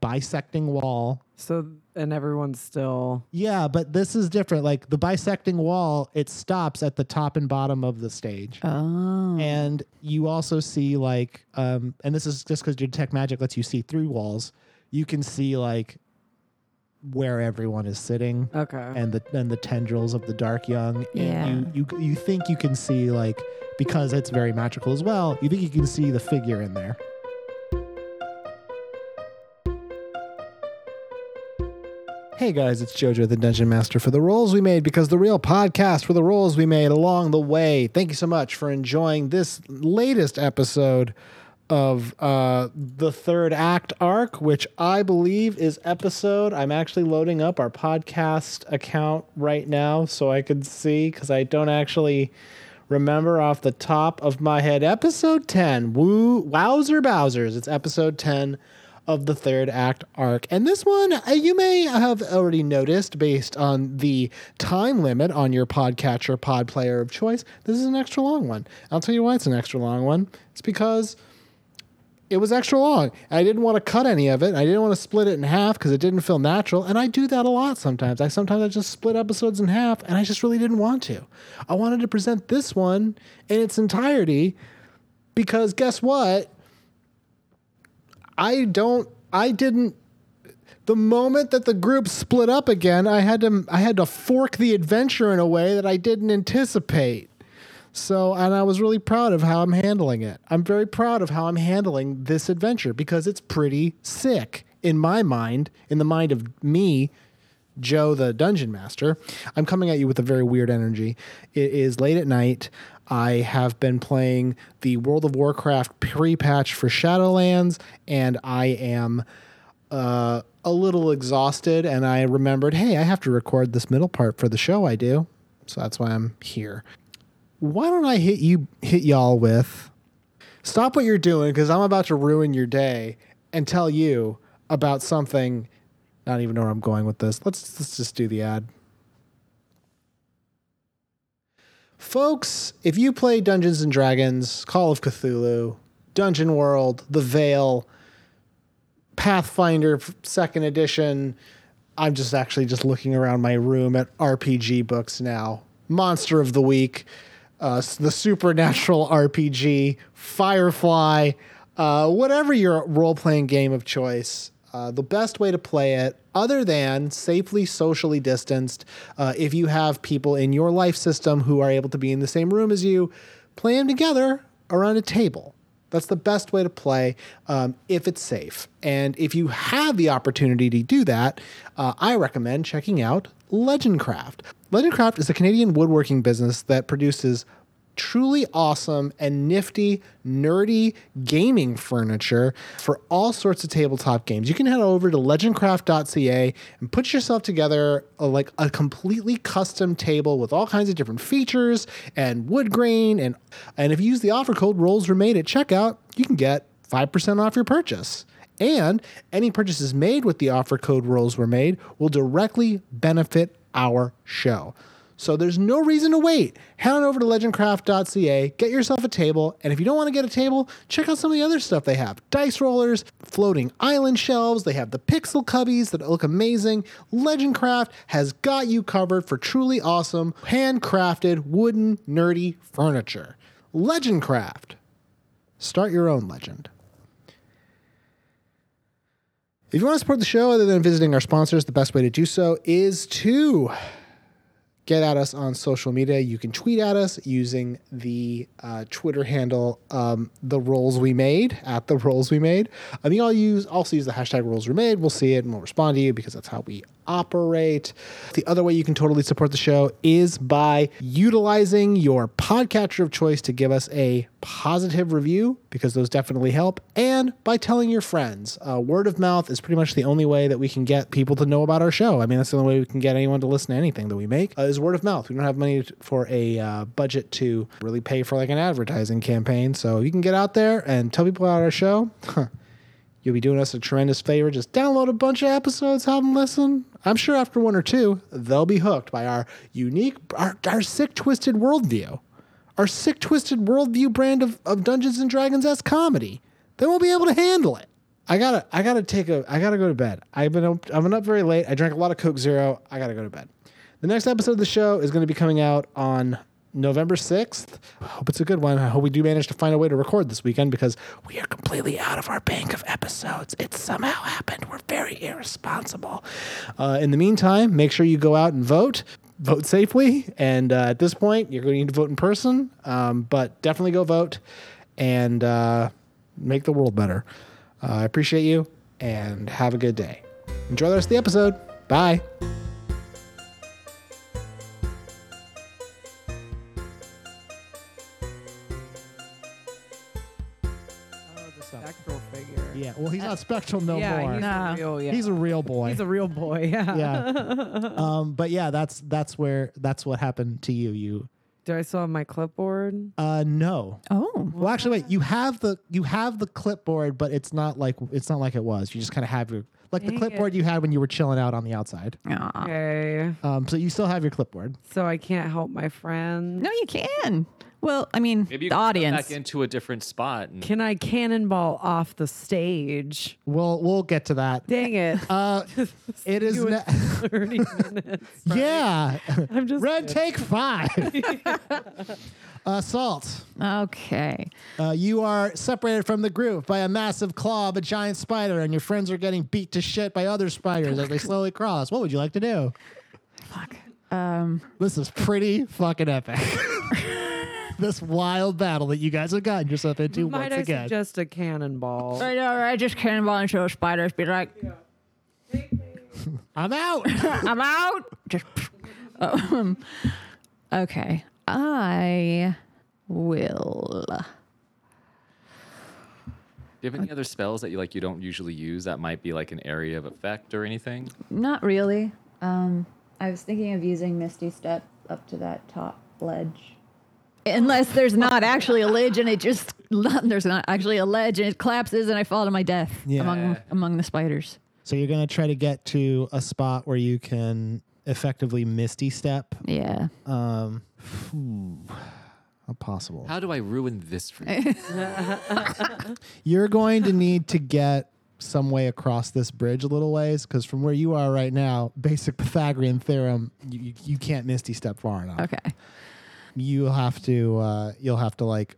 Speaker 2: bisecting wall
Speaker 3: So, and everyone's still.
Speaker 2: yeah but this is different like the bisecting wall it stops at the top and bottom of the stage
Speaker 5: Oh.
Speaker 2: and you also see like um and this is just because your detect magic lets you see through walls you can see like where everyone is sitting
Speaker 3: Okay.
Speaker 2: and the and the tendrils of the dark young and
Speaker 5: Yeah.
Speaker 2: you, you you think you can see like because it's very magical as well you think you can see the figure in there Hey guys, it's JoJo the Dungeon Master for the roles we made because the real podcast for the roles we made along the way. Thank you so much for enjoying this latest episode of uh, the third act arc, which I believe is episode. I'm actually loading up our podcast account right now so I could see because I don't actually remember off the top of my head. Episode 10. Woo, wowzer Bowsers. It's episode 10 of the third act arc. And this one, uh, you may have already noticed based on the time limit on your podcatcher, pod player of choice, this is an extra long one. I'll tell you why it's an extra long one. It's because it was extra long. I didn't want to cut any of it. I didn't want to split it in half because it didn't feel natural. And I do that a lot sometimes. I sometimes I just split episodes in half, and I just really didn't want to. I wanted to present this one in its entirety because guess what? I don't. I didn't. The moment that the group split up again, I had to. I had to fork the adventure in a way that I didn't anticipate. So, and I was really proud of how I'm handling it. I'm very proud of how I'm handling this adventure because it's pretty sick in my mind, in the mind of me,
Speaker 1: Joe, the dungeon master, I'm coming at you with a very weird energy. It is late at night. I have been playing the World of Warcraft pre patch for Shadowlands, and I am uh, a little exhausted. And I remembered, hey, I have to record this middle part for the show I do. So that's why I'm here. Why don't I hit you, hit y'all with stop what you're doing because I'm about to ruin your day and tell you about something. I don't even know where I'm going with this. Let's, let's just do the ad. Folks, if you play Dungeons and Dragons, Call of Cthulhu, Dungeon World, The Veil, Pathfinder f- Second Edition, I'm just actually just looking around my room at RPG books now. Monster of the Week, uh, s- the Supernatural RPG, Firefly, uh, whatever your role playing game of choice. Uh, the best way to play it, other than safely socially distanced, uh, if you have people in your life system who are able to be in the same room as you, play them together around a table. That's the best way to play um, if it's safe. And if you have the opportunity to do that, uh, I recommend checking out Legendcraft. Legendcraft is a Canadian woodworking business that produces truly awesome and nifty, nerdy gaming furniture for all sorts of tabletop games. You can head over to legendcraft.ca and put yourself together a, like a completely custom table with all kinds of different features and wood grain and and if you use the offer code rolls are made at checkout, you can get 5% off your purchase. And any purchases made with the offer code rolls were made will directly benefit our show. So there's no reason to wait. Head on over to legendcraft.ca, get yourself a table, and if you don't want to get a table, check out some of the other stuff they have. Dice rollers, floating island shelves, they have the pixel cubbies that look amazing. Legendcraft has got you covered for truly awesome, handcrafted, wooden, nerdy furniture. Legendcraft. Start your own legend. If you want to support the show other than visiting our sponsors, the best way to do so is to get at us on social media. You can tweet at us using the uh, Twitter handle um, the rolls we made at the rolls we made. Um, you all use also use the hashtag rolls we made. We'll see it and we'll respond to you because that's how we operate. The other way you can totally support the show is by utilizing your podcatcher of choice to give us a positive review because those definitely help, and by telling your friends. Uh, word of mouth is pretty much the only way that we can get people to know about our show. I mean, that's the only way we can get anyone to listen to anything that we make uh, is word of mouth. We don't have money t- for a uh, budget to really pay for like an advertising campaign, so you can get out there and tell people about our show. Huh. You'll be doing us a tremendous favor. Just download a bunch of episodes, have them listen. I'm sure after one or two, they'll be hooked by our unique, our, our sick, twisted worldview our sick, twisted worldview brand of, of Dungeons and Dragons as comedy. They won't be able to handle it. I gotta, I gotta take a, I gotta go to bed. I've been, up, I've been up very late. I drank a lot of Coke Zero. I gotta go to bed. The next episode of the show is going to be coming out on November sixth. I hope it's a good one. I hope we do manage to find a way to record this weekend because we are completely out of our bank of episodes. It somehow happened. We're very irresponsible. Uh, in the meantime, make sure you go out and vote vote safely. And uh, at this point, you're going to need to vote in person, um, but definitely go vote and uh, make the world better. Uh, I appreciate you and have a good day. Enjoy the rest of the episode. Bye.
Speaker 3: Spectral figure.
Speaker 2: Yeah. Well, he's not spectral no
Speaker 3: yeah,
Speaker 2: more.
Speaker 3: he's
Speaker 5: Nah.
Speaker 3: a real. Yeah,
Speaker 2: He's a real boy.
Speaker 3: He's a real boy. Yeah.
Speaker 2: yeah. Um, but yeah, that's that's where that's what happened to you. You
Speaker 3: Do I still have my clipboard?
Speaker 2: uh no.
Speaker 5: Oh,
Speaker 2: Well, actually, wait. You have the you have the clipboard, but it's not like it's not like it was. You just kind of have your like the
Speaker 3: Dang
Speaker 2: clipboard you had when you were chilling out on the outside.
Speaker 5: Aw.
Speaker 3: Okay.
Speaker 2: Um, so you still have your clipboard.
Speaker 3: So I can't help my friend.
Speaker 5: no, you can. Well, I mean,
Speaker 4: Maybe you
Speaker 5: the
Speaker 4: can come
Speaker 5: audience.
Speaker 4: back into a different spot. And
Speaker 3: Can I cannonball off the stage?
Speaker 2: We'll we'll get to that.
Speaker 3: Dang it.
Speaker 2: Uh, it is
Speaker 3: You in
Speaker 2: na-
Speaker 3: 30 minutes. right?
Speaker 2: yeah.
Speaker 3: I'm just
Speaker 2: Red take Uh, five. Assault.
Speaker 5: Okay.
Speaker 2: Uh, you are separated from the group by a massive claw of a giant spider, and your friends are getting beat to shit by other spiders as they slowly cross. What would you like to do?
Speaker 5: Fuck. Um,
Speaker 2: This is pretty fucking epic. this wild battle that you guys have gotten yourself into
Speaker 3: Might
Speaker 2: once
Speaker 3: I
Speaker 2: again.
Speaker 3: suggest a cannonball?
Speaker 5: all right, all right, just cannonball into a spider's be like,
Speaker 2: I'm out.
Speaker 5: I'm out. Just, um, okay. I will.
Speaker 4: Do you have any other spells that you like you don't usually use that might be like an area of effect or anything?
Speaker 5: Not really. Um, I was thinking of using Misty Step up to that top ledge. Unless there's not actually a ledge and it just there's not actually a ledge and it collapses and I fall to my death
Speaker 2: Yeah.
Speaker 5: among among the spiders.
Speaker 2: so you're gonna try to get to a spot where you can effectively misty step.
Speaker 5: Yeah.
Speaker 2: Um, possible.
Speaker 4: How do I ruin this for you?
Speaker 2: You're going to need to get some way across this bridge a little ways because from where you are right now, basic Pythagorean theorem, you, you, you can't misty step far enough.
Speaker 5: Okay.
Speaker 2: You'll have to uh, you'll have to like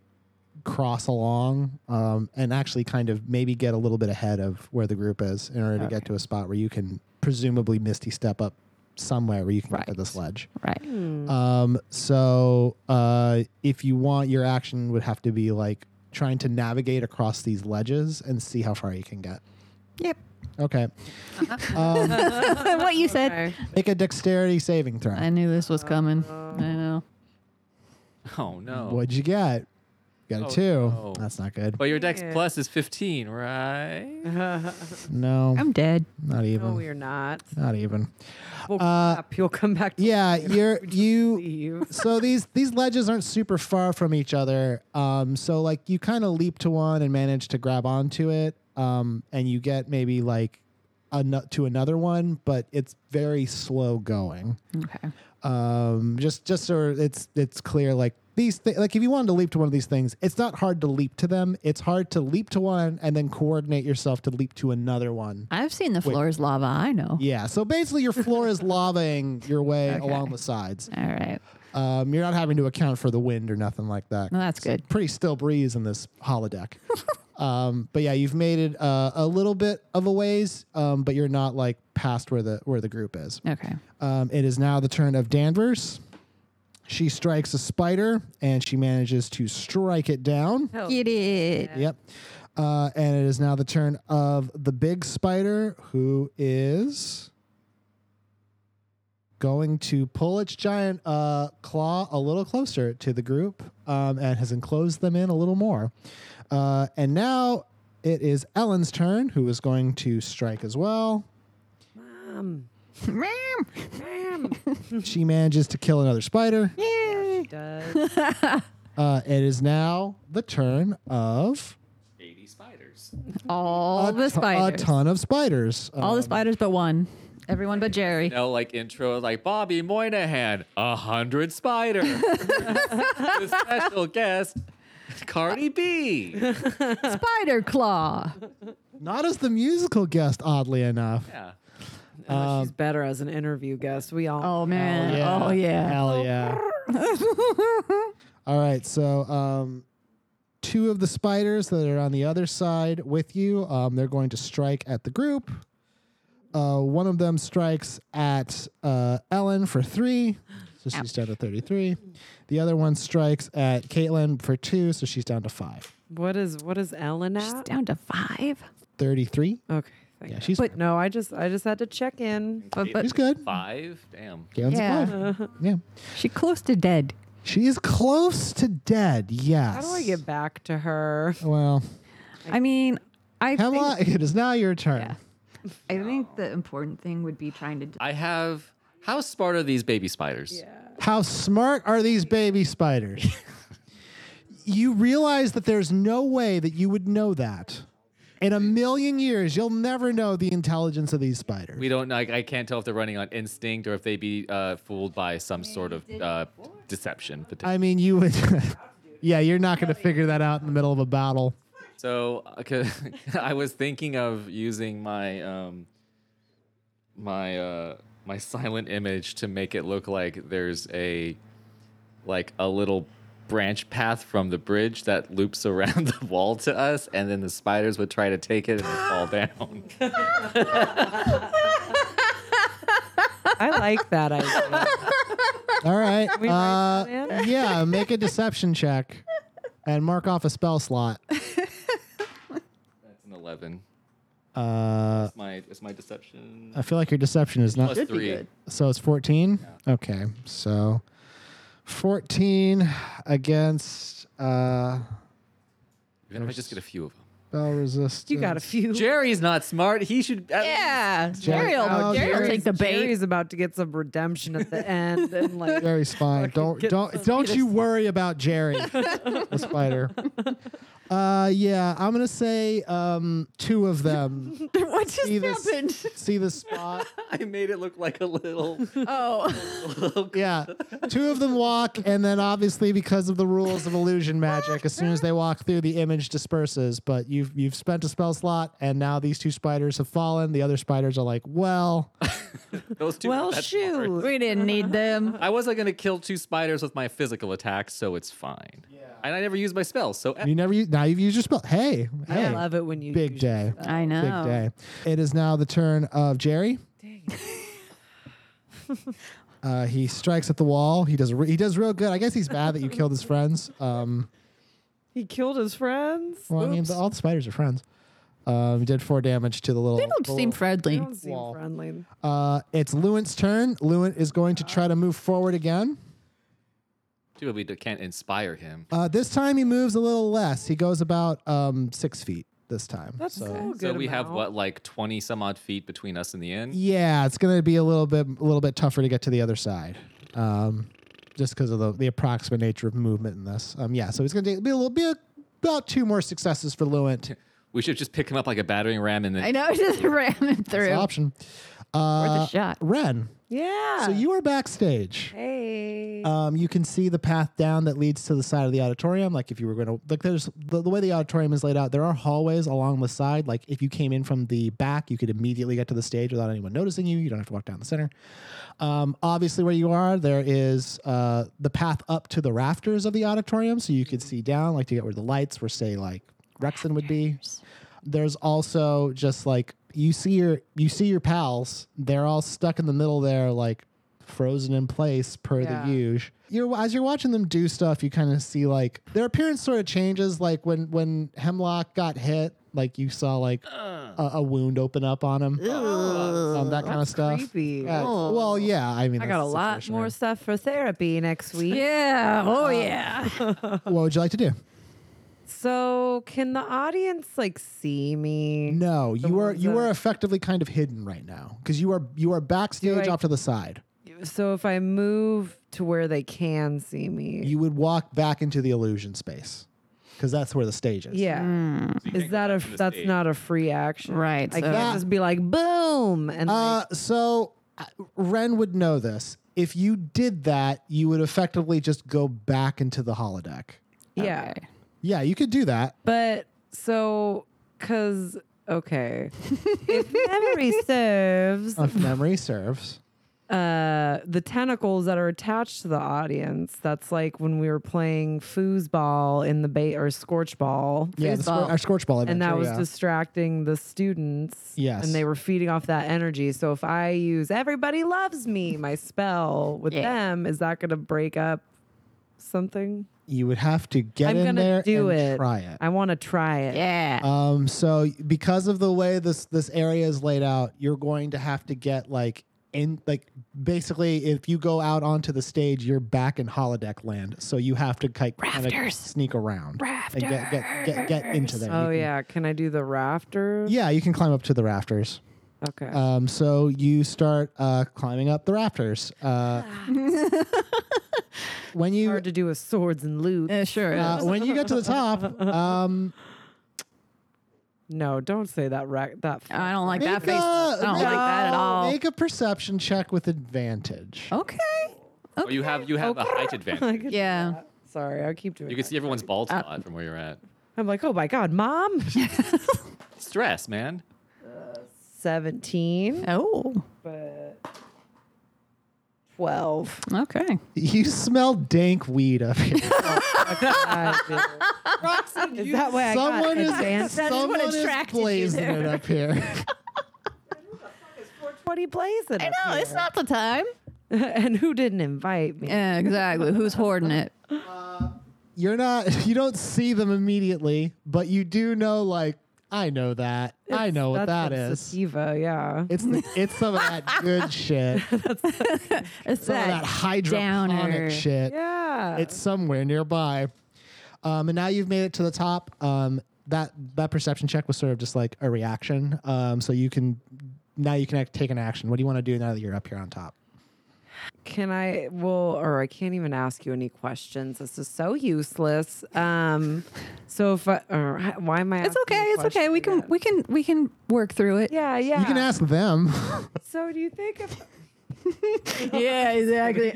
Speaker 2: cross along um, and actually kind of maybe get a little bit ahead of where the group is in order to get to a spot where you can presumably misty step up somewhere where you can get to
Speaker 5: Right.
Speaker 2: this ledge.
Speaker 5: Right.
Speaker 2: Um, so uh, if you want, your action would have to be like trying to navigate across these ledges and see how far you can get.
Speaker 5: Yep.
Speaker 2: Okay, Um,
Speaker 5: what you said.
Speaker 3: Okay.
Speaker 2: make a dexterity saving throw.
Speaker 5: I knew this was coming. I know.
Speaker 4: Oh no.
Speaker 2: What'd you get? You got a
Speaker 4: Oh,
Speaker 2: two.
Speaker 4: no.
Speaker 2: That's not good.
Speaker 4: But your dex
Speaker 3: Yeah.
Speaker 4: plus is 15, right?
Speaker 2: No,
Speaker 5: I'm dead.
Speaker 2: not
Speaker 3: No,
Speaker 2: even.
Speaker 3: we're not.
Speaker 2: Not even.
Speaker 3: We'll
Speaker 2: Uh,
Speaker 3: crap, You'll come back. To
Speaker 2: Yeah, you're you.
Speaker 3: you.
Speaker 2: so these these ledges aren't super far from each other. Um, so like you kind of leap to one and manage to grab onto it. Um, and you get maybe like ano- to another one, but it's very slow going.
Speaker 5: Okay.
Speaker 2: Um, just just so it's it's clear like these thi- like if you wanted to leap to one of these things, it's not hard to leap to them. It's hard to leap to one and then coordinate yourself to leap to another one.
Speaker 5: I've seen the floor is lava. I know.
Speaker 2: Yeah, so basically your floor is lavaing your way along the sides.
Speaker 5: All right.
Speaker 2: Um, you're not having to account for the wind or nothing like that.
Speaker 5: Well, that's good.
Speaker 2: Pretty still breeze in this holodeck. um, but yeah, you've made it uh, a little bit of a ways, um, but you're not like past where the where the group is.
Speaker 5: Okay.
Speaker 2: Um, it is now the turn of Danvers. She strikes a spider and she manages to strike it down.
Speaker 5: Get it.
Speaker 2: Yep. Uh, and it is now the turn of the big spider, who is going to pull its giant uh, claw a little closer to the group um, and has enclosed them in a little more. Uh, and now it is Ellen's turn, who is going to strike as well.
Speaker 3: Um, ma'am.
Speaker 2: she manages to kill another spider.
Speaker 3: She does.
Speaker 2: Uh, it is now the turn of
Speaker 4: 80 spiders.
Speaker 5: All
Speaker 2: a
Speaker 5: the
Speaker 2: ton-
Speaker 5: spiders.
Speaker 2: a ton of spiders.
Speaker 5: All
Speaker 2: Um,
Speaker 5: the spiders but one. Everyone but Jerry.
Speaker 4: No, like intro, like Bobby Moynihan, a hundred spider. With special guest, Cardi B.
Speaker 5: Spider claw.
Speaker 2: Not as the musical guest, oddly enough.
Speaker 4: Yeah.
Speaker 3: Oh,
Speaker 2: Um,
Speaker 3: she's better as an interview guest. We all.
Speaker 5: Oh man. Oh yeah.
Speaker 2: Hell yeah. All right. So, um, two of the spiders that are on the other side with you, um, they're going to strike at the group. Uh, one of them strikes at uh, Ellen for three. So she's down to 33. The other one strikes at Caitlin for two. So she's down to five.
Speaker 3: What is what is Ellen at?
Speaker 5: Down to five.
Speaker 2: 33.
Speaker 3: Okay. Thank
Speaker 2: Yeah,
Speaker 3: God.
Speaker 2: she's,
Speaker 3: No, I just I just had to check in.
Speaker 5: But, but
Speaker 2: she's good.
Speaker 4: Five? Damn.
Speaker 2: Galen's
Speaker 5: Yeah.
Speaker 2: at five. Yeah.
Speaker 5: she close to dead.
Speaker 2: She is close to dead. Yes.
Speaker 3: How do I get back to her?
Speaker 2: Well,
Speaker 5: I mean, I think,
Speaker 2: Pamela, it is now your turn.
Speaker 5: Yeah. I think the important thing would be trying to.
Speaker 4: I have. How smart are these baby spiders?
Speaker 2: How smart are these baby spiders? you realize that there's no way that you would know that. In a million years, you'll never know the intelligence of these spiders.
Speaker 4: We don't like. I can't tell if they're running on instinct or if they be uh, fooled by some sort of uh, deception.
Speaker 2: I mean, you would. yeah, you're not going to figure that out in the middle of a battle.
Speaker 4: So uh, 'cause I was thinking of using my um, my uh, my silent image to make it look like there's a like a little branch path from the bridge that loops around the wall to us, and then the spiders would try to take it and fall down.
Speaker 3: I like that idea.
Speaker 2: All right.
Speaker 3: we
Speaker 2: uh,
Speaker 3: write that in?
Speaker 2: yeah, make a deception check and mark off a spell slot.
Speaker 4: That's an eleven.
Speaker 2: Uh,
Speaker 4: It's my it's my deception.
Speaker 2: I feel like your deception is not.
Speaker 4: Plus
Speaker 5: Uh, Should be
Speaker 4: three.
Speaker 5: good.
Speaker 2: So it's 14? Okay. So 14 against uh
Speaker 4: Even if I just get a few of them.
Speaker 2: spell resistance.
Speaker 3: You got a few.
Speaker 4: Jerry's not smart. He should. at
Speaker 5: Yeah,
Speaker 2: Jerry-
Speaker 5: Jerry'll,
Speaker 2: Oh,
Speaker 5: Jerry'll take the bait.
Speaker 3: Jerry's about to about to get some redemption at the end, and like
Speaker 2: Jerry's fine. Don't
Speaker 3: get
Speaker 2: don't don't you worry about Jerry the spider. Uh yeah, I'm gonna say um two of them
Speaker 5: what just
Speaker 2: see this
Speaker 5: happened?
Speaker 2: see the spot.
Speaker 4: least. I made it look like a little.
Speaker 5: Oh,
Speaker 2: Yeah. Two of them walk and then obviously because of the rules of illusion magic, as soon as they walk through the image disperses, but you've you've spent a spell slot and now these two spiders have fallen. The other spiders are like, well,
Speaker 4: Those two.
Speaker 3: well,
Speaker 4: that's smart.
Speaker 3: shoot.
Speaker 5: we didn't need them.
Speaker 4: I wasn't gonna kill two spiders with my physical attack, so it's fine. Yeah. And I never used my spells, so e-,
Speaker 2: You never use, now you've used your spell. Hey, hey,
Speaker 3: I love it when you
Speaker 2: big
Speaker 3: use Oh.
Speaker 2: day,
Speaker 5: I know.
Speaker 2: big day. It is now the turn of Jerry. Uh, he strikes at the wall. He does. Re- he does real good. I guess he's mad that you killed his friends. Um,
Speaker 3: He killed his friends.
Speaker 2: well, I mean,
Speaker 3: Oops.
Speaker 2: the, all the spiders are friends. Um, he did four damage to the little.
Speaker 5: They don't
Speaker 2: the
Speaker 5: seem
Speaker 2: little-
Speaker 3: They
Speaker 5: friendly.
Speaker 3: don't seem
Speaker 2: Wall.
Speaker 3: friendly.
Speaker 2: uh, it's Lewin's turn. Lewin is going to try to move forward again.
Speaker 4: too bad we d- can't inspire him.
Speaker 2: Uh, this time he moves a little less. He goes about um, six feet this time.
Speaker 3: That's so, good.
Speaker 4: So we have
Speaker 3: amount.
Speaker 4: what, like twenty some odd feet between us and the end.
Speaker 2: Yeah, it's gonna be a little bit a little bit tougher to get to the other side, um, just because of the, the approximate nature of movement in this. Um, yeah, so it's gonna take, be a little bit about two more successes for Lewent. It's
Speaker 4: We should just pick him up like a battering ram and then
Speaker 5: I know, just ran him through.
Speaker 2: an option.
Speaker 5: Worth
Speaker 2: Uh,
Speaker 5: a shot.
Speaker 2: Ren,
Speaker 3: Yeah.
Speaker 2: so you are backstage.
Speaker 3: Hey.
Speaker 2: Um, you can see the path down that leads to the side of the auditorium. Like if you were going to, like there's the, the way the auditorium is laid out. There are hallways along the side. Like if you came in from the back, you could immediately get to the stage without anyone noticing you. You don't have to walk down the center. Um, obviously, where you are, there is uh, the path up to the rafters of the auditorium, so you could see down, like to get where the lights were, say like Rexon would be. There's also just like you see your you see your pals. They're all stuck in the middle there, like frozen in place per
Speaker 3: Yeah.
Speaker 2: the huge. You're as you're watching them do stuff, you kind of see like their appearance sort of changes. Like when when Hemlock got hit, like you saw like a, a wound open up on him, um, that kind of stuff.
Speaker 3: creepy.
Speaker 2: Yeah, well, yeah. I mean,
Speaker 3: I
Speaker 2: that's
Speaker 3: got a
Speaker 2: the
Speaker 3: lot
Speaker 2: situation,
Speaker 3: more
Speaker 2: right?
Speaker 3: stuff for therapy next week.
Speaker 5: Yeah. Oh, yeah.
Speaker 2: What would you like to do?
Speaker 3: So can the audience like see me?
Speaker 2: No, you are
Speaker 3: ones
Speaker 2: you
Speaker 3: that-
Speaker 2: are effectively kind of hidden right now because you are you are backstage
Speaker 3: I-
Speaker 2: off to the side.
Speaker 3: So if I move to where they can see me,
Speaker 2: You would walk back into the illusion space because that's where the stage is.
Speaker 3: yeah, is that a that's not a free action?
Speaker 5: Hmm. Right,
Speaker 3: I
Speaker 5: so-
Speaker 3: can't just be like boom and
Speaker 2: Uh,
Speaker 3: like,
Speaker 2: so uh, Ren would know this. If you did that, you would effectively just go back into the holodeck.
Speaker 3: yeah,
Speaker 5: Okay.
Speaker 2: Yeah, you could do that.
Speaker 3: but so because okay, if memory serves,
Speaker 2: If memory serves.
Speaker 3: uh, the tentacles that are attached to the audience. That's like when we were playing foosball in the bay or scorch ball.
Speaker 2: Yeah, the
Speaker 5: Foosball.
Speaker 2: scor- our scorch ball.
Speaker 3: and that
Speaker 2: adventure,
Speaker 3: was
Speaker 2: yeah.
Speaker 3: distracting the students.
Speaker 2: Yes.
Speaker 3: And they were feeding off that energy. So if I use everybody loves me, my spell with
Speaker 5: Yeah.
Speaker 3: them, is that going to break up something?
Speaker 2: you would have to get
Speaker 3: I'm
Speaker 2: in
Speaker 3: gonna
Speaker 2: there
Speaker 3: do
Speaker 2: and
Speaker 3: it.
Speaker 2: try it.
Speaker 3: I want to try it.
Speaker 5: Yeah.
Speaker 2: Um, so because of the way this this area is laid out, you're going to have to get like in like basically if you go out onto the stage, you're back in holodeck land. So you have to like kind of
Speaker 5: Rafters.
Speaker 2: sneak around and get get get get into there.
Speaker 3: Oh,
Speaker 2: You can-
Speaker 3: yeah. Can I do the rafters?
Speaker 2: Yeah, you can climb up to the rafters.
Speaker 3: Okay.
Speaker 2: Um, so you start uh, climbing up the rafters. Uh, when you
Speaker 3: Hard to do with swords and loot.
Speaker 5: Yeah, sure. is.
Speaker 2: uh, when you get to the top, um,
Speaker 3: No, don't say that. Ra- that.
Speaker 5: I don't like that
Speaker 2: Make
Speaker 5: face. I
Speaker 2: a-
Speaker 5: don't like that at all.
Speaker 2: Make a perception check with advantage.
Speaker 5: okay.
Speaker 4: Oh, you have you have a height advantage.
Speaker 3: don't.
Speaker 5: Yeah.
Speaker 3: Sorry, I keep doing.
Speaker 4: You can
Speaker 3: that.
Speaker 4: see everyone's bald
Speaker 3: Uh,
Speaker 4: spot from where you're at.
Speaker 3: I'm like, oh my god, mom.
Speaker 4: Stress, man.
Speaker 3: Seventeen,
Speaker 5: Oh.
Speaker 3: but twelve.
Speaker 5: Okay.
Speaker 2: You smell dank weed up here.
Speaker 3: I do. Is that why I
Speaker 2: someone
Speaker 3: got
Speaker 2: is
Speaker 3: advanced?
Speaker 2: someone is
Speaker 5: attracted you
Speaker 2: blazing it up here.
Speaker 3: 420 plays it.
Speaker 5: I know. It's not the time.
Speaker 3: and who didn't invite me?
Speaker 5: Yeah, exactly. Who's hoarding it?
Speaker 2: You're not. You don't see them immediately, but you do know like I know that. I know what that
Speaker 3: some
Speaker 2: is.
Speaker 3: Sativa, yeah.
Speaker 2: It's the, it's some of that good shit. Some
Speaker 5: It's
Speaker 2: of that
Speaker 5: that
Speaker 2: hydroponic
Speaker 5: downer.
Speaker 2: shit.
Speaker 3: yeah.
Speaker 2: It's somewhere nearby. Um, and now you've made it to the top. Um, that that perception check was sort of just like a reaction. Um, so you can now you can act, take an action. What do you want to do now that you're up here on top?
Speaker 3: Can I? Well, or I can't even ask you any questions. This is so useless. Um, so if I, or h- why am I?
Speaker 5: It's
Speaker 3: asking
Speaker 5: okay.
Speaker 3: the
Speaker 5: It's okay.
Speaker 3: question
Speaker 5: We can
Speaker 3: again?
Speaker 5: we can we can work through it.
Speaker 3: Yeah, yeah.
Speaker 2: You can ask them.
Speaker 3: So do you think if,
Speaker 5: yeah exactly.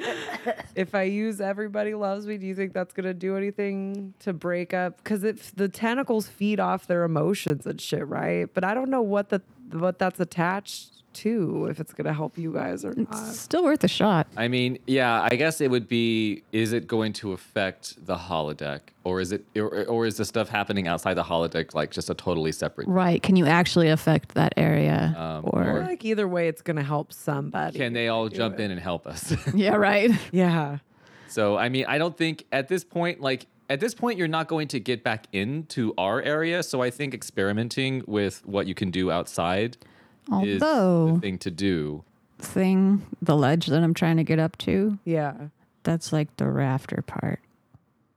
Speaker 3: if I use "Everybody Loves Me," do you think that's gonna do anything to break up? Because if the tentacles feed off their emotions and shit, right? But I don't know what the what that's attached to. If it's gonna help you guys or not.
Speaker 5: Still worth a shot.
Speaker 4: I mean, yeah, I guess it would be is it going to affect the holodeck or is it or, or is the stuff happening outside the holodeck like just a totally separate
Speaker 5: Right? Can you actually affect that area?
Speaker 4: Um,
Speaker 3: I feel
Speaker 5: or
Speaker 3: like either way, it's gonna help somebody.
Speaker 4: can they all jump in and help us?
Speaker 5: yeah, right.
Speaker 3: Yeah.
Speaker 4: so, I mean, I don't think at this point like at this point you're not going to get back into our area, so I think experimenting with what you can do outside is the
Speaker 5: Although
Speaker 4: thing to do.
Speaker 5: thing, the ledge that I'm trying to get up to,
Speaker 3: Yeah.
Speaker 5: that's like the rafter part.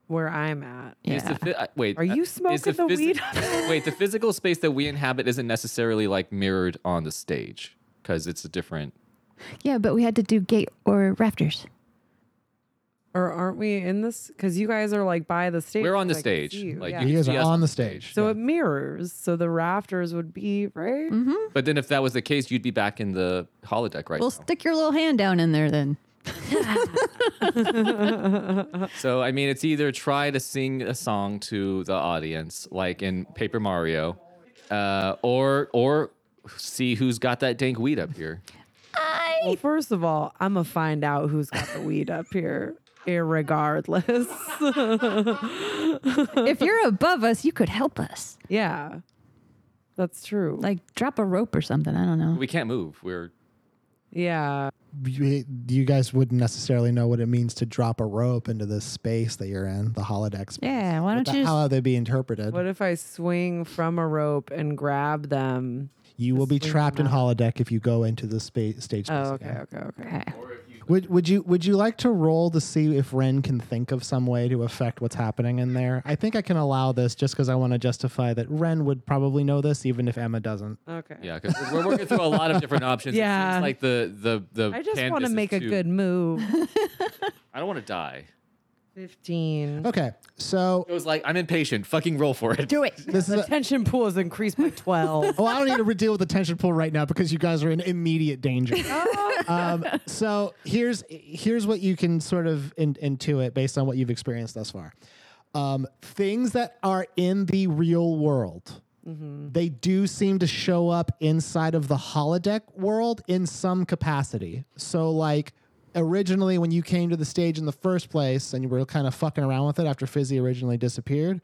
Speaker 3: Where I'm at.
Speaker 5: Yeah.
Speaker 4: Is the phy- uh, wait,
Speaker 3: Are
Speaker 4: uh,
Speaker 3: you
Speaker 4: is
Speaker 3: smoking the
Speaker 4: phys-
Speaker 3: weed?
Speaker 4: wait, the physical space that we inhabit isn't necessarily like mirrored on the stage because it's a different.
Speaker 5: yeah, but we had to do gate or rafters.
Speaker 3: Or aren't we in this? Because you guys are like by the stage.
Speaker 4: We're on the
Speaker 3: so I can
Speaker 4: stage.
Speaker 3: see you,
Speaker 4: Like,
Speaker 3: yeah.
Speaker 4: can
Speaker 2: you guys
Speaker 4: see
Speaker 2: are
Speaker 4: us
Speaker 2: on the stage.
Speaker 3: so it mirrors. So the rafters would be right.
Speaker 4: But then if that was the case, you'd be back in the holodeck right
Speaker 5: Well,
Speaker 4: now.
Speaker 5: stick your little hand down in there then.
Speaker 4: so I mean, it's either try to sing a song to the audience, like in Paper Mario, uh, or or see who's got that dank weed up here.
Speaker 3: Well, first of all, I'm gonna find out who's got the weed up here, irregardless.
Speaker 5: if you're above us, you could help us.
Speaker 3: yeah, that's true.
Speaker 5: Like drop a rope or something. I don't know.
Speaker 4: We can't move. We're
Speaker 3: yeah,
Speaker 2: you, you guys wouldn't necessarily know what it means to drop a rope into this space that you're in, the holodeck space.
Speaker 5: Yeah, why
Speaker 2: But
Speaker 5: don't you
Speaker 2: that-
Speaker 5: just-
Speaker 2: How they be interpreted?
Speaker 3: what if I swing from a rope and grab them?
Speaker 2: you will be
Speaker 3: swing
Speaker 2: trapped in
Speaker 3: them
Speaker 2: holodeck if you go into the space stage. space
Speaker 3: Oh, okay,
Speaker 2: again.
Speaker 3: okay, okay.
Speaker 5: Okay.
Speaker 2: Would would you would you like to roll to see if Ren can think of some way to affect what's happening in there? I think I can allow this just because I want to justify that Ren would probably know this, even if Emma doesn't.
Speaker 3: Okay.
Speaker 4: yeah, because we're working through a lot of different options. It seems
Speaker 3: Yeah.
Speaker 4: like the the the.
Speaker 3: I just want
Speaker 4: canvas
Speaker 3: to
Speaker 4: is
Speaker 3: make a
Speaker 4: too-
Speaker 3: good move.
Speaker 4: I don't want to die.
Speaker 3: Fifteen.
Speaker 2: Okay, so
Speaker 4: It was like I'm impatient. Fucking roll for it.
Speaker 5: do it.
Speaker 2: this is.
Speaker 3: The
Speaker 2: A,
Speaker 3: tension pool is increased by twelve.
Speaker 2: oh, I don't need to re- deal with the tension pool right now because you guys are in immediate danger. um, so here's here's what you can sort of in, intuit based on what you've experienced thus far. Um, things that are in the real world, they do seem to show up inside of the holodeck world in some capacity. So like. Originally, when you came to the stage in the first place and you were kind of fucking around with it after Fizzy originally disappeared,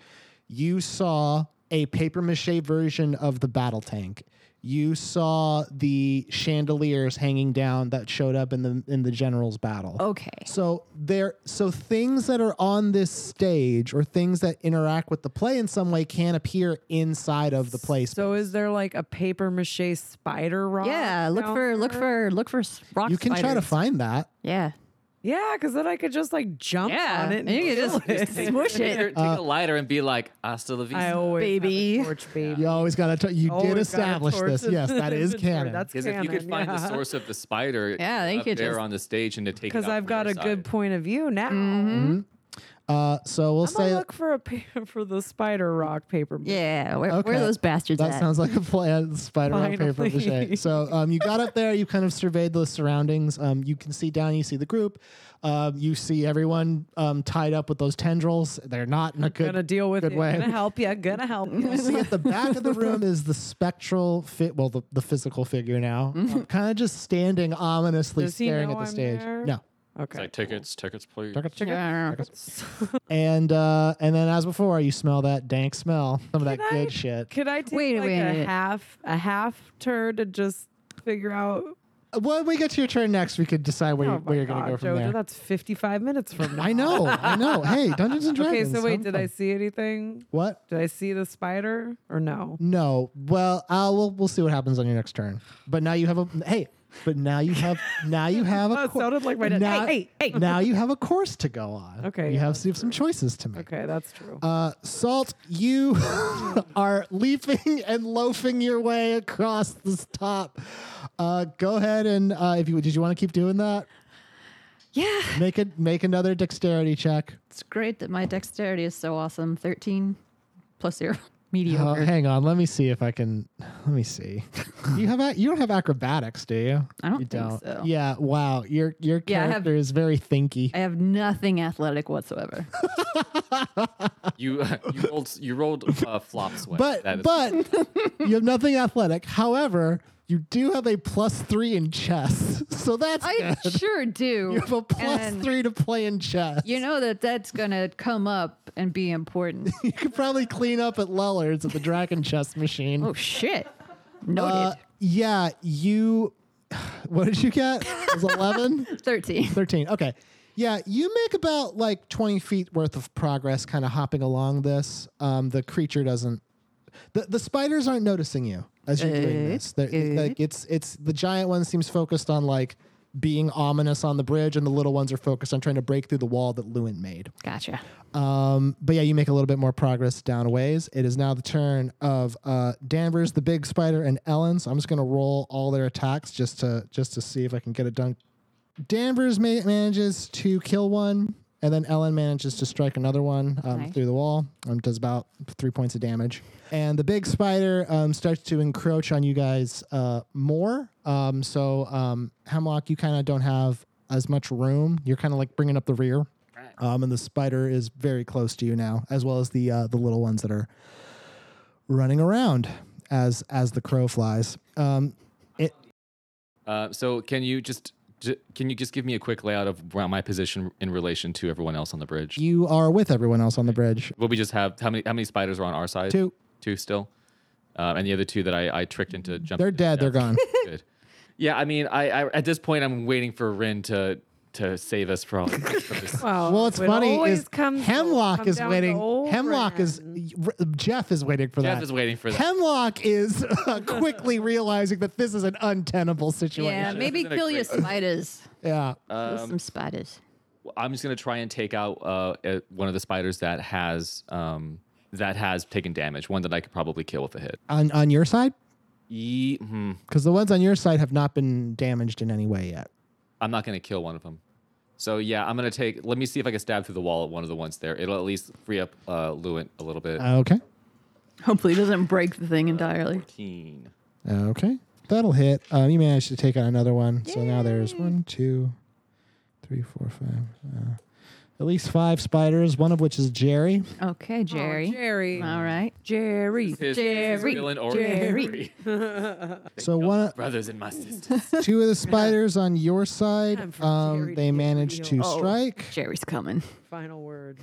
Speaker 2: you saw a paper mache version of the battle tank you saw the chandeliers hanging down that showed up in the in the general's battle.
Speaker 5: Okay.
Speaker 2: So there so things that are on this stage or things that interact with the play in some way can appear inside of the play.
Speaker 3: So is there like a paper mache spider rock?
Speaker 5: Yeah, look
Speaker 3: down
Speaker 5: for look
Speaker 3: there?
Speaker 5: for look for s- rock
Speaker 2: you can try to
Speaker 5: spiders.
Speaker 2: find that.
Speaker 5: Yeah.
Speaker 3: Yeah, because then I could just like jump
Speaker 5: Yeah.
Speaker 3: on it.
Speaker 5: and you
Speaker 3: kill
Speaker 5: can just
Speaker 3: it.
Speaker 5: smush it.
Speaker 4: Take a lighter and be like, hasta la
Speaker 3: I
Speaker 4: vista.
Speaker 3: always have a
Speaker 5: Baby.
Speaker 3: torch baby.
Speaker 2: You always got to you
Speaker 3: Always
Speaker 2: did
Speaker 3: gotta
Speaker 2: establish
Speaker 3: torch
Speaker 2: this.
Speaker 3: it.
Speaker 2: Yes, that is
Speaker 3: It's true.
Speaker 2: canon.
Speaker 3: That's
Speaker 4: Because if you could find the source of the spider,
Speaker 5: Yeah, they
Speaker 4: up
Speaker 5: could
Speaker 4: there
Speaker 5: just-
Speaker 4: on the stage and to take.
Speaker 3: Because
Speaker 4: Because
Speaker 3: I've got a good point of view now.
Speaker 2: uh, so we'll
Speaker 3: I'm gonna
Speaker 2: say
Speaker 3: look for a pa- for the spider rock paper. mache.
Speaker 5: Yeah. Where, where
Speaker 2: Okay.
Speaker 5: are those bastards
Speaker 2: That
Speaker 5: at?
Speaker 2: sounds like a plan. Spider on paper
Speaker 3: Finally.
Speaker 2: mache. So um, you got up there. You kind of surveyed the surroundings. Um, you can see down. You see the group. Um, you see everyone um, tied up with those tendrils. They're not in a good.
Speaker 3: gonna deal with
Speaker 2: good
Speaker 3: it.
Speaker 2: way.
Speaker 3: Gonna help you. Gonna help you.
Speaker 2: You see at the back of the room is the spectral fit. Well, the, the physical figure now, kind of just standing ominously,
Speaker 3: Mm-hmm. Does he
Speaker 2: staring at
Speaker 3: know
Speaker 2: the
Speaker 3: I'm
Speaker 2: stage.
Speaker 3: there?
Speaker 2: No.
Speaker 3: okay.
Speaker 4: tickets, tickets, please.
Speaker 5: Yeah.
Speaker 2: And uh, and then as before, you smell that dank smell. Some of that
Speaker 3: I-
Speaker 2: good shit.
Speaker 3: Could I take
Speaker 5: Wait a
Speaker 3: like a
Speaker 5: minute.
Speaker 3: half a half turn to just figure out
Speaker 2: When we get to your turn next, we could decide where, you,
Speaker 3: oh my
Speaker 2: where you're going
Speaker 3: God,
Speaker 2: to go from
Speaker 3: Jojo,
Speaker 2: there.
Speaker 3: that's 55 minutes from now.
Speaker 2: I know, I know. Hey, Dungeons and
Speaker 3: okay,
Speaker 2: Dragons.
Speaker 3: so wait,
Speaker 2: I'm
Speaker 3: did
Speaker 2: fine.
Speaker 3: I see anything?
Speaker 2: What?
Speaker 3: Did I see the spider or no?
Speaker 2: No. Well, uh, we'll we'll see what happens on your next turn. But now you have a hey. But now you have now you have a
Speaker 3: That sounded like my dad.
Speaker 2: now,
Speaker 3: Hey, hey, hey.
Speaker 2: now you have a course to go on.
Speaker 3: Okay,
Speaker 2: You
Speaker 3: yeah,
Speaker 2: have, you have some choices to make.
Speaker 3: Okay, that's true.
Speaker 2: Uh, Salt, you are leaping and loafing your way across this top. Uh, go ahead and uh, if you did you want to keep doing that,
Speaker 5: Yeah.
Speaker 2: make it make another dexterity check.
Speaker 5: It's great that my dexterity is so awesome. 13 plus zero.
Speaker 2: Oh,
Speaker 5: Mediocre.
Speaker 2: hang on, let me see if I can. Let me see. you have ac- you don't have acrobatics, do you?
Speaker 5: I don't
Speaker 2: you
Speaker 5: think so.
Speaker 2: Yeah. Wow. Your your
Speaker 5: Yeah, I have-
Speaker 2: character is very thinky.
Speaker 5: I have nothing athletic whatsoever.
Speaker 4: You uh, you rolled you rolled uh, flop sweat.
Speaker 2: but
Speaker 4: That is-
Speaker 2: but you have nothing athletic. However, you do have a plus three in chess, so that's
Speaker 5: I
Speaker 2: good.
Speaker 5: sure do.
Speaker 2: You have a plus
Speaker 5: And
Speaker 2: three to play in chess.
Speaker 5: You know that that's going to come up and be important.
Speaker 2: you could probably clean up at Lullard's at the Dragon Chess Machine.
Speaker 5: oh, shit. Noted.
Speaker 2: Uh, yeah, you. What did you get? It was 11?
Speaker 5: 13.
Speaker 2: 13. Okay. Yeah, you make about like 20 feet worth of progress kind of hopping along this. Um, the creature doesn't. The, the spiders aren't noticing you as you're doing
Speaker 5: Good,
Speaker 2: this. They're,
Speaker 5: good.
Speaker 2: Like it's it's the giant one seems focused on like being ominous on the bridge, and the little ones are focused on trying to break through the wall that Lewin made.
Speaker 5: Gotcha.
Speaker 2: Um, but yeah, you make a little bit more progress down a ways. It is now the turn of uh, Danvers, the big spider, and Ellen. So I'm just gonna roll all their attacks just to just to see if I can get it done. Danvers ma- manages to kill one, and then Ellen manages to strike another one um,
Speaker 5: Nice.
Speaker 2: through the wall. Um, does about three points of damage, and the big spider um, starts to encroach on you guys uh, more. Um, so um, Hemlock, you kind of don't have as much room. You're kind of like bringing up the rear. Um, and the spider is very close to you now, as well as the uh, the little ones that are running around as as the crow flies. Um, it,
Speaker 4: uh, so can you just j- can you just give me a quick layout of where my position in relation to everyone else on the bridge?
Speaker 2: you are with everyone else on the bridge.
Speaker 4: What we just have how many how many spiders are on our side?
Speaker 2: Two,
Speaker 4: two still, uh, and the other two that I, I tricked into jumping.
Speaker 2: they're dead. They're gone.
Speaker 4: Good. Yeah, I mean, I, I at this point I'm waiting for Rin to to save us from. from this.
Speaker 3: Wow.
Speaker 2: Well, it's
Speaker 3: it
Speaker 2: funny
Speaker 3: always
Speaker 2: is
Speaker 3: comes
Speaker 2: Hemlock
Speaker 3: come
Speaker 2: is
Speaker 3: down to
Speaker 2: waiting.
Speaker 3: old
Speaker 2: Hemlock is
Speaker 3: friends.
Speaker 2: r- Jeff is waiting for that.
Speaker 4: Jeff is waiting for that.
Speaker 2: Hemlock is uh, quickly realizing that this is an untenable situation.
Speaker 5: Yeah, maybe
Speaker 4: Isn't it
Speaker 5: kill your
Speaker 4: great?
Speaker 5: spiders.
Speaker 2: Yeah.
Speaker 5: Kill some spiders.
Speaker 4: I'm just gonna try and take out uh, uh, one of the spiders that has um, that has taken damage. One that I could probably kill with a hit.
Speaker 2: On on your side,
Speaker 4: Ye- hmm.
Speaker 2: because the ones on your side have not been damaged in any way yet.
Speaker 4: I'm not gonna kill one of them. So yeah, I'm gonna take. Let me see if I can stab through the wall at one of the ones there. It'll at least free up uh, Luant a little bit.
Speaker 2: Okay.
Speaker 5: Hopefully, it doesn't break the thing entirely.
Speaker 4: 14.
Speaker 2: Okay. That'll hit. Um, you managed to take out another one. So now there's one, two, three, four, five. Uh, at least five spiders, one of which is Jerry.
Speaker 5: Okay,
Speaker 3: Oh,
Speaker 5: Jerry.
Speaker 3: Jerry.
Speaker 5: All right.
Speaker 3: Jerry.
Speaker 4: His- his
Speaker 5: Jerry,
Speaker 4: villain or-
Speaker 5: Jerry.
Speaker 2: So one,
Speaker 4: Brothers and my sisters.
Speaker 2: two of the spiders on your side,
Speaker 3: Time for
Speaker 2: um,
Speaker 3: Jerry
Speaker 2: they
Speaker 3: to get
Speaker 2: managed to
Speaker 3: real.
Speaker 5: Oh.
Speaker 2: strike.
Speaker 5: Jerry's coming.
Speaker 3: Final word.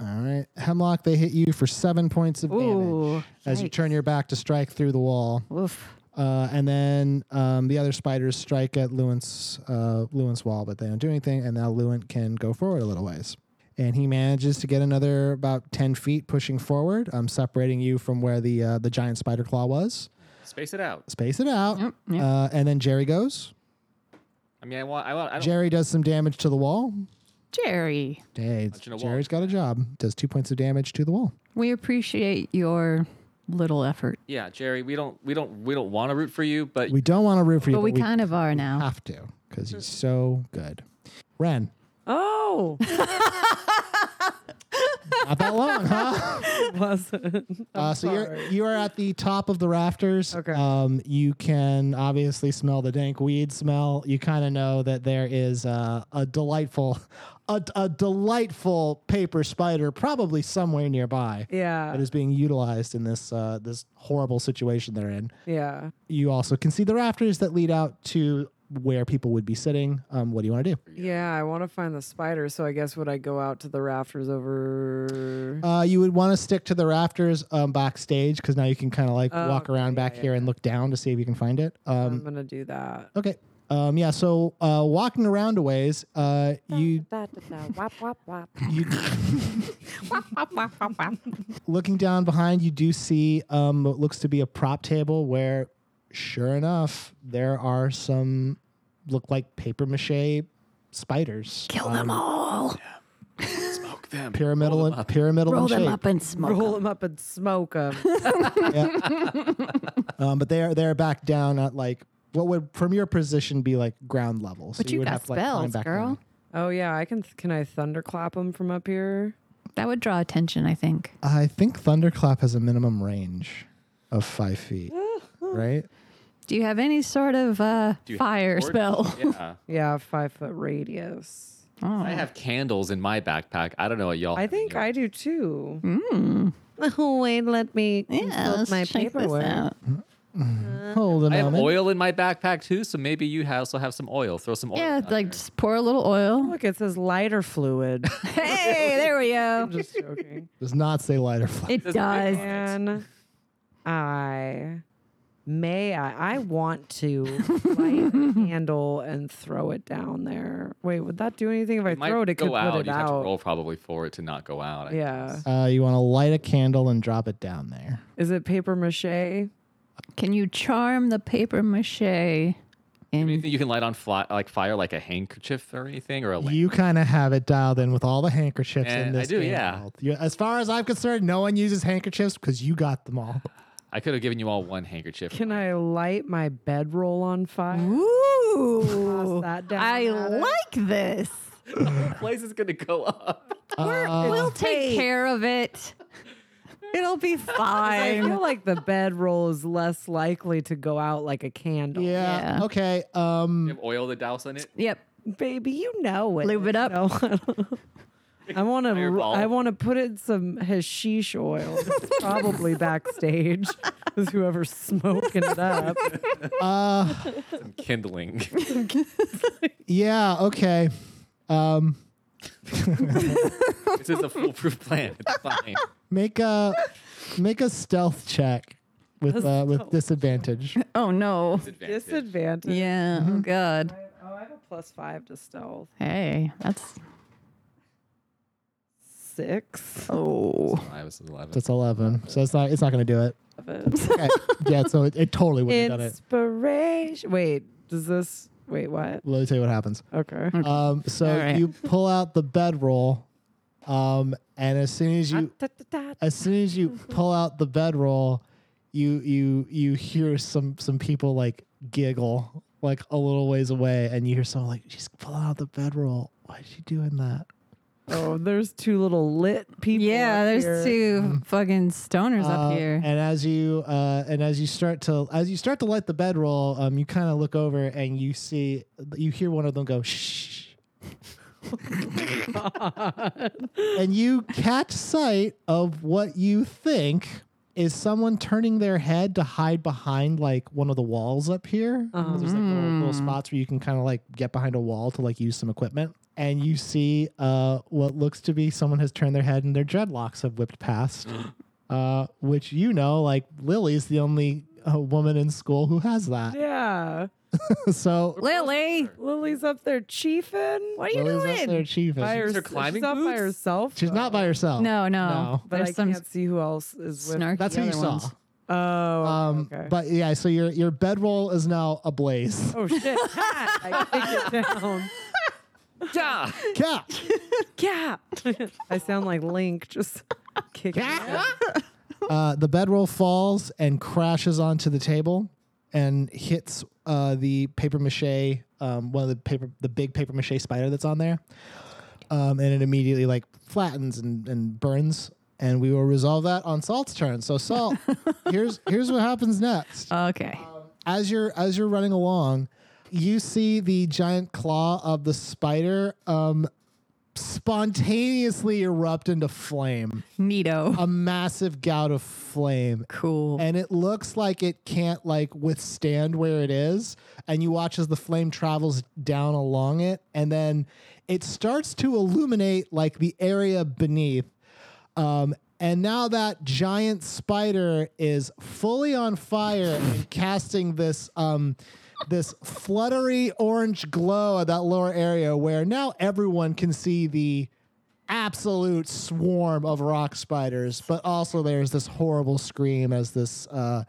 Speaker 2: All right. Hemlock, they hit you for seven points of
Speaker 5: Ooh,
Speaker 2: damage as you
Speaker 5: yikes.
Speaker 2: turn your back to strike through the wall.
Speaker 5: Oof.
Speaker 2: Uh, and then um, the other spiders strike at Lewin's, uh, Lewin's wall, but they don't do anything. And now Lewin can go forward a little ways. And he manages to get another about 10 feet pushing forward, um, separating you from where the, uh, the giant spider claw was.
Speaker 4: Space it out.
Speaker 2: Space it out.
Speaker 5: Yep, yep.
Speaker 2: Uh, and then Jerry goes.
Speaker 4: I mean, I want. I want. I don't
Speaker 2: Jerry does some damage to the wall.
Speaker 5: Jerry,
Speaker 2: Hey,
Speaker 4: Punching a wall.
Speaker 2: Jerry's got a job. Does two points of damage to the wall.
Speaker 5: we appreciate your little effort,
Speaker 4: Yeah, Jerry, we don't we don't we don't want to root for you, but
Speaker 2: We don't want to root for you,
Speaker 5: but we kind of are now.
Speaker 2: have to because he's so good. Ren,
Speaker 3: Oh,
Speaker 2: not that long, huh?
Speaker 3: bless it.
Speaker 2: Uh, so you're you are at the top of the rafters.
Speaker 3: Okay.
Speaker 2: Um, you can obviously smell the dank weed smell. You kind of know that there is uh, a delightful, a, a delightful paper spider probably somewhere nearby
Speaker 3: Yeah.
Speaker 2: that is being utilized in this uh, this horrible situation they're in.
Speaker 3: Yeah.
Speaker 2: You also can see the rafters that lead out to where people would be sitting. Um, what do you want to do?
Speaker 3: Yeah, I want to find the spider, so I guess would I go out to the rafters over?
Speaker 2: Uh, you would want to stick to the rafters um, backstage because now you can kind of like
Speaker 3: Oh,
Speaker 2: walk
Speaker 3: okay,
Speaker 2: around
Speaker 3: yeah,
Speaker 2: back
Speaker 3: yeah,
Speaker 2: here and look down to see if you can find it.
Speaker 3: I'm
Speaker 2: Um,
Speaker 3: gonna do that.
Speaker 2: okay. Um, yeah. So uh, walking around a ways, uh, you
Speaker 3: Da, da, da, wop, wop, wop.
Speaker 2: you
Speaker 3: Wop, wop, wop, wop, wop.
Speaker 2: looking down behind, you do see um, what looks to be a prop table where, sure enough, there are some look like paper mache spiders. Um,
Speaker 5: Kill them all.
Speaker 4: Smoke them.
Speaker 2: Pyramidal
Speaker 4: Roll them
Speaker 2: and
Speaker 4: up.
Speaker 2: pyramidal
Speaker 5: Roll
Speaker 2: in
Speaker 5: them
Speaker 2: shape.
Speaker 5: up and smoke.
Speaker 3: Roll
Speaker 5: 'em.
Speaker 3: them up and smoke them.
Speaker 2: Um, but they are they're back down at like what would from your position be like ground level. So
Speaker 5: But you
Speaker 2: would
Speaker 5: got
Speaker 2: have to, like, climb
Speaker 5: spells,
Speaker 2: back
Speaker 5: girl.
Speaker 2: down.
Speaker 3: oh yeah, I can. Can I thunderclap them from up here?
Speaker 5: That would draw attention, I think.
Speaker 2: I think thunderclap has a minimum range of five feet, right?
Speaker 5: Do you have any sort of uh,
Speaker 4: Do you have
Speaker 5: fire
Speaker 4: torch?
Speaker 5: spell?
Speaker 4: Yeah.
Speaker 3: Yeah, five foot radius.
Speaker 5: Oh.
Speaker 4: I have candles in my backpack. I don't know what y'all.
Speaker 3: I
Speaker 4: have in
Speaker 3: think
Speaker 4: yours.
Speaker 3: I do too. Oh wait, let me
Speaker 5: Yeah,
Speaker 3: consult
Speaker 5: let's
Speaker 3: my
Speaker 5: Mm. check this
Speaker 3: paperwork.
Speaker 5: out.
Speaker 2: Hold on
Speaker 4: I
Speaker 2: a
Speaker 4: have
Speaker 2: moment.
Speaker 4: oil in my backpack too, so maybe you ha- also have some oil. Throw some oil.
Speaker 5: Yeah,
Speaker 4: down
Speaker 5: like
Speaker 4: there.
Speaker 5: just pour a little oil.
Speaker 3: Look, it says lighter fluid.
Speaker 5: hey, there we
Speaker 3: I'm
Speaker 5: go.
Speaker 3: just joking.
Speaker 2: Does not say lighter fly.
Speaker 5: It does.
Speaker 3: Can I? May I? I want to light a candle and throw it down there. Wait, would that do anything if I
Speaker 4: It might
Speaker 3: throw it? It
Speaker 4: go
Speaker 3: could
Speaker 4: out.
Speaker 3: put it
Speaker 4: you
Speaker 3: out.
Speaker 4: have to roll probably for it to not go out. I
Speaker 3: yeah.
Speaker 4: guess.
Speaker 2: Uh, you want to light a candle and drop it down there.
Speaker 3: Is it paper mache?
Speaker 5: Can you charm the paper mache? In
Speaker 4: Anything you can light on fly, like fire, like a handkerchief or anything, or a lamp.
Speaker 2: You kind of have it dialed in with all the handkerchiefs in
Speaker 4: And I
Speaker 2: this
Speaker 4: do,
Speaker 2: game
Speaker 4: Oh, yeah.
Speaker 2: world. You- as far as I'm concerned, no one uses handkerchiefs because you got them all.
Speaker 4: I could have given you all one handkerchief.
Speaker 3: Can I light my bedroll on fire?
Speaker 5: Ooh,
Speaker 3: Toss that down
Speaker 5: I
Speaker 3: at it.
Speaker 5: like this.
Speaker 4: place is gonna go up.
Speaker 5: We're, we'll take care of it. It'll be
Speaker 3: I
Speaker 5: fine.
Speaker 3: feel like the bedroll is less likely to go out like a candle.
Speaker 2: Yeah.
Speaker 5: Yeah.
Speaker 2: Okay. Um.
Speaker 4: You have oil to douse in it.
Speaker 5: Yep.
Speaker 3: baby, you know it.
Speaker 5: Lube it up.
Speaker 3: No. I want to.
Speaker 4: Fireball.
Speaker 3: I want to put in some hashish oil. It's probably backstage, is whoever's smoking it up.
Speaker 2: Uh.
Speaker 4: Some kindling.
Speaker 2: Yeah. Okay. Um.
Speaker 4: this is a foolproof plan. It's fine.
Speaker 2: Make a make a stealth check with uh, with disadvantage.
Speaker 5: Oh no.
Speaker 4: Disadvantage.
Speaker 3: Disadvantage.
Speaker 5: Yeah. Oh god.
Speaker 3: Oh, I have a plus five to stealth.
Speaker 5: Hey, that's
Speaker 3: Six.
Speaker 5: oh.
Speaker 4: I was 11.
Speaker 2: That's eleven. So it's not it's not gonna do it.
Speaker 3: of it.
Speaker 2: Okay. yeah. So it, it totally wouldn't have done it.
Speaker 3: Inspiration. Wait, does this? Wait, what?
Speaker 2: Let me tell you what happens.
Speaker 3: Okay.
Speaker 2: Um. So
Speaker 5: All right.
Speaker 2: you pull out the bedroll. Um. And as soon as you
Speaker 3: Da-da-da.
Speaker 2: as soon as you pull out the bedroll, you you you hear some some people like giggle like a little ways away, and you hear someone like, "She's pulling out the bedroll. Why is she doing that?"
Speaker 3: Oh, there's two little lit people.
Speaker 5: Yeah,
Speaker 3: up
Speaker 5: there's
Speaker 3: here.
Speaker 5: two fucking stoners
Speaker 2: Mm-hmm. Uh,
Speaker 5: up here.
Speaker 2: And as you uh, and as you start to as you start to light the bedroll, um, you kind of look over and you see you hear one of them go shh, and you catch sight of what you think is someone turning their head to hide behind like one of the walls up here. 'Cause There's like little,
Speaker 5: Mm-hmm.
Speaker 2: little spots where you can kind of like get behind a wall to like use some equipment. And you see uh, what looks to be someone has turned their head and their dreadlocks have whipped past uh, which you know, like Lily's the only uh, woman in school who has that.
Speaker 3: Yeah.
Speaker 2: so
Speaker 5: Lily,
Speaker 3: Lily's up there chiefing.
Speaker 5: what are you
Speaker 2: Lily's up there
Speaker 5: doing?
Speaker 2: achieving.
Speaker 3: By herself.
Speaker 4: climbing
Speaker 3: she's not by
Speaker 4: boots?
Speaker 3: herself.
Speaker 2: She's not by herself.
Speaker 5: No, no.
Speaker 2: No.
Speaker 3: But I
Speaker 5: There's some
Speaker 3: can't see who else is with.
Speaker 5: snarky
Speaker 2: that's who you
Speaker 5: other
Speaker 2: saw.
Speaker 5: ones.
Speaker 3: Oh,
Speaker 2: Um,
Speaker 3: okay.
Speaker 2: But yeah, so your your bedroll is now ablaze.
Speaker 3: oh shit! Cat. I kicked it down.
Speaker 4: Ja!
Speaker 2: yeah.
Speaker 3: Yeah. I sound like Link just kicking. it.
Speaker 2: Uh, the bedroll falls and crashes onto the table and hits uh, the paper mache, um, one of the paper, the big paper mache spider that's on there, um, and it immediately like flattens and, and burns. And we will resolve that on Salt's turn. So Salt, here's here's what happens next.
Speaker 5: Okay.
Speaker 2: As you're as you're running along, you see the giant claw of the spider um, spontaneously erupt into flame,
Speaker 5: Neato.
Speaker 3: Oh.
Speaker 2: a massive gout of flame,
Speaker 5: cool.
Speaker 2: and it looks like it can't like withstand where it is and you watch as the flame travels down along it and then it starts to illuminate like the area beneath um and now that giant spider is fully on fire and casting this um this fluttery orange glow at that lower area where now everyone can see the absolute swarm of rock spiders, but also there's this horrible scream as this uh,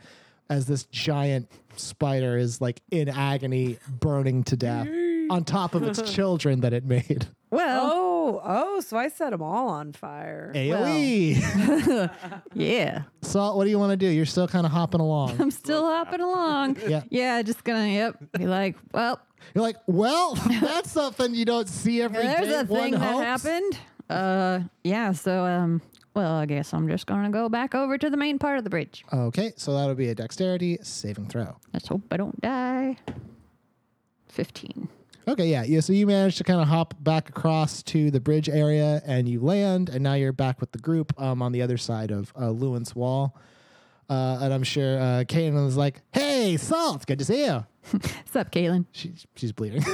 Speaker 2: as this giant spider is like in agony, burning to death on top of its children that it made.
Speaker 5: Well,
Speaker 3: Oh, oh, so I set them all on fire.
Speaker 2: AOE.
Speaker 5: yeah.
Speaker 2: E. Salt, what do you want to do? You're still kind of hopping along.
Speaker 5: I'm still hopping along.
Speaker 2: Yeah.
Speaker 5: Yeah, just gonna, yep, be like, well,
Speaker 2: You're like, well, that's something you don't see every day.
Speaker 5: there's a
Speaker 2: One
Speaker 5: thing that
Speaker 2: hopes.
Speaker 5: happened. Uh, yeah, so, um, well, I guess I'm just gonna go back over to the main part of the bridge.
Speaker 2: Okay, so that'll be a dexterity saving throw.
Speaker 5: Let's hope I don't die. 15.
Speaker 2: Okay, yeah, yeah. So you managed to kind of hop back across to the bridge area, and you land, and now you're back with the group um, on the other side of uh, Lewin's wall. Uh, and I'm sure uh, Kanan is like, "Hey, Salt, good to see you."
Speaker 5: What's up, Caitlin?
Speaker 2: She's she's bleeding.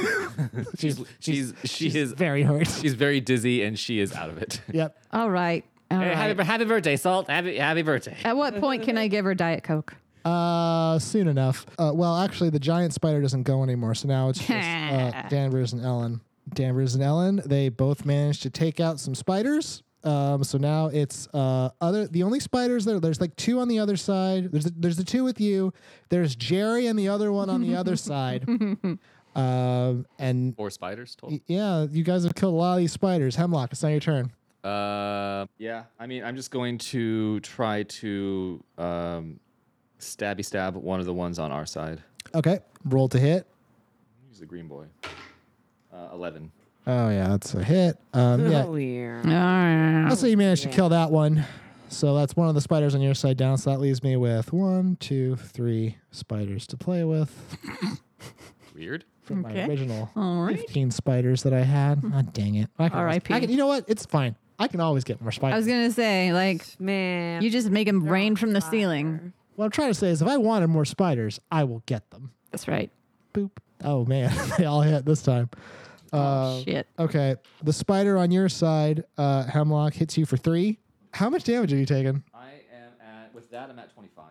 Speaker 4: She's she's she is
Speaker 2: very hurt.
Speaker 4: she's very dizzy and she is out of it.
Speaker 2: yep.
Speaker 5: All right. All
Speaker 4: Hey,
Speaker 5: right.
Speaker 4: happy, happy birthday, Salt. Happy happy birthday.
Speaker 5: At what point can I give her Diet Coke?
Speaker 2: Uh, soon enough. Uh, well, actually, the giant spider doesn't go anymore, so now it's just uh, Danvers and Ellen. Danvers and Ellen, they both managed to take out some spiders. Um, so now it's uh, other the only spiders there. There's like two on the other side. There's there's the two with you. There's Jerry and the other one on the other side. Um, and
Speaker 4: Four spiders total.
Speaker 2: y- yeah, you guys have killed a lot of these spiders. Hemlock, it's now your turn.
Speaker 4: Uh, yeah. I mean, I'm just going to try to um, stabby stab one of the ones on our side.
Speaker 2: Okay, roll to hit.
Speaker 4: He's the green boy. Uh, Eleven.
Speaker 2: Oh yeah, that's a hit. Um,
Speaker 3: Oh,
Speaker 2: yeah,
Speaker 3: Clear.
Speaker 5: All
Speaker 2: Let's say you managed to kill that one. So that's one of the spiders on your side down. So that leaves me with one, two, three spiders to play with
Speaker 4: Weird.
Speaker 2: from my
Speaker 5: Okay.
Speaker 2: original
Speaker 5: right. Hmm.
Speaker 2: 15 spiders that I had. Ah, dang it. I can always-
Speaker 5: R.I.P..
Speaker 2: I can- You know what? It's fine. I can always get more spiders.
Speaker 5: I was going to say, like,
Speaker 3: Man.
Speaker 5: you just make them rain from the ceiling.
Speaker 2: what I'm trying to say is if I wanted more spiders, I will get them.
Speaker 5: That's right.
Speaker 2: Boop. Oh, man. they all hit this time. Uh,
Speaker 5: Shit.
Speaker 2: okay. The spider on your side, uh, Hemlock, hits you for three. How much damage have you taken?
Speaker 4: I am at with that. I'm at twenty-five.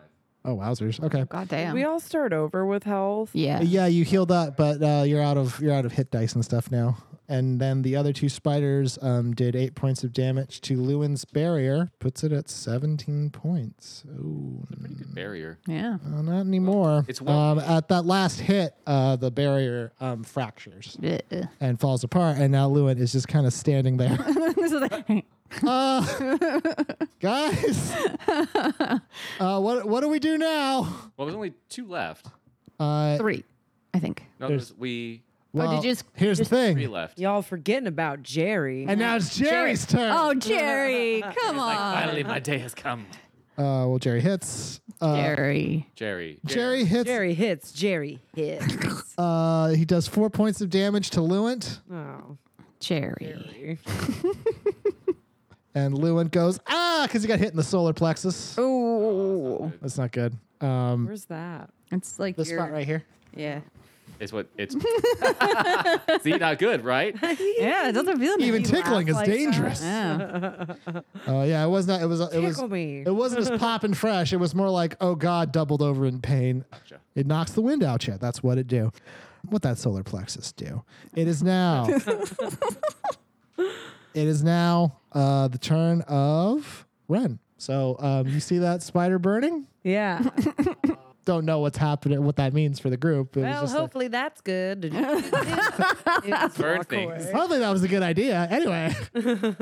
Speaker 2: Oh, wowzers. Okay.
Speaker 5: God
Speaker 3: Did
Speaker 5: damn.
Speaker 3: we all start over with health.
Speaker 5: yeah.
Speaker 2: Uh, Yeah, you healed up, but uh, you're out of you're out of hit dice and stuff now. And then the other two spiders um, did eight points of damage to Lewin's barrier, puts it at seventeen points. Oh,
Speaker 4: Pretty good barrier.
Speaker 5: Yeah.
Speaker 2: uh, not anymore.
Speaker 4: It's one-
Speaker 2: um, at that last hit, uh, the barrier um, fractures
Speaker 5: Ugh.
Speaker 2: and falls apart, and now Lewin is just kind of standing there.
Speaker 5: So they-
Speaker 2: uh, guys, uh, what what do we do now?
Speaker 4: Well, there's only two left.
Speaker 2: Uh,
Speaker 5: Three, I think.
Speaker 4: No, there's we
Speaker 5: Oh, did
Speaker 2: well,
Speaker 5: you just-
Speaker 2: here's the
Speaker 4: three
Speaker 2: thing,
Speaker 4: left.
Speaker 3: Y'all forgetting about Jerry.
Speaker 2: and now it's Jerry's turn.
Speaker 5: Oh, Jerry, come on.
Speaker 4: Finally, my day has come.
Speaker 2: Uh, well, Jerry hits. Uh,
Speaker 5: Jerry.
Speaker 4: Jerry.
Speaker 2: Jerry hits.
Speaker 3: Jerry hits. Jerry hits.
Speaker 2: Uh, he does four points of damage to Lewent,
Speaker 3: oh.
Speaker 5: Jerry.
Speaker 2: and Lewent goes ah because he got hit in the solar plexus.
Speaker 5: Oh,
Speaker 2: That's not good. Um,
Speaker 3: Where's that?
Speaker 5: it's like
Speaker 2: the
Speaker 5: your-
Speaker 2: spot right here.
Speaker 5: Yeah.
Speaker 4: It's what it's. See, not good, right?
Speaker 5: Yeah, it doesn't feel
Speaker 2: Even tickling is
Speaker 3: like that?
Speaker 2: dangerous.
Speaker 5: Yeah.
Speaker 2: Oh yeah, it was not. It was. It was.
Speaker 3: Tickle me.
Speaker 2: It wasn't as popping fresh. It was more like oh god, doubled over in pain. It knocks the wind out you. That's what it do. What that solar plexus do? It is now. it is now uh, the turn of Ren. So um, you see that spider burning?
Speaker 3: Yeah.
Speaker 2: don't know what's happening, what that means for the group. It
Speaker 3: well,
Speaker 2: was just like,
Speaker 3: hopefully that's good. Did you- It's
Speaker 4: Burn
Speaker 3: walk
Speaker 4: things.
Speaker 3: away.
Speaker 2: hopefully that was a good idea. Anyway,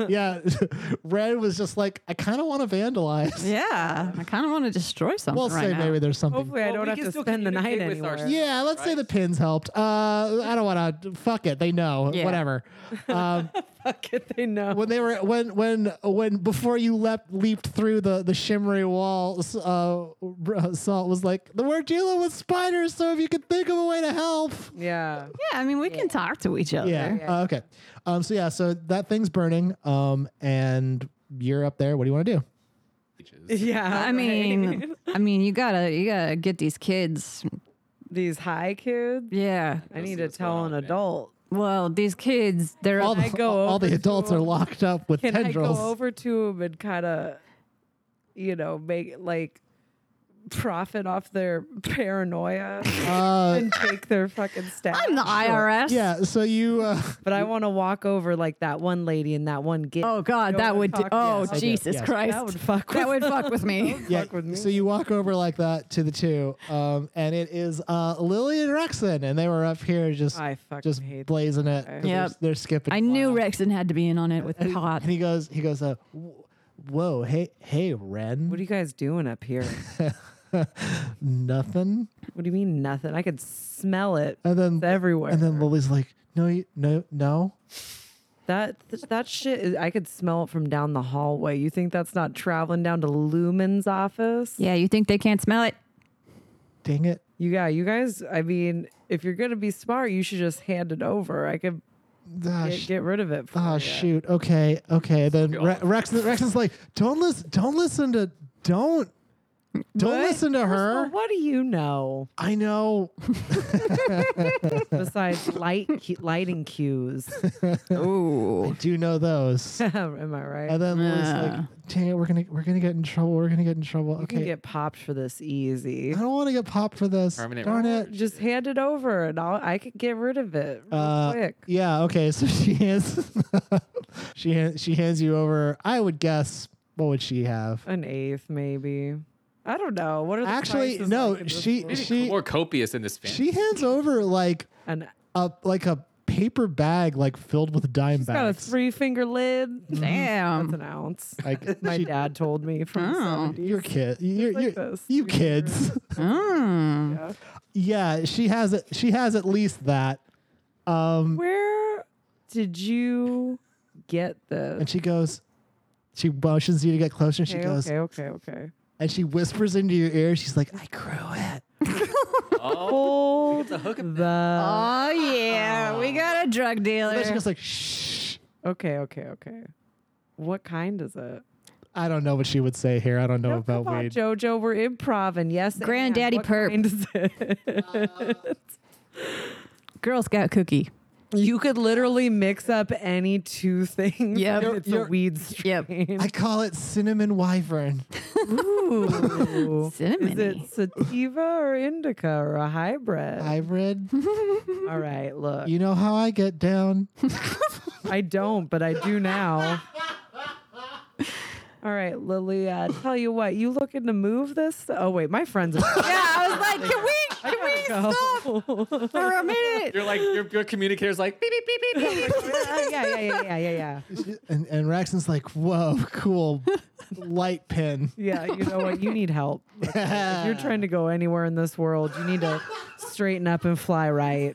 Speaker 2: yeah, Red was just like, I kind of want to vandalize.
Speaker 5: yeah. I kind of want to destroy something
Speaker 2: We'll
Speaker 5: right
Speaker 2: say
Speaker 5: now.
Speaker 2: maybe there's something.
Speaker 3: Hopefully I don't
Speaker 4: Well, we
Speaker 3: have
Speaker 4: can
Speaker 3: to
Speaker 4: still
Speaker 3: spend the night
Speaker 4: communicate with
Speaker 3: anywhere.
Speaker 4: our-
Speaker 2: yeah, let's say the pins helped. Uh, I don't want to. Fuck it, they know.
Speaker 5: Yeah.
Speaker 2: Whatever. Um,
Speaker 3: Fuck it, they know.
Speaker 2: when they were when when when before you leapt leaped through the the shimmery wall, s- uh, r- Salt was like, "We're dealing with spiders, so if you could think of a way to help."
Speaker 3: Yeah.
Speaker 5: Yeah, I mean, we can talk to each other.
Speaker 2: Yeah. Uh, okay. Um, so yeah, so that thing's burning. Um, and you're up there. What do you want to do?
Speaker 3: Yeah.
Speaker 5: I mean, I mean, you gotta, you gotta get these kids.
Speaker 3: these high kids.
Speaker 5: Yeah.
Speaker 3: I
Speaker 4: Go see
Speaker 3: need to
Speaker 4: what's going
Speaker 3: tell
Speaker 4: on,
Speaker 3: an
Speaker 4: man.
Speaker 3: adult.
Speaker 5: Well, these kids, they're
Speaker 2: All the,
Speaker 3: I go
Speaker 2: all the
Speaker 3: over to
Speaker 2: adults are
Speaker 3: him?
Speaker 2: locked up with
Speaker 3: Can I
Speaker 2: tendrils.
Speaker 3: go over to him and kind of, you know, make like profit off their paranoia
Speaker 2: Uh,
Speaker 3: and take their fucking stash.
Speaker 5: I'm the IRS.
Speaker 2: yeah. So you. Uh,
Speaker 3: But I want to walk over like that one lady and that one gig.
Speaker 5: Oh God,
Speaker 3: Go
Speaker 5: that
Speaker 3: and
Speaker 5: would. Do,
Speaker 3: talk-
Speaker 5: oh
Speaker 3: yes, I do.
Speaker 5: Jesus
Speaker 2: Yes.
Speaker 5: Christ,
Speaker 3: that would fuck.
Speaker 5: That
Speaker 3: with
Speaker 5: would fuck with me.
Speaker 2: yeah,
Speaker 3: fuck with me.
Speaker 2: So you walk over like that to the two, um, and it is uh, Lily and Rexon, and they were up here just
Speaker 3: I fucking
Speaker 2: just
Speaker 3: hate.
Speaker 2: blazing it. 'cause they're-
Speaker 5: Yep.
Speaker 2: They're, skipping.
Speaker 5: I knew Rexon had to be in on it with pot.
Speaker 2: And he goes, he goes, uh, "Wh- whoa, hey, hey, Ren,
Speaker 3: What are you guys doing up here?
Speaker 2: nothing.
Speaker 3: what do you mean nothing? I could smell it.
Speaker 2: And then
Speaker 3: It's everywhere.
Speaker 2: And then Lily's like, no, you, no, no.
Speaker 3: that that shit. Is, I could smell it from down the hallway. You think that's not traveling down to Lumen's office?
Speaker 5: Yeah, you think they can't smell it?
Speaker 2: Dang it.
Speaker 3: You got you guys. I mean, if you're gonna be smart, you should just hand it over. I could
Speaker 2: Ah,
Speaker 3: get,
Speaker 2: sh-
Speaker 3: get rid of it. For
Speaker 2: ah,
Speaker 3: you.
Speaker 2: shoot. Okay, okay. Then Re-
Speaker 4: God.
Speaker 2: Rex, Rex is like, don't listen, don't listen to, don't, don't
Speaker 3: What?
Speaker 2: listen to
Speaker 3: Well,
Speaker 2: her.
Speaker 3: what do you know
Speaker 2: I know.
Speaker 3: besides light cu- lighting cues?
Speaker 5: Ooh.
Speaker 2: Do you know those?
Speaker 3: Am I right?
Speaker 2: And then Lily's
Speaker 5: Yeah.
Speaker 2: like, dang it, we're gonna we're gonna get in trouble. We're gonna get in trouble.
Speaker 3: You
Speaker 2: okay.
Speaker 3: can get popped for this easy.
Speaker 2: I don't want to get popped for this.
Speaker 4: Permanent
Speaker 2: Darn
Speaker 4: record.
Speaker 2: it.
Speaker 3: Just hand it over, and I'll, I could get rid of it real
Speaker 2: Uh,
Speaker 3: quick.
Speaker 2: Yeah. Okay. So she hands she hand, she hands you over. I would guess what would she have?
Speaker 3: An eighth, maybe. I don't know. What are the
Speaker 2: Actually,
Speaker 3: prices
Speaker 2: no.
Speaker 3: like in this
Speaker 2: She
Speaker 3: world?
Speaker 4: Maybe
Speaker 2: she
Speaker 4: more copious in this family.
Speaker 2: she hands over like
Speaker 3: an
Speaker 2: a like a paper bag like filled with dime
Speaker 3: got a
Speaker 2: bags.
Speaker 3: three finger lid. That's
Speaker 5: Damn.
Speaker 3: an ounce.
Speaker 2: like
Speaker 3: My
Speaker 2: Mm-hmm. she-
Speaker 3: dad told me from the
Speaker 5: Oh.
Speaker 3: 70s.
Speaker 2: Your kid, you're,
Speaker 3: like
Speaker 2: you're-
Speaker 3: this.
Speaker 2: you
Speaker 3: Three
Speaker 2: kids.
Speaker 5: Mm.
Speaker 3: Yeah.
Speaker 2: yeah, she has it. She has at least that. Um,
Speaker 3: Where did you get this?
Speaker 2: And she goes, she motions you to get closer. And she
Speaker 3: okay,
Speaker 2: goes,
Speaker 3: okay, okay, okay.
Speaker 2: and she whispers into your ear. She's like, I grew it.
Speaker 4: oh,
Speaker 3: Hold
Speaker 4: it's a hook.
Speaker 3: the. Ah.
Speaker 5: Oh yeah, we got a drug
Speaker 2: And
Speaker 5: dealer.
Speaker 2: then she goes like, shh.
Speaker 3: Okay, okay, okay. What kind is it?
Speaker 2: I don't know what she would say here. I don't know
Speaker 3: No,
Speaker 2: about
Speaker 3: come on,
Speaker 2: weed.
Speaker 3: Jojo, we're improving. Yes, and.
Speaker 5: Granddaddy
Speaker 3: What
Speaker 5: perp.
Speaker 3: kind is it?
Speaker 5: Girl Scout cookie.
Speaker 3: you could literally mix up any two things.
Speaker 5: Yep.
Speaker 3: and
Speaker 5: You're-
Speaker 3: it's a
Speaker 2: you're-
Speaker 3: weed
Speaker 5: yep.
Speaker 3: strain.
Speaker 2: I call it cinnamon wyvern.
Speaker 3: Ooh. Is
Speaker 5: Cinnamon.
Speaker 3: it sativa or indica or a hybrid?
Speaker 2: Hybrid.
Speaker 3: All right, look.
Speaker 2: You know how I get down.
Speaker 3: I don't, but I do now. All right, Lily. Uh, tell you what, you looking to move this? Oh wait, my friends are. Oh,
Speaker 5: Yeah, I was like, can we can we stop
Speaker 3: Go.
Speaker 5: for a minute?
Speaker 4: You're like your, your communicator's like beep beep beep beep. beep.
Speaker 3: yeah, yeah, yeah, yeah, yeah, yeah.
Speaker 2: And, and Raxon's like, whoa, cool. Light pin.
Speaker 3: Yeah, you know what? You need help. If you're trying to go anywhere in this world, you need to straighten up and fly right.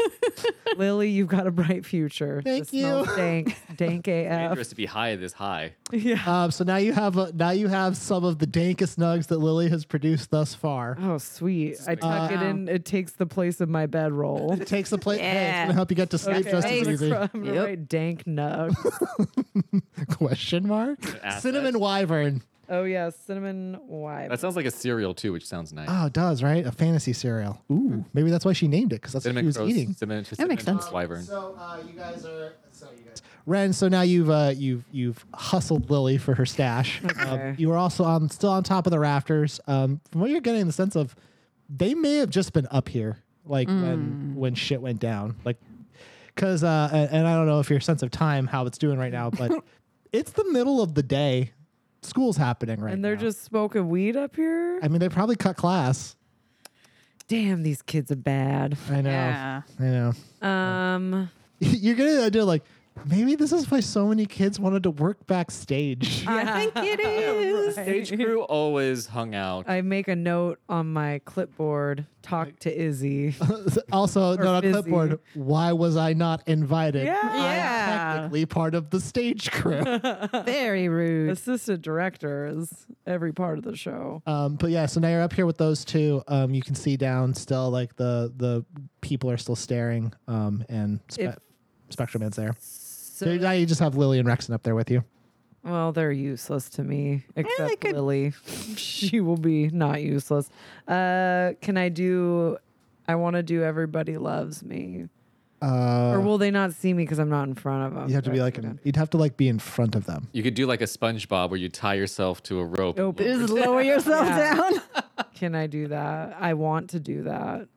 Speaker 3: Lily, you've got a bright future.
Speaker 2: Thank
Speaker 3: This smells
Speaker 2: you.
Speaker 3: Dank, dank AF.
Speaker 4: Dangerous to be high this high.
Speaker 3: Yeah.
Speaker 2: Um, so now you have a, now you have some of the dankest nugs that Lily has produced thus far.
Speaker 3: Oh, sweet. I tuck it
Speaker 5: Wow.
Speaker 3: in. It takes the place of my bedroll.
Speaker 2: It takes a plate. Hey, it's
Speaker 5: Yeah.
Speaker 2: gonna help you get to sleep
Speaker 3: Okay,
Speaker 2: just
Speaker 3: I'm
Speaker 2: as
Speaker 3: gonna
Speaker 2: easy.
Speaker 3: cry- I'm gonna
Speaker 5: Yep.
Speaker 3: write dank nug.
Speaker 2: Question mark.
Speaker 4: Assets.
Speaker 2: Cinnamon wyvern.
Speaker 3: oh yeah, cinnamon wine.
Speaker 4: That sounds like a cereal too, which sounds nice.
Speaker 2: Oh, it does, right? A fantasy cereal. Ooh, maybe that's why she named it because that's
Speaker 4: cinnamon
Speaker 2: what she
Speaker 4: crows,
Speaker 2: was eating.
Speaker 4: Cinnamon, that
Speaker 5: makes sense.
Speaker 4: Wyvern.
Speaker 2: So uh, you guys are. So you guys. Ren, so now you've uh, you've you've hustled Lily for her stash. Um,
Speaker 3: Okay.
Speaker 2: you are also on still on top of the rafters. Um, from what you're getting, the sense of they may have just been up here, like
Speaker 3: Mm.
Speaker 2: when when shit went down, like because uh, a- and I don't know if your sense of time how it's doing right now, but it's the middle of the day. School's happening right
Speaker 3: and they're
Speaker 2: now.
Speaker 3: just smoking weed up here.
Speaker 2: I mean, they probably cut class.
Speaker 3: Damn, these kids are bad.
Speaker 2: I know.
Speaker 5: Yeah.
Speaker 2: I know.
Speaker 3: Um,
Speaker 2: You're getting the idea, like maybe this is why so many kids wanted to work backstage.
Speaker 3: Uh,
Speaker 5: I think it is.
Speaker 4: Stage crew always hung out.
Speaker 3: I make a note on my clipboard. Talk to Izzy.
Speaker 2: also, not on
Speaker 3: busy.
Speaker 2: clipboard. Why was I not invited?
Speaker 3: Yeah.
Speaker 5: Yeah.
Speaker 2: Technically part of the stage crew.
Speaker 5: Very rude.
Speaker 3: Assistant director is every part of the show.
Speaker 2: um, but yeah, so now you're up here with those two. Um, you can see down still, like the the people are still staring. Um, and spe-
Speaker 3: If-
Speaker 2: Spectrum is there. So
Speaker 3: So,
Speaker 2: now you just have Lily and Rexon up there with you.
Speaker 3: well, they're useless to me, except
Speaker 5: could-
Speaker 3: Lily. she will be not useless. Uh, can I do? I want to do. Everybody loves me.
Speaker 2: Uh,
Speaker 3: or will they not see me because I'm not in front of them?
Speaker 2: you have to be like in, you'd have to like be in front of them.
Speaker 4: You could do like a SpongeBob where you tie yourself to a rope.
Speaker 3: Nope.
Speaker 5: Just lower yourself
Speaker 3: Yeah.
Speaker 5: down.
Speaker 3: Can I do that? I want to do that.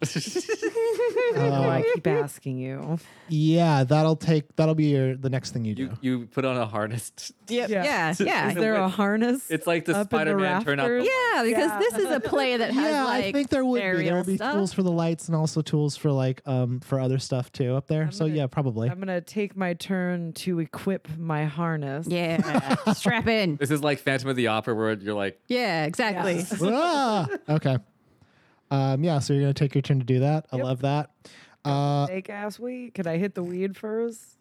Speaker 3: I know I keep asking you.
Speaker 2: Yeah, that'll take that'll be your the next thing you do.
Speaker 4: You you put on a harness.
Speaker 5: Yep.
Speaker 3: Yeah.
Speaker 5: Yeah. Yeah.
Speaker 3: Is there a harness?
Speaker 4: It's like the
Speaker 3: up in
Speaker 4: Spider-Man turn out the
Speaker 3: rafters?
Speaker 5: Yeah, because
Speaker 3: Yeah.
Speaker 5: this is a play that has
Speaker 2: yeah,
Speaker 5: like
Speaker 2: I think there would be there
Speaker 5: burial
Speaker 2: would be
Speaker 5: stuff.
Speaker 2: tools for the lights and also tools for like um for other stuff too up there. so
Speaker 3: gonna-
Speaker 2: yeah, probably.
Speaker 3: I'm gonna take my turn to equip my harness.
Speaker 5: Yeah, strap in.
Speaker 4: This is like Phantom of the Opera where you're like,
Speaker 5: Yeah, exactly.
Speaker 2: Ah! okay. Um yeah, so you're gonna take your turn to do that. I
Speaker 3: Yep.
Speaker 2: love that. Uh
Speaker 3: Fake ass weed. Can I hit the weed first?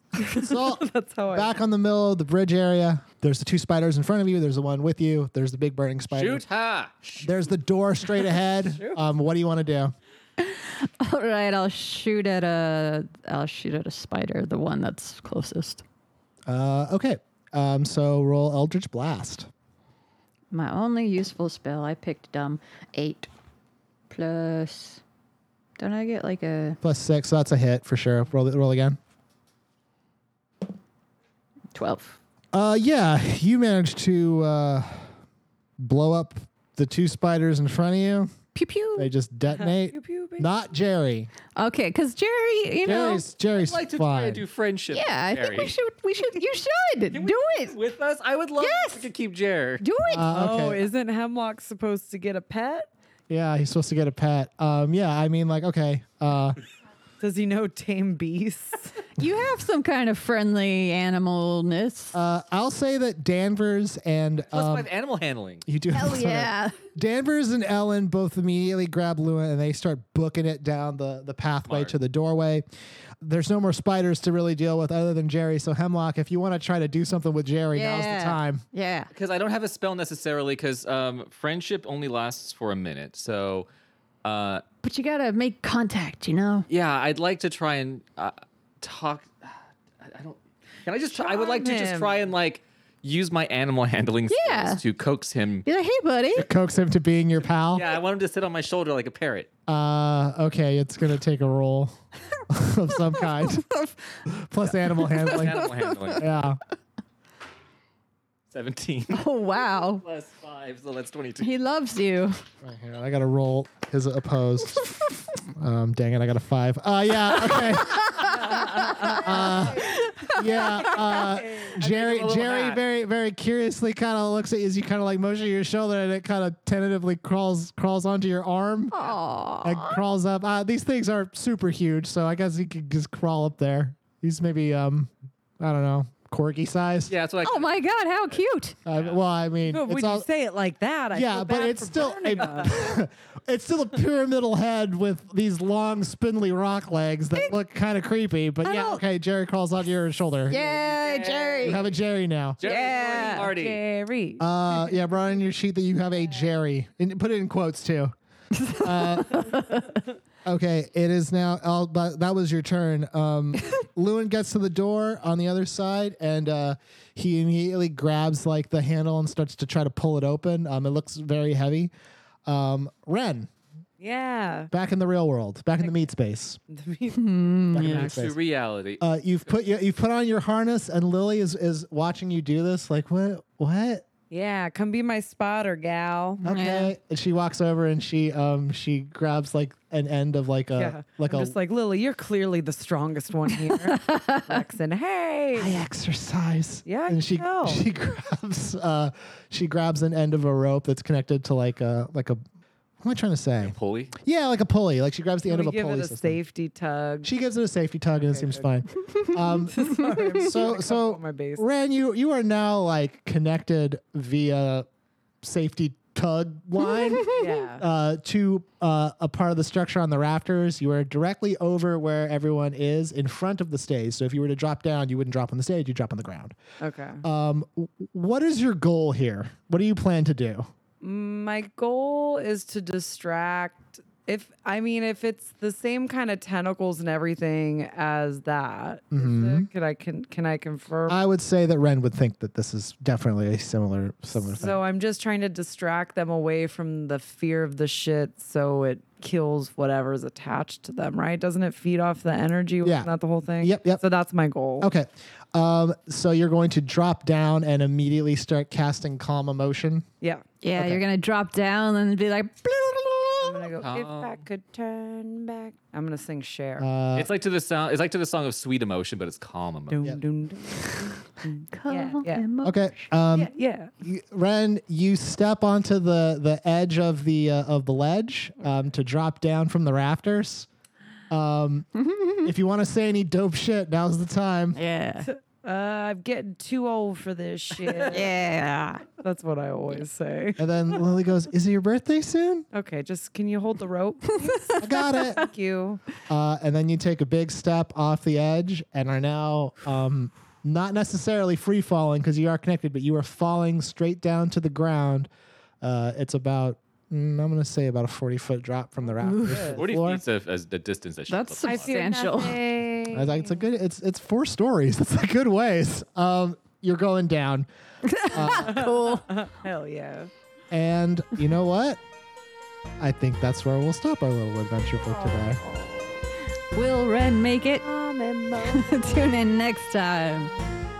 Speaker 2: so
Speaker 3: That's how I.
Speaker 2: back on the middle of the bridge area, there's the two spiders in front of you, there's the one with you, there's the big burning spider.
Speaker 4: shoot her.
Speaker 2: There's the door straight ahead. um, what do you want to do?
Speaker 5: All right, I'll shoot at a I'll shoot at a spider, the one that's closest.
Speaker 2: Uh, okay. Um, so roll Eldritch Blast.
Speaker 5: My only useful spell I picked dumb eight plus. Don't I get like a
Speaker 2: Plus six, so that's a hit for sure. Roll roll again.
Speaker 5: twelve?
Speaker 2: Uh, yeah, you managed to uh, blow up the two spiders in front of you.
Speaker 5: Pew pew.
Speaker 2: They just detonate.
Speaker 3: Pew, pew, baby.
Speaker 2: Not Jerry.
Speaker 5: Okay, because Jerry, you know,
Speaker 2: Jerry's Jerry's
Speaker 4: like to try
Speaker 2: fine.
Speaker 4: and do friendship.
Speaker 5: yeah, I think we
Speaker 4: Jerry.
Speaker 5: should. We should. You should
Speaker 4: Can we
Speaker 5: do it.
Speaker 4: with us. I would love if
Speaker 5: Yes!
Speaker 4: we could keep Jer.
Speaker 5: Do it.
Speaker 2: Uh,
Speaker 3: Oh,
Speaker 2: okay.
Speaker 3: isn't Hemlock supposed to get a pet?
Speaker 2: yeah, he's supposed to get a pet. Um, yeah, I mean, like, okay. Uh,
Speaker 3: Does he know tame beasts?
Speaker 5: you have some kind of friendly animalness.
Speaker 2: uh, I'll say that Danvers and
Speaker 4: Plus
Speaker 2: um,
Speaker 4: five animal handling.
Speaker 2: you do.
Speaker 5: Hell
Speaker 2: sorry.
Speaker 5: yeah.
Speaker 2: Danvers and Ellen both immediately grab Luna and they start booking it down the, the pathway
Speaker 4: Smart.
Speaker 2: to the doorway. There's no more spiders to really deal with other than Jerry. So, Hemlock, if you want to try to do something with Jerry, now's
Speaker 5: Yeah.
Speaker 2: the time.
Speaker 5: Yeah.
Speaker 4: Because I don't have a spell necessarily. Because um, friendship only lasts for a minute. So, uh,
Speaker 5: But you gotta make contact, you know?
Speaker 4: yeah, I'd like to try and uh, talk. I I don't. Can I just? Try, I would like to just
Speaker 3: Charm
Speaker 4: try
Speaker 3: him.
Speaker 4: and like use my animal handling skills
Speaker 5: Yeah.
Speaker 4: to coax him.
Speaker 5: You're like, hey, buddy.
Speaker 2: Coax him to being your pal.
Speaker 4: Yeah, I want him to sit on my shoulder like a parrot.
Speaker 2: Uh, okay, it's going to take a roll of some kind, plus animal handling.
Speaker 4: Animal handling.
Speaker 2: Yeah.
Speaker 4: Seventeen
Speaker 5: Oh, wow.
Speaker 4: plus five, so that's twenty-two.
Speaker 5: He loves you.
Speaker 2: Right here. I got to roll his opposed. um, dang it, I got a five. Uh, yeah, okay. uh, yeah, uh, Jerry.
Speaker 4: little
Speaker 2: Jerry
Speaker 4: hat.
Speaker 2: very, very curiously kind of looks at you as you kind of like motion your shoulder, and it kind of tentatively crawls, crawls onto your arm,
Speaker 5: Aw.
Speaker 2: and crawls up. Uh, these things are super huge, so I guess he could just crawl up there. He's maybe, um, I don't know, corgi size.
Speaker 4: Yeah, that's what I.
Speaker 5: Oh, my God. How cute.
Speaker 2: Uh, well, I mean,
Speaker 3: But
Speaker 2: it's
Speaker 3: would
Speaker 2: all,
Speaker 3: you say it like that? I
Speaker 2: yeah,
Speaker 3: feel
Speaker 2: but
Speaker 3: bad
Speaker 2: it's
Speaker 3: for
Speaker 2: still
Speaker 3: burning
Speaker 2: a,
Speaker 3: us.
Speaker 2: it's still a pyramidal head with these long spindly rock legs that look kind of creepy. But
Speaker 5: I
Speaker 2: yeah,
Speaker 5: don't-
Speaker 2: okay, Jerry crawls onto your shoulder.
Speaker 5: Yay,
Speaker 2: you
Speaker 5: Jerry.
Speaker 2: have a Jerry now.
Speaker 4: Jerry,
Speaker 5: Yeah,
Speaker 4: Party.
Speaker 3: Jerry.
Speaker 2: Uh, yeah, write on your sheet that you have a Jerry, and put it in quotes too. Uh, okay, it is now. I'll, but that was your turn. Um, Lewin gets to the door on the other side, and uh, he immediately grabs like the handle and starts to try to pull it open. Um, it looks very heavy. Um, Ren,
Speaker 3: yeah.
Speaker 2: back in the real world, back in the meat space. Back in the meat
Speaker 4: Back to
Speaker 2: space.
Speaker 4: reality.
Speaker 2: Uh, you've put you, you've put on your harness, and Lily is is watching you do this. Like what what?
Speaker 3: Yeah. Come be my spotter, gal.
Speaker 2: Okay. And she walks over and she um she grabs like an end of like a
Speaker 3: Yeah.
Speaker 2: like
Speaker 3: I'm
Speaker 2: a
Speaker 3: just like Lily, you're clearly the strongest one here. Lexan,
Speaker 2: I
Speaker 3: hey.
Speaker 2: exercise.
Speaker 3: Yeah,
Speaker 2: And
Speaker 3: you
Speaker 2: she
Speaker 3: know.
Speaker 2: she grabs uh she grabs an end of a rope that's connected to like a like a what am I trying to say?
Speaker 4: Pulley.
Speaker 2: Yeah, like a pulley. Like she grabs the
Speaker 3: Can
Speaker 2: end of
Speaker 3: we
Speaker 2: a
Speaker 3: give
Speaker 2: pulley
Speaker 3: it a
Speaker 2: system.
Speaker 3: safety tug.
Speaker 2: She gives it a safety tug and it seems fine. Um,
Speaker 3: Sorry, I'm
Speaker 2: so so
Speaker 3: on my base.
Speaker 2: Ren, you you are now like connected via safety tug line
Speaker 3: Yeah.
Speaker 2: uh, to uh, a part of the structure on the rafters. You are directly over where everyone is in front of the stage. So if you were to drop down, you wouldn't drop on the stage. You drop on the ground.
Speaker 3: Okay.
Speaker 2: Um, w- what is your goal here? What do you plan to do?
Speaker 3: My goal is to distract. If I mean, if it's the same kind of tentacles and everything as that, is it? can I can can I confirm?
Speaker 2: Mm-hmm. I would say that Ren would think that this is definitely a similar similar thing.
Speaker 3: so I'm just trying to distract them away from the fear of the shit, so it kills whatever's attached to them, right? Doesn't it feed off the energy?
Speaker 2: Yeah.
Speaker 3: Isn't that the whole thing?
Speaker 2: Yep, yep.
Speaker 3: So that's my goal.
Speaker 2: Okay. Um, so you're going to drop down and immediately start casting calm emotion.
Speaker 3: Yeah.
Speaker 5: Yeah, you're gonna drop down and be like,
Speaker 3: I'm gonna go. If I could turn back, I'm gonna sing share.
Speaker 2: Uh,
Speaker 4: it's like to the sound. It's like to the song of sweet emotion, but it's calm
Speaker 3: doom,
Speaker 4: emotion.
Speaker 3: doom, doom.
Speaker 5: "Come
Speaker 3: yeah.
Speaker 5: and mo-"
Speaker 2: Okay. Um,
Speaker 3: yeah, yeah.
Speaker 2: you- Ren, you step onto the the edge of the uh, of the ledge um, to drop down from the rafters. Um, if you want to say any dope shit, now's the time.
Speaker 5: yeah,
Speaker 3: Uh, I'm getting too old for this shit.
Speaker 5: yeah.
Speaker 3: That's what I always say.
Speaker 2: And then Lily goes, "Is it your birthday soon?
Speaker 3: Okay, just can you hold the rope?
Speaker 2: I got it."
Speaker 3: Thank you.
Speaker 2: Uh, and then you take a big step off the edge and are now um, not necessarily free falling because you are connected, but you are falling straight down to the ground. Uh, it's about, mm, I'm going to say about a 40 foot drop from the rafters. to the
Speaker 4: Forty
Speaker 2: floor.
Speaker 4: feet's of, as the distance that she
Speaker 5: That's
Speaker 4: looks
Speaker 3: I
Speaker 4: like.
Speaker 3: fear
Speaker 5: Substantial.
Speaker 2: I
Speaker 3: nothing.
Speaker 2: was like, it's a good, it's, it's four stories. It's a good ways. Um, you're going down.
Speaker 5: Cool.
Speaker 3: Hell yeah.
Speaker 2: And you know what? I think that's where we'll stop our little adventure for today.
Speaker 5: Will Ren make it?
Speaker 3: Mom and Mo.
Speaker 5: Tune in next time.